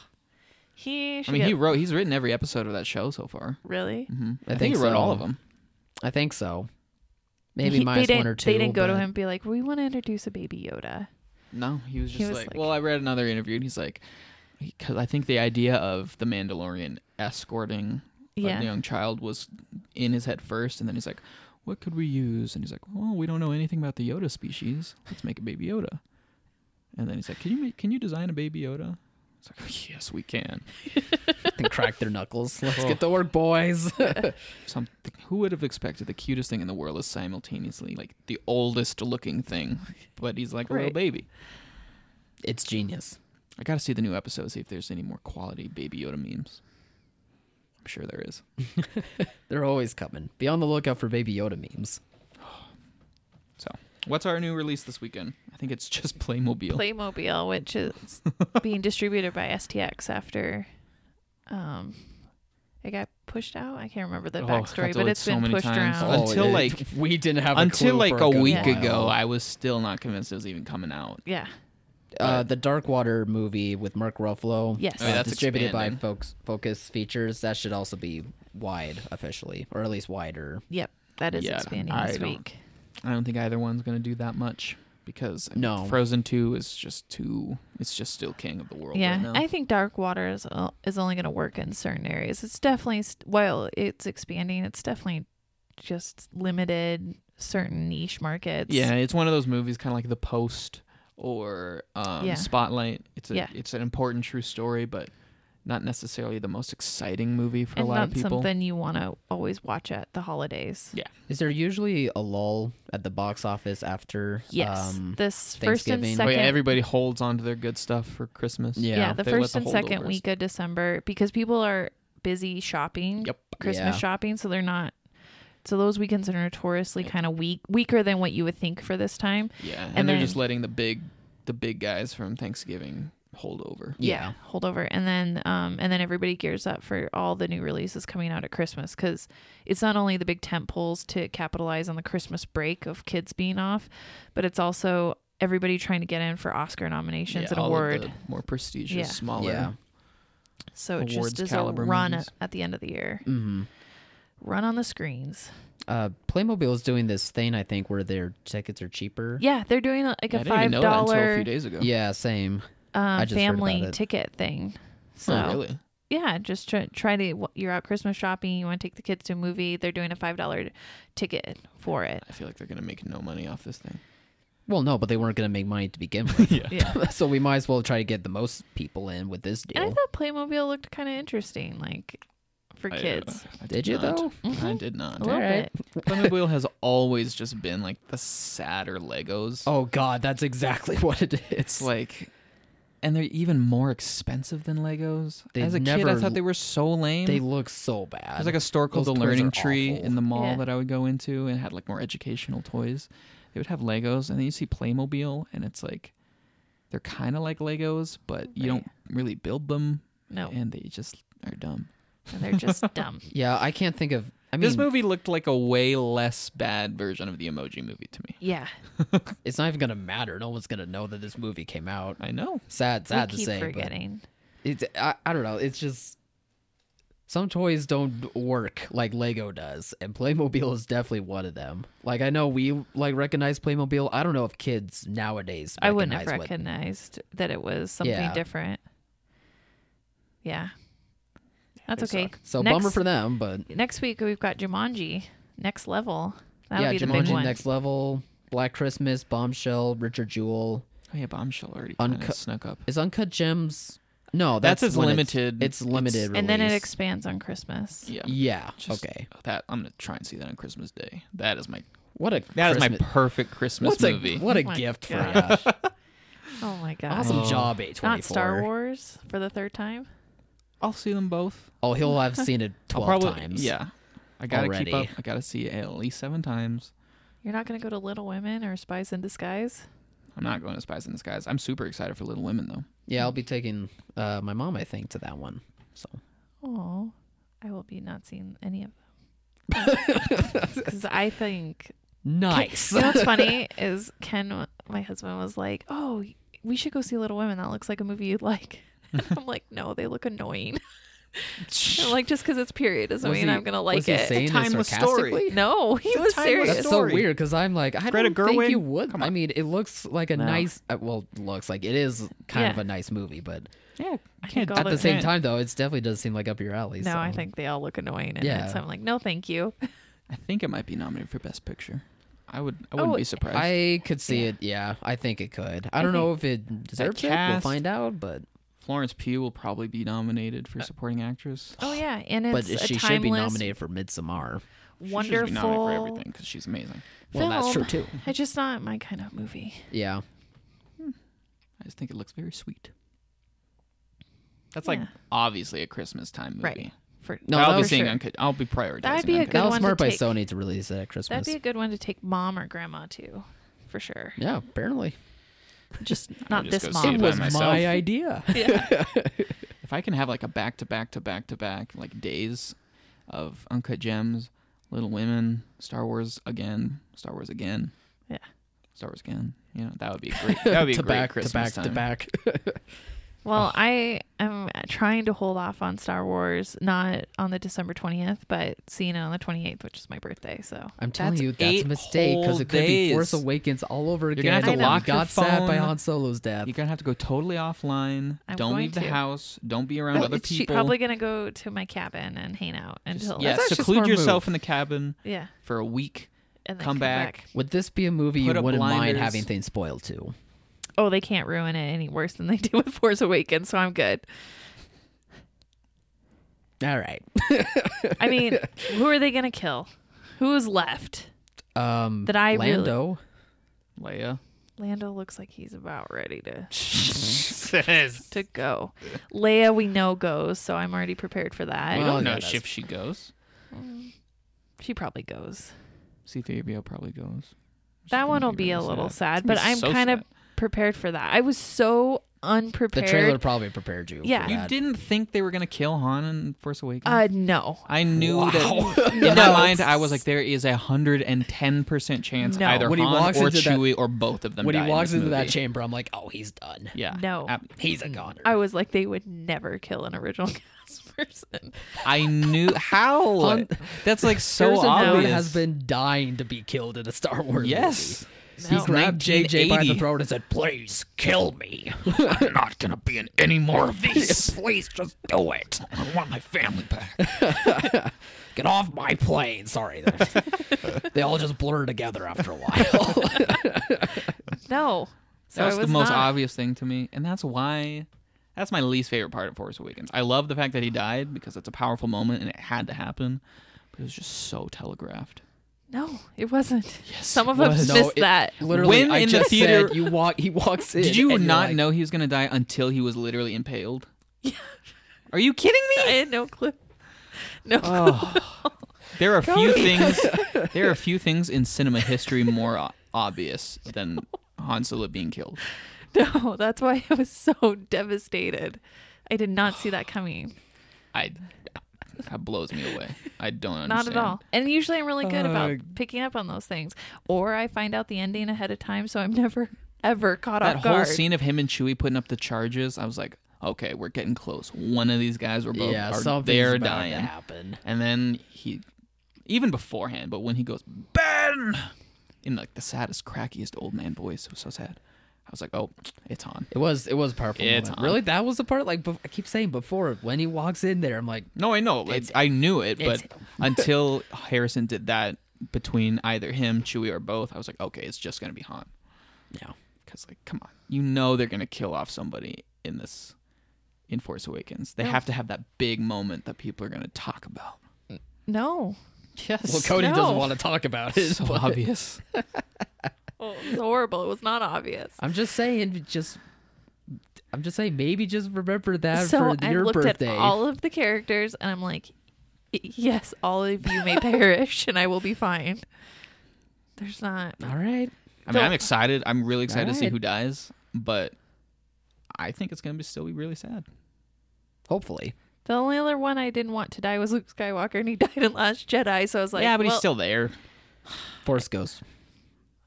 Speaker 2: He should
Speaker 4: I mean, he
Speaker 2: get-
Speaker 4: wrote. He's written every episode of that show so far.
Speaker 2: really.
Speaker 4: hmm I,
Speaker 3: I
Speaker 4: think
Speaker 3: think
Speaker 4: he wrote
Speaker 3: so.
Speaker 4: all of them.
Speaker 3: I think so. Maybe
Speaker 2: He-
Speaker 3: minus
Speaker 2: they
Speaker 3: one
Speaker 2: didn't-
Speaker 3: or two.
Speaker 2: They didn't go to
Speaker 3: but-
Speaker 2: him and be like, "We want to introduce a Baby Yoda."
Speaker 4: No, he was just
Speaker 2: He was
Speaker 4: like,
Speaker 2: like-
Speaker 4: Well, I read another interview, and he's like, because I think the idea of the Mandalorian escorting
Speaker 2: Yeah.
Speaker 4: a young child was in his head first, and then he's like, What could we use? And he's like, Well, we don't know anything about the Yoda species. Let's make a baby Yoda. And then he's like, Can you make, can you design a baby Yoda? It's like, "Oh, Yes, we can.
Speaker 3: and crack their knuckles. Let's
Speaker 4: Oh.
Speaker 3: get to work, boys.
Speaker 4: Some, who would have expected the cutest thing in the world is simultaneously like the oldest looking thing, but he's like a little
Speaker 2: Right.
Speaker 4: baby.
Speaker 3: it's genius.
Speaker 4: I gotta see the new episode, see if there's any more quality Baby Yoda memes. I'm sure there is.
Speaker 3: They're always coming. Be on the lookout for Baby Yoda memes.
Speaker 4: So, what's our new release this weekend? I think it's just Playmobil.
Speaker 2: Playmobil, which is being distributed by STX after um it got pushed out. I can't remember the
Speaker 4: Oh,
Speaker 2: backstory, but
Speaker 4: that's what
Speaker 2: it's
Speaker 4: so
Speaker 2: been
Speaker 4: many
Speaker 2: pushed
Speaker 4: times.
Speaker 2: around.
Speaker 4: Oh, Until,
Speaker 3: it-
Speaker 4: like-
Speaker 3: we didn't have a
Speaker 4: Until
Speaker 3: clue
Speaker 4: like
Speaker 3: for
Speaker 4: a,
Speaker 3: good
Speaker 4: week
Speaker 3: while.
Speaker 4: ago, I was still not convinced it was even coming out.
Speaker 2: Yeah.
Speaker 3: uh, the Darkwater movie with Mark Ruffalo.
Speaker 2: Yes.
Speaker 4: Oh,
Speaker 3: uh,
Speaker 4: yeah, that's
Speaker 3: distributed
Speaker 4: expanding.
Speaker 3: by Folks Focus Features. That should also be wide officially, or at least wider.
Speaker 2: Yep. That is
Speaker 4: Yeah,
Speaker 2: expanding
Speaker 4: I
Speaker 2: this
Speaker 4: don't-
Speaker 2: week.
Speaker 4: I don't think either one's gonna do that much because I mean,
Speaker 3: No.
Speaker 4: Frozen Two is just too. It's just still king of the world.
Speaker 2: Yeah,
Speaker 4: right now.
Speaker 2: I think dark water is o- is only going to work in certain areas. It's definitely st- while it's expanding, it's definitely just limited certain niche markets.
Speaker 4: yeah, it's one of those movies, kind of like The Post or um,
Speaker 2: Yeah.
Speaker 4: Spotlight. It's a
Speaker 2: Yeah.
Speaker 4: it's an important true story, but not necessarily the most exciting movie for
Speaker 2: and
Speaker 4: a lot
Speaker 2: not
Speaker 4: of people.
Speaker 2: something you want to always watch at the holidays.
Speaker 4: Yeah.
Speaker 3: Is there usually a lull at the box office after?
Speaker 2: Yes,
Speaker 3: Um,
Speaker 2: this first and
Speaker 3: Thanksgiving.
Speaker 2: second.
Speaker 4: Oh, yeah, everybody holds on to their good stuff for Christmas.
Speaker 3: Yeah.
Speaker 2: yeah, the
Speaker 4: They let
Speaker 2: first
Speaker 4: the
Speaker 2: and second
Speaker 4: holdovers-
Speaker 2: week of December because people are busy shopping.
Speaker 4: Yep.
Speaker 2: Christmas
Speaker 3: Yeah.
Speaker 2: shopping, so they're not. So those weekends are notoriously kind of weak, weaker than what you would think for this time.
Speaker 4: Yeah, and,
Speaker 2: And
Speaker 4: they're
Speaker 2: then-
Speaker 4: just letting the big, the big guys from Thanksgiving hold over.
Speaker 3: Yeah.
Speaker 2: hold over and then um and then everybody gears up for all the new releases coming out at christmas because it's not only the big tent poles to capitalize on the christmas break of kids being off but it's also everybody trying to get in for oscar nominations and
Speaker 4: all of
Speaker 2: award
Speaker 4: the more prestigious,
Speaker 2: Yeah.
Speaker 4: smaller.
Speaker 3: Yeah.
Speaker 2: so it
Speaker 4: awards
Speaker 2: just is a
Speaker 4: caliber
Speaker 2: run
Speaker 4: movies.
Speaker 2: at the end of the year
Speaker 3: mhm.
Speaker 2: run on the screens
Speaker 3: Uh, Playmobil is doing this thing, I think, where their tickets are cheaper.
Speaker 2: yeah they're doing uh, like
Speaker 4: Yeah, I
Speaker 2: a
Speaker 4: didn't
Speaker 2: five
Speaker 4: even know that until a
Speaker 2: dollar
Speaker 4: few days ago.
Speaker 3: Yeah, same.
Speaker 2: um,
Speaker 3: just heard about
Speaker 2: family
Speaker 3: it.
Speaker 2: ticket thing so
Speaker 4: Oh, really?
Speaker 2: yeah, just try, try to. You're out Christmas shopping. You want to take the kids to a movie. They're doing a five dollar ticket for it.
Speaker 4: I feel like they're gonna make no money off this thing.
Speaker 3: Well, no, but they weren't going to make money to begin with.
Speaker 2: Yeah.
Speaker 3: so we might as well try to get the most people in with this
Speaker 2: And I
Speaker 3: deal.
Speaker 2: thought Playmobil looked kind of interesting, like for
Speaker 4: I, uh,
Speaker 2: kids. Mm-hmm.
Speaker 4: I
Speaker 3: Did you,
Speaker 4: not.
Speaker 3: though?
Speaker 4: I did
Speaker 2: A
Speaker 4: not.
Speaker 2: little
Speaker 3: Alright.
Speaker 2: bit.
Speaker 4: Playmobil has always just been like the sadder Legos.
Speaker 3: Oh God, that's exactly what it is.
Speaker 4: It's like, and they're even more expensive than Legos.
Speaker 3: They
Speaker 4: As a kid, I
Speaker 3: never-
Speaker 4: thought they were so lame.
Speaker 3: they look so bad.
Speaker 4: There's like a store called
Speaker 3: Those
Speaker 4: the
Speaker 3: toys are
Speaker 4: Learning Tree
Speaker 3: awful.
Speaker 4: in the mall
Speaker 2: Yeah.
Speaker 4: that I would go into and had like more educational toys. They would have Legos, and then you see Playmobil, and it's like they're kind of like Legos, but you
Speaker 2: Right.
Speaker 4: don't really build them,
Speaker 2: No,
Speaker 4: and they just are dumb.
Speaker 2: and they're just dumb.
Speaker 3: Yeah, I can't think of. I mean,
Speaker 4: this movie looked like a way less bad version of the Emoji Movie to me.
Speaker 2: Yeah,
Speaker 3: it's not even gonna matter. No one's gonna know that this movie came out.
Speaker 4: I know.
Speaker 3: Sad,
Speaker 2: I
Speaker 3: sad to
Speaker 2: keep
Speaker 3: say.
Speaker 2: forgetting.
Speaker 3: But it's, I, I don't know. It's just some toys don't work like Lego does, and Playmobil is definitely one of them. Like I know we like recognize Playmobil. I don't know if kids nowadays.
Speaker 2: I wouldn't have
Speaker 3: recognize what-
Speaker 2: recognized that it was something
Speaker 3: Yeah.
Speaker 2: different. Yeah, that's
Speaker 4: they
Speaker 2: okay.
Speaker 4: suck.
Speaker 3: So
Speaker 2: next,
Speaker 3: bummer for them, but
Speaker 2: next week we've got Jumanji, next level. That'll
Speaker 3: yeah,
Speaker 2: be the
Speaker 3: Jumanji,
Speaker 2: big one.
Speaker 3: Next Level, Black Christmas, Bombshell, Richard Jewell.
Speaker 4: Oh yeah, Bombshell already kind
Speaker 3: Uncut-
Speaker 4: of snuck up.
Speaker 3: Is Uncut Gems? No,
Speaker 4: That's
Speaker 3: that's,
Speaker 4: his
Speaker 3: when it's-
Speaker 4: limited-
Speaker 3: It's, limited,
Speaker 4: it's-
Speaker 2: and then it
Speaker 3: release.
Speaker 2: expands on Christmas.
Speaker 4: Yeah.
Speaker 3: Yeah.
Speaker 4: Just- oh,
Speaker 3: okay.
Speaker 4: That I'm gonna try and see that on Christmas Day. That is my
Speaker 3: What a
Speaker 4: that is
Speaker 3: Christmas-
Speaker 4: my perfect Christmas
Speaker 3: What's
Speaker 4: movie.
Speaker 3: a what a
Speaker 2: Oh my
Speaker 3: gift
Speaker 2: gosh.
Speaker 3: for us.
Speaker 2: Oh my god!
Speaker 3: Awesome
Speaker 4: Oh.
Speaker 3: job, A24.
Speaker 2: Not Star Wars for the third time.
Speaker 4: I'll see them both.
Speaker 3: Oh, he'll have seen it
Speaker 4: I'll
Speaker 3: 12 times.
Speaker 4: Yeah. I gotta
Speaker 3: Already.
Speaker 4: keep up. I gotta see it at least seven times.
Speaker 2: You're not gonna go to Little Women or Spies in Disguise.
Speaker 4: I'm not going to Spies in Disguise. I'm super excited for Little Women though.
Speaker 3: Yeah, I'll be taking uh, my mom, I think, to that one. So
Speaker 2: Oh, I will be not seeing any of them. Because I think
Speaker 3: nice.
Speaker 2: You know what's funny is Ken, my husband, was like, "Oh, we should go see Little Women. That looks like a movie you'd like." I'm like, "No, they look annoying." I'm like just because it's period doesn't
Speaker 3: Was
Speaker 2: mean
Speaker 3: he-
Speaker 2: I'm gonna like
Speaker 3: was he
Speaker 2: it.
Speaker 3: saying this
Speaker 4: timeless story.
Speaker 3: sarcastically?
Speaker 2: No, he was
Speaker 4: timeless
Speaker 2: serious.
Speaker 3: That's so
Speaker 4: story.
Speaker 3: weird because I'm like, I
Speaker 4: Greta
Speaker 3: don't think you
Speaker 4: Gerwig?
Speaker 3: would.
Speaker 4: Come
Speaker 3: I
Speaker 4: on.
Speaker 3: mean, it looks like a
Speaker 2: No.
Speaker 3: nice. Uh, well, looks like it is kind of
Speaker 2: Yeah.
Speaker 3: a nice movie, but
Speaker 4: Yeah. I
Speaker 2: think all
Speaker 3: at
Speaker 2: Well,
Speaker 3: the
Speaker 2: it-
Speaker 3: same time, though, it definitely does seem like up your alley.
Speaker 2: no,
Speaker 3: so.
Speaker 2: I think they all look annoying in
Speaker 3: Yeah.
Speaker 2: it. So I'm like, "No, thank you."
Speaker 4: I think it might be nominated for Best Picture. I would I wouldn't
Speaker 2: Oh,
Speaker 4: be surprised.
Speaker 3: I could see
Speaker 2: Yeah.
Speaker 3: it. Yeah, I think it could. I don't know if it deserves it. We'll
Speaker 4: cast-
Speaker 3: find out. But
Speaker 4: Florence Pugh will probably be nominated
Speaker 2: Uh,
Speaker 4: for supporting actress.
Speaker 2: Oh yeah, and
Speaker 3: but
Speaker 2: it's a
Speaker 3: she
Speaker 2: timeless,
Speaker 3: should be nominated for Midsommar.
Speaker 4: She should be nominated for
Speaker 2: wonderful.
Speaker 4: everything because she's amazing.
Speaker 3: Well, that's true
Speaker 2: film.
Speaker 3: too.
Speaker 2: It's just not my kind of movie.
Speaker 3: Yeah,
Speaker 4: I just think it looks very sweet. That's
Speaker 2: Yeah.
Speaker 4: like obviously a Christmas time movie.
Speaker 2: Right. For
Speaker 3: No,
Speaker 4: But I'll
Speaker 3: that
Speaker 4: be
Speaker 3: was-
Speaker 4: seeing
Speaker 2: sure.
Speaker 4: Uncut. I'll be prioritizing.
Speaker 2: That'd be a
Speaker 4: Uncut
Speaker 2: good
Speaker 3: that was
Speaker 2: one to
Speaker 3: smart by
Speaker 2: take.
Speaker 3: Sony to release it at Christmas.
Speaker 2: That'd be a good one to take mom or grandma to, for sure.
Speaker 3: yeah, apparently
Speaker 2: Just not
Speaker 4: just
Speaker 2: this
Speaker 4: go see it
Speaker 2: mom.
Speaker 4: by Was myself. my
Speaker 3: idea.
Speaker 4: If I can have like a back to back to back to back like days of Uncut Gems, Little Women, Star Wars again, Star Wars again,
Speaker 2: Yeah.
Speaker 4: Star Wars again. You know that would be a great. That would be a
Speaker 3: to
Speaker 4: great
Speaker 3: back to
Speaker 4: Christmas
Speaker 3: back
Speaker 4: time.
Speaker 3: to back.
Speaker 2: Well, I am trying to hold off on Star Wars, not on the December 20th, but seeing it on the 28th, which is my birthday. So
Speaker 3: I'm telling
Speaker 4: That's
Speaker 3: you, that's
Speaker 4: eight
Speaker 3: a mistake because
Speaker 4: whole
Speaker 3: it could be
Speaker 4: days.
Speaker 3: Force Awakens all over again.
Speaker 4: gonna have
Speaker 2: to
Speaker 3: and we
Speaker 4: lock your
Speaker 3: got sad by
Speaker 4: phone.
Speaker 3: Han Solo's death.
Speaker 4: You're gonna have to go totally offline.
Speaker 2: I'm
Speaker 4: Don't
Speaker 2: going
Speaker 4: leave the
Speaker 2: to.
Speaker 4: house. Don't be around
Speaker 3: Well,
Speaker 4: other
Speaker 3: it's- she
Speaker 4: people.
Speaker 2: probably going to go to my cabin and hang out until.
Speaker 4: yeah,
Speaker 3: That's actually a
Speaker 4: seclude
Speaker 3: smart
Speaker 4: yourself
Speaker 3: move.
Speaker 4: in the cabin
Speaker 2: Yeah.
Speaker 4: for a week.
Speaker 2: And then
Speaker 4: Come back.
Speaker 3: Would this be a movie
Speaker 4: Put
Speaker 3: you
Speaker 4: up
Speaker 3: wouldn't mind
Speaker 4: blinders.
Speaker 3: having things spoiled to?
Speaker 2: Oh, they can't ruin it any worse than they do with Force Awakens, so I'm good.
Speaker 3: All right.
Speaker 2: I mean, who are they going to kill? Who is left?
Speaker 3: Um,
Speaker 2: That I really-
Speaker 3: Lando.
Speaker 4: Leia.
Speaker 2: Lando looks like he's about ready to
Speaker 4: Says.
Speaker 2: to go. Leia, we know goes, so I'm already prepared for that.
Speaker 4: I
Speaker 3: Well,
Speaker 4: don't
Speaker 3: yeah,
Speaker 4: know
Speaker 3: that's-
Speaker 4: if she goes.
Speaker 2: She probably goes.
Speaker 4: C3PO probably goes. She's
Speaker 2: That
Speaker 4: gonna
Speaker 2: one will be
Speaker 4: really
Speaker 2: a little
Speaker 4: It's
Speaker 2: sad,
Speaker 4: gonna
Speaker 2: but
Speaker 4: be
Speaker 2: I'm
Speaker 4: so
Speaker 2: kind of
Speaker 4: sad.
Speaker 2: prepared for that. I was so
Speaker 3: The
Speaker 2: unprepared.
Speaker 3: trailer
Speaker 4: Mm.
Speaker 3: probably prepared you.
Speaker 2: Yeah.
Speaker 3: for
Speaker 4: You
Speaker 3: that.
Speaker 4: didn't think they were gonna kill Han in Force Awakens?
Speaker 2: Uh, no,
Speaker 4: I knew
Speaker 3: Wow.
Speaker 4: that in my mind. I was like, there is a hundred and ten percent chance
Speaker 2: No.
Speaker 4: either
Speaker 3: When he
Speaker 4: Han
Speaker 3: walks
Speaker 4: or
Speaker 3: into that-
Speaker 4: Chewie or both of them.
Speaker 3: When
Speaker 4: die
Speaker 3: he
Speaker 4: in
Speaker 3: walks
Speaker 4: this
Speaker 3: into that
Speaker 4: movie.
Speaker 3: chamber, I'm like, oh, he's done.
Speaker 4: yeah,
Speaker 2: No.
Speaker 4: I,
Speaker 3: He's a goner.
Speaker 2: I was like, they would never kill an original cast person.
Speaker 4: I knew how.
Speaker 3: Han-
Speaker 4: That's like so
Speaker 3: Harrison Ford
Speaker 4: obvious.
Speaker 3: has been dying to be killed in a Star Wars
Speaker 4: yes.
Speaker 3: movie.
Speaker 2: No.
Speaker 3: He grabbed JJ by the
Speaker 4: 1980.
Speaker 3: throat and said, please kill me.
Speaker 5: I'm not gonna be in any more of these.
Speaker 3: please just
Speaker 5: Do it. I want my family back.
Speaker 3: get off my plane. Sorry. they all just blur together after a while.
Speaker 2: No, so
Speaker 4: That was,
Speaker 2: I was
Speaker 4: the most
Speaker 2: not-
Speaker 4: obvious thing to me, and that's why. That's my least favorite part of Force Awakens. I love the fact that he died because it's a powerful moment and it had to happen, but it was just so telegraphed.
Speaker 2: No, it wasn't. Some of us
Speaker 4: was.
Speaker 3: No,
Speaker 2: missed
Speaker 3: it-
Speaker 2: that.
Speaker 3: Literally,
Speaker 4: When
Speaker 3: I
Speaker 4: in the
Speaker 3: just
Speaker 4: theater-
Speaker 3: said, you walk, he walks in.
Speaker 4: Did you
Speaker 3: and you're
Speaker 4: not
Speaker 3: like,
Speaker 4: know he was going to die until he was literally impaled? Are you Oh. kidding me?
Speaker 2: I had no clue. No, clue.
Speaker 4: There are few things. There are few things in cinema history more o- obvious than Han Solo being killed.
Speaker 2: No, that's why I was so devastated. I did not see that coming.
Speaker 4: I that blows me away. I don't
Speaker 2: Not
Speaker 4: understand. Uh,
Speaker 2: at all. And usually I'm really good about
Speaker 4: Ugh.
Speaker 2: picking up on those things. Or I find out the ending ahead of time, so I'm never, ever caught
Speaker 4: That
Speaker 2: off
Speaker 4: whole
Speaker 2: guard.
Speaker 4: scene of him and Chewie putting up the charges, I was like, okay, we're getting close. One of these guys, we're both
Speaker 3: yeah,
Speaker 4: are,
Speaker 3: something's
Speaker 4: they're
Speaker 3: about
Speaker 4: dying.
Speaker 3: to happen.
Speaker 4: And then he, even beforehand, but when he goes Ben, in like the saddest, crackiest old man voice, it was so sad. I was like, oh, it's Han.
Speaker 3: It was it was a powerful.
Speaker 4: It's
Speaker 3: moment.
Speaker 4: on.
Speaker 3: Really, that was the part. Like bef- I keep saying before, when he walks in there, I'm like,
Speaker 4: No, I know,
Speaker 3: It's-
Speaker 4: it, I knew it,
Speaker 3: it's-
Speaker 4: but until Harrison did that between either him, Chewie, or both, I was like, okay, it's just gonna be Han.
Speaker 3: yeah,
Speaker 4: Because like, come on, you know they're gonna kill off somebody in this, in Force Awakens. They have to have that big moment that people are gonna talk about.
Speaker 2: no.
Speaker 4: Yes,
Speaker 3: Well, Cody
Speaker 2: No.
Speaker 3: doesn't want to talk about it.
Speaker 4: so
Speaker 3: but-
Speaker 4: obvious.
Speaker 2: Oh, it was horrible. It was not obvious.
Speaker 3: I'm just saying, just I'm just saying, maybe just remember that
Speaker 2: so
Speaker 3: for
Speaker 2: I
Speaker 3: your
Speaker 2: looked
Speaker 3: birthday.
Speaker 2: at all of the characters and I'm like, "Y- yes, all of you may perish and I will be fine. There's not.
Speaker 3: all right,
Speaker 4: I mean, I'm excited. I'm really excited to see
Speaker 3: Alright.
Speaker 4: who dies, but I think it's gonna be still be really sad.
Speaker 3: hopefully.
Speaker 2: The only other one I didn't want to die was Luke Skywalker, and he died in Last Jedi. So I was like,
Speaker 4: yeah, but he's
Speaker 2: well-
Speaker 4: still there.
Speaker 3: Force Ghost.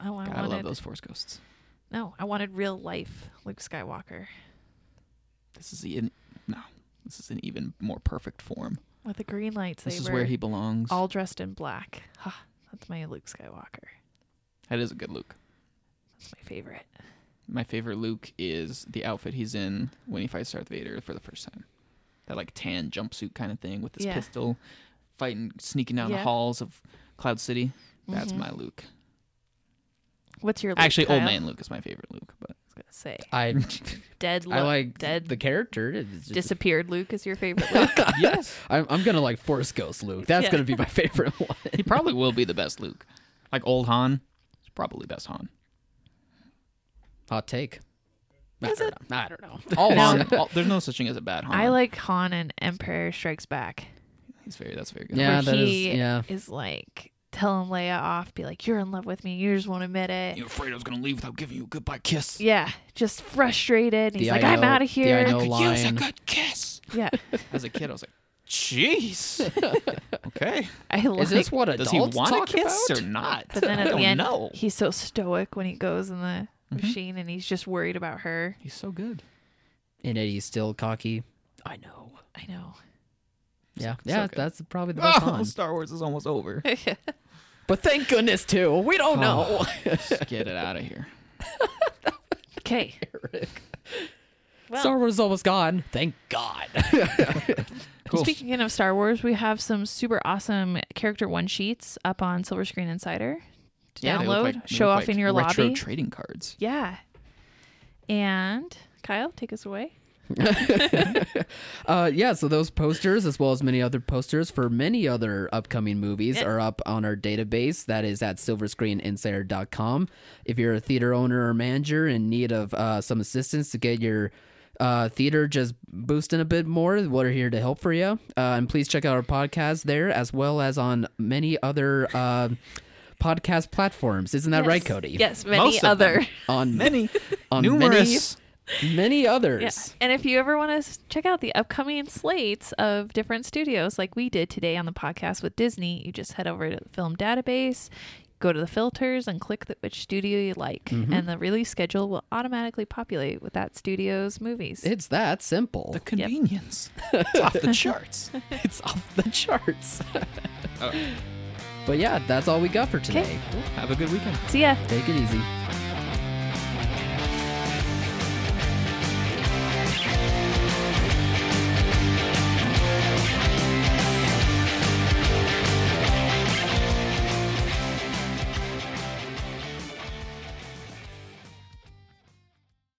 Speaker 2: Oh, I
Speaker 4: God, I
Speaker 2: wanted,
Speaker 4: love those Force ghosts.
Speaker 2: No, I wanted real life Luke Skywalker
Speaker 4: This is the no. This is an even more perfect form.
Speaker 2: with a green lightsaber.
Speaker 4: This is where he belongs.
Speaker 2: all dressed in black. Ha, that's my Luke Skywalker.
Speaker 4: that is a good Luke.
Speaker 2: That's my favorite.
Speaker 4: My favorite Luke is the outfit he's in when he fights Darth Vader for the first time. That like tan jumpsuit kind of thing with his
Speaker 2: Yeah.
Speaker 4: pistol, fighting, sneaking down
Speaker 2: Yeah.
Speaker 4: the halls of Cloud City. That's my Luke.
Speaker 2: What's your Luke,
Speaker 4: Actually, Old
Speaker 2: Kyle?
Speaker 4: Man Luke is my favorite Luke, but
Speaker 2: I was gonna say
Speaker 3: I
Speaker 2: dead. Luke,
Speaker 3: I like
Speaker 2: dead.
Speaker 3: the character. It's just-
Speaker 2: disappeared Luke is your favorite Luke.
Speaker 3: yes, I'm, I'm gonna like Force Ghost Luke. That's
Speaker 2: Yeah.
Speaker 3: gonna be my favorite one.
Speaker 4: He probably will be the best Luke. Like old Han, is probably best Han.
Speaker 3: Hot take.
Speaker 2: Is
Speaker 3: I
Speaker 2: it?
Speaker 3: don't know. I don't know.
Speaker 4: All
Speaker 2: Now-
Speaker 4: Han, all, there's no such thing as a bad Han.
Speaker 2: I like Han and Empire Strikes Back.
Speaker 4: He's very. That's very good.
Speaker 3: Yeah,
Speaker 2: where
Speaker 3: that is-
Speaker 2: he
Speaker 3: yeah.
Speaker 2: is like telling Leia off, be like, "You're in love with me. You just won't admit it."
Speaker 5: You're afraid I was gonna leave without giving you a goodbye kiss.
Speaker 2: Yeah, just frustrated. And he's like,
Speaker 3: I
Speaker 2: "I'm
Speaker 3: know-
Speaker 2: out of
Speaker 3: The I
Speaker 2: here."
Speaker 3: know
Speaker 5: Could use a
Speaker 3: line.
Speaker 5: good kiss.
Speaker 2: yeah,
Speaker 4: As a kid, I was like, "Jeez, okay."
Speaker 2: I like.
Speaker 3: Is this what
Speaker 4: Does
Speaker 3: adults
Speaker 4: he want a
Speaker 3: talk
Speaker 4: kiss
Speaker 3: about?
Speaker 4: or not?
Speaker 2: but then
Speaker 4: I
Speaker 2: at
Speaker 4: don't
Speaker 2: the end,
Speaker 4: know.
Speaker 2: he's so stoic when he goes in the
Speaker 4: Mm-hmm.
Speaker 2: machine, and he's just worried about her.
Speaker 4: He's so good.
Speaker 3: And Eddie's still cocky. I know.
Speaker 2: I know.
Speaker 3: Yeah,
Speaker 4: so
Speaker 3: yeah.
Speaker 4: good.
Speaker 3: That's probably the best
Speaker 4: Oh,
Speaker 3: one.
Speaker 4: Star Wars is almost over.
Speaker 3: But thank goodness too. We don't know.
Speaker 4: Just get it out of here.
Speaker 2: Okay. Well,
Speaker 3: Star Wars is almost gone. Thank God.
Speaker 4: Cool.
Speaker 2: Speaking of Star Wars, we have some super awesome character one sheets up on Silver Screen Insider to
Speaker 4: Yeah, they look
Speaker 2: download,
Speaker 4: like- they
Speaker 2: show
Speaker 4: look
Speaker 2: off
Speaker 4: like
Speaker 2: in your
Speaker 4: retro
Speaker 2: lobby.
Speaker 4: trading cards.
Speaker 2: yeah. And Kyle, take us away.
Speaker 3: Uh, yeah, so those posters, as well as many other posters for many other upcoming movies, are up on our database. That is at silverscreeninsider.com. If you're a theater owner or manager in need of uh, some assistance to get your uh, theater just boosting a bit more, we're here to help for you. Uh, and please check out our podcast there, as well as on many other uh, podcast platforms. Isn't that right,
Speaker 2: Yes.
Speaker 3: Uh, Cody?
Speaker 2: Yes, many
Speaker 4: Most of
Speaker 2: other.
Speaker 4: them.
Speaker 3: On
Speaker 4: Many,
Speaker 3: on
Speaker 4: numerous.
Speaker 3: Many, many others.
Speaker 2: Yeah. And if you ever want to check out the upcoming slates of different studios, like we did today on the podcast with Disney, you just head over to the film database, go to the filters, and click the, which studio you like. And the release schedule will automatically populate with that studio's movies.
Speaker 3: It's that simple.
Speaker 4: The convenience. It's off the charts.
Speaker 3: it's off the charts. But yeah, that's all we got for today.
Speaker 4: Have a good weekend.
Speaker 2: See ya.
Speaker 3: Take it easy.
Speaker 4: Bye.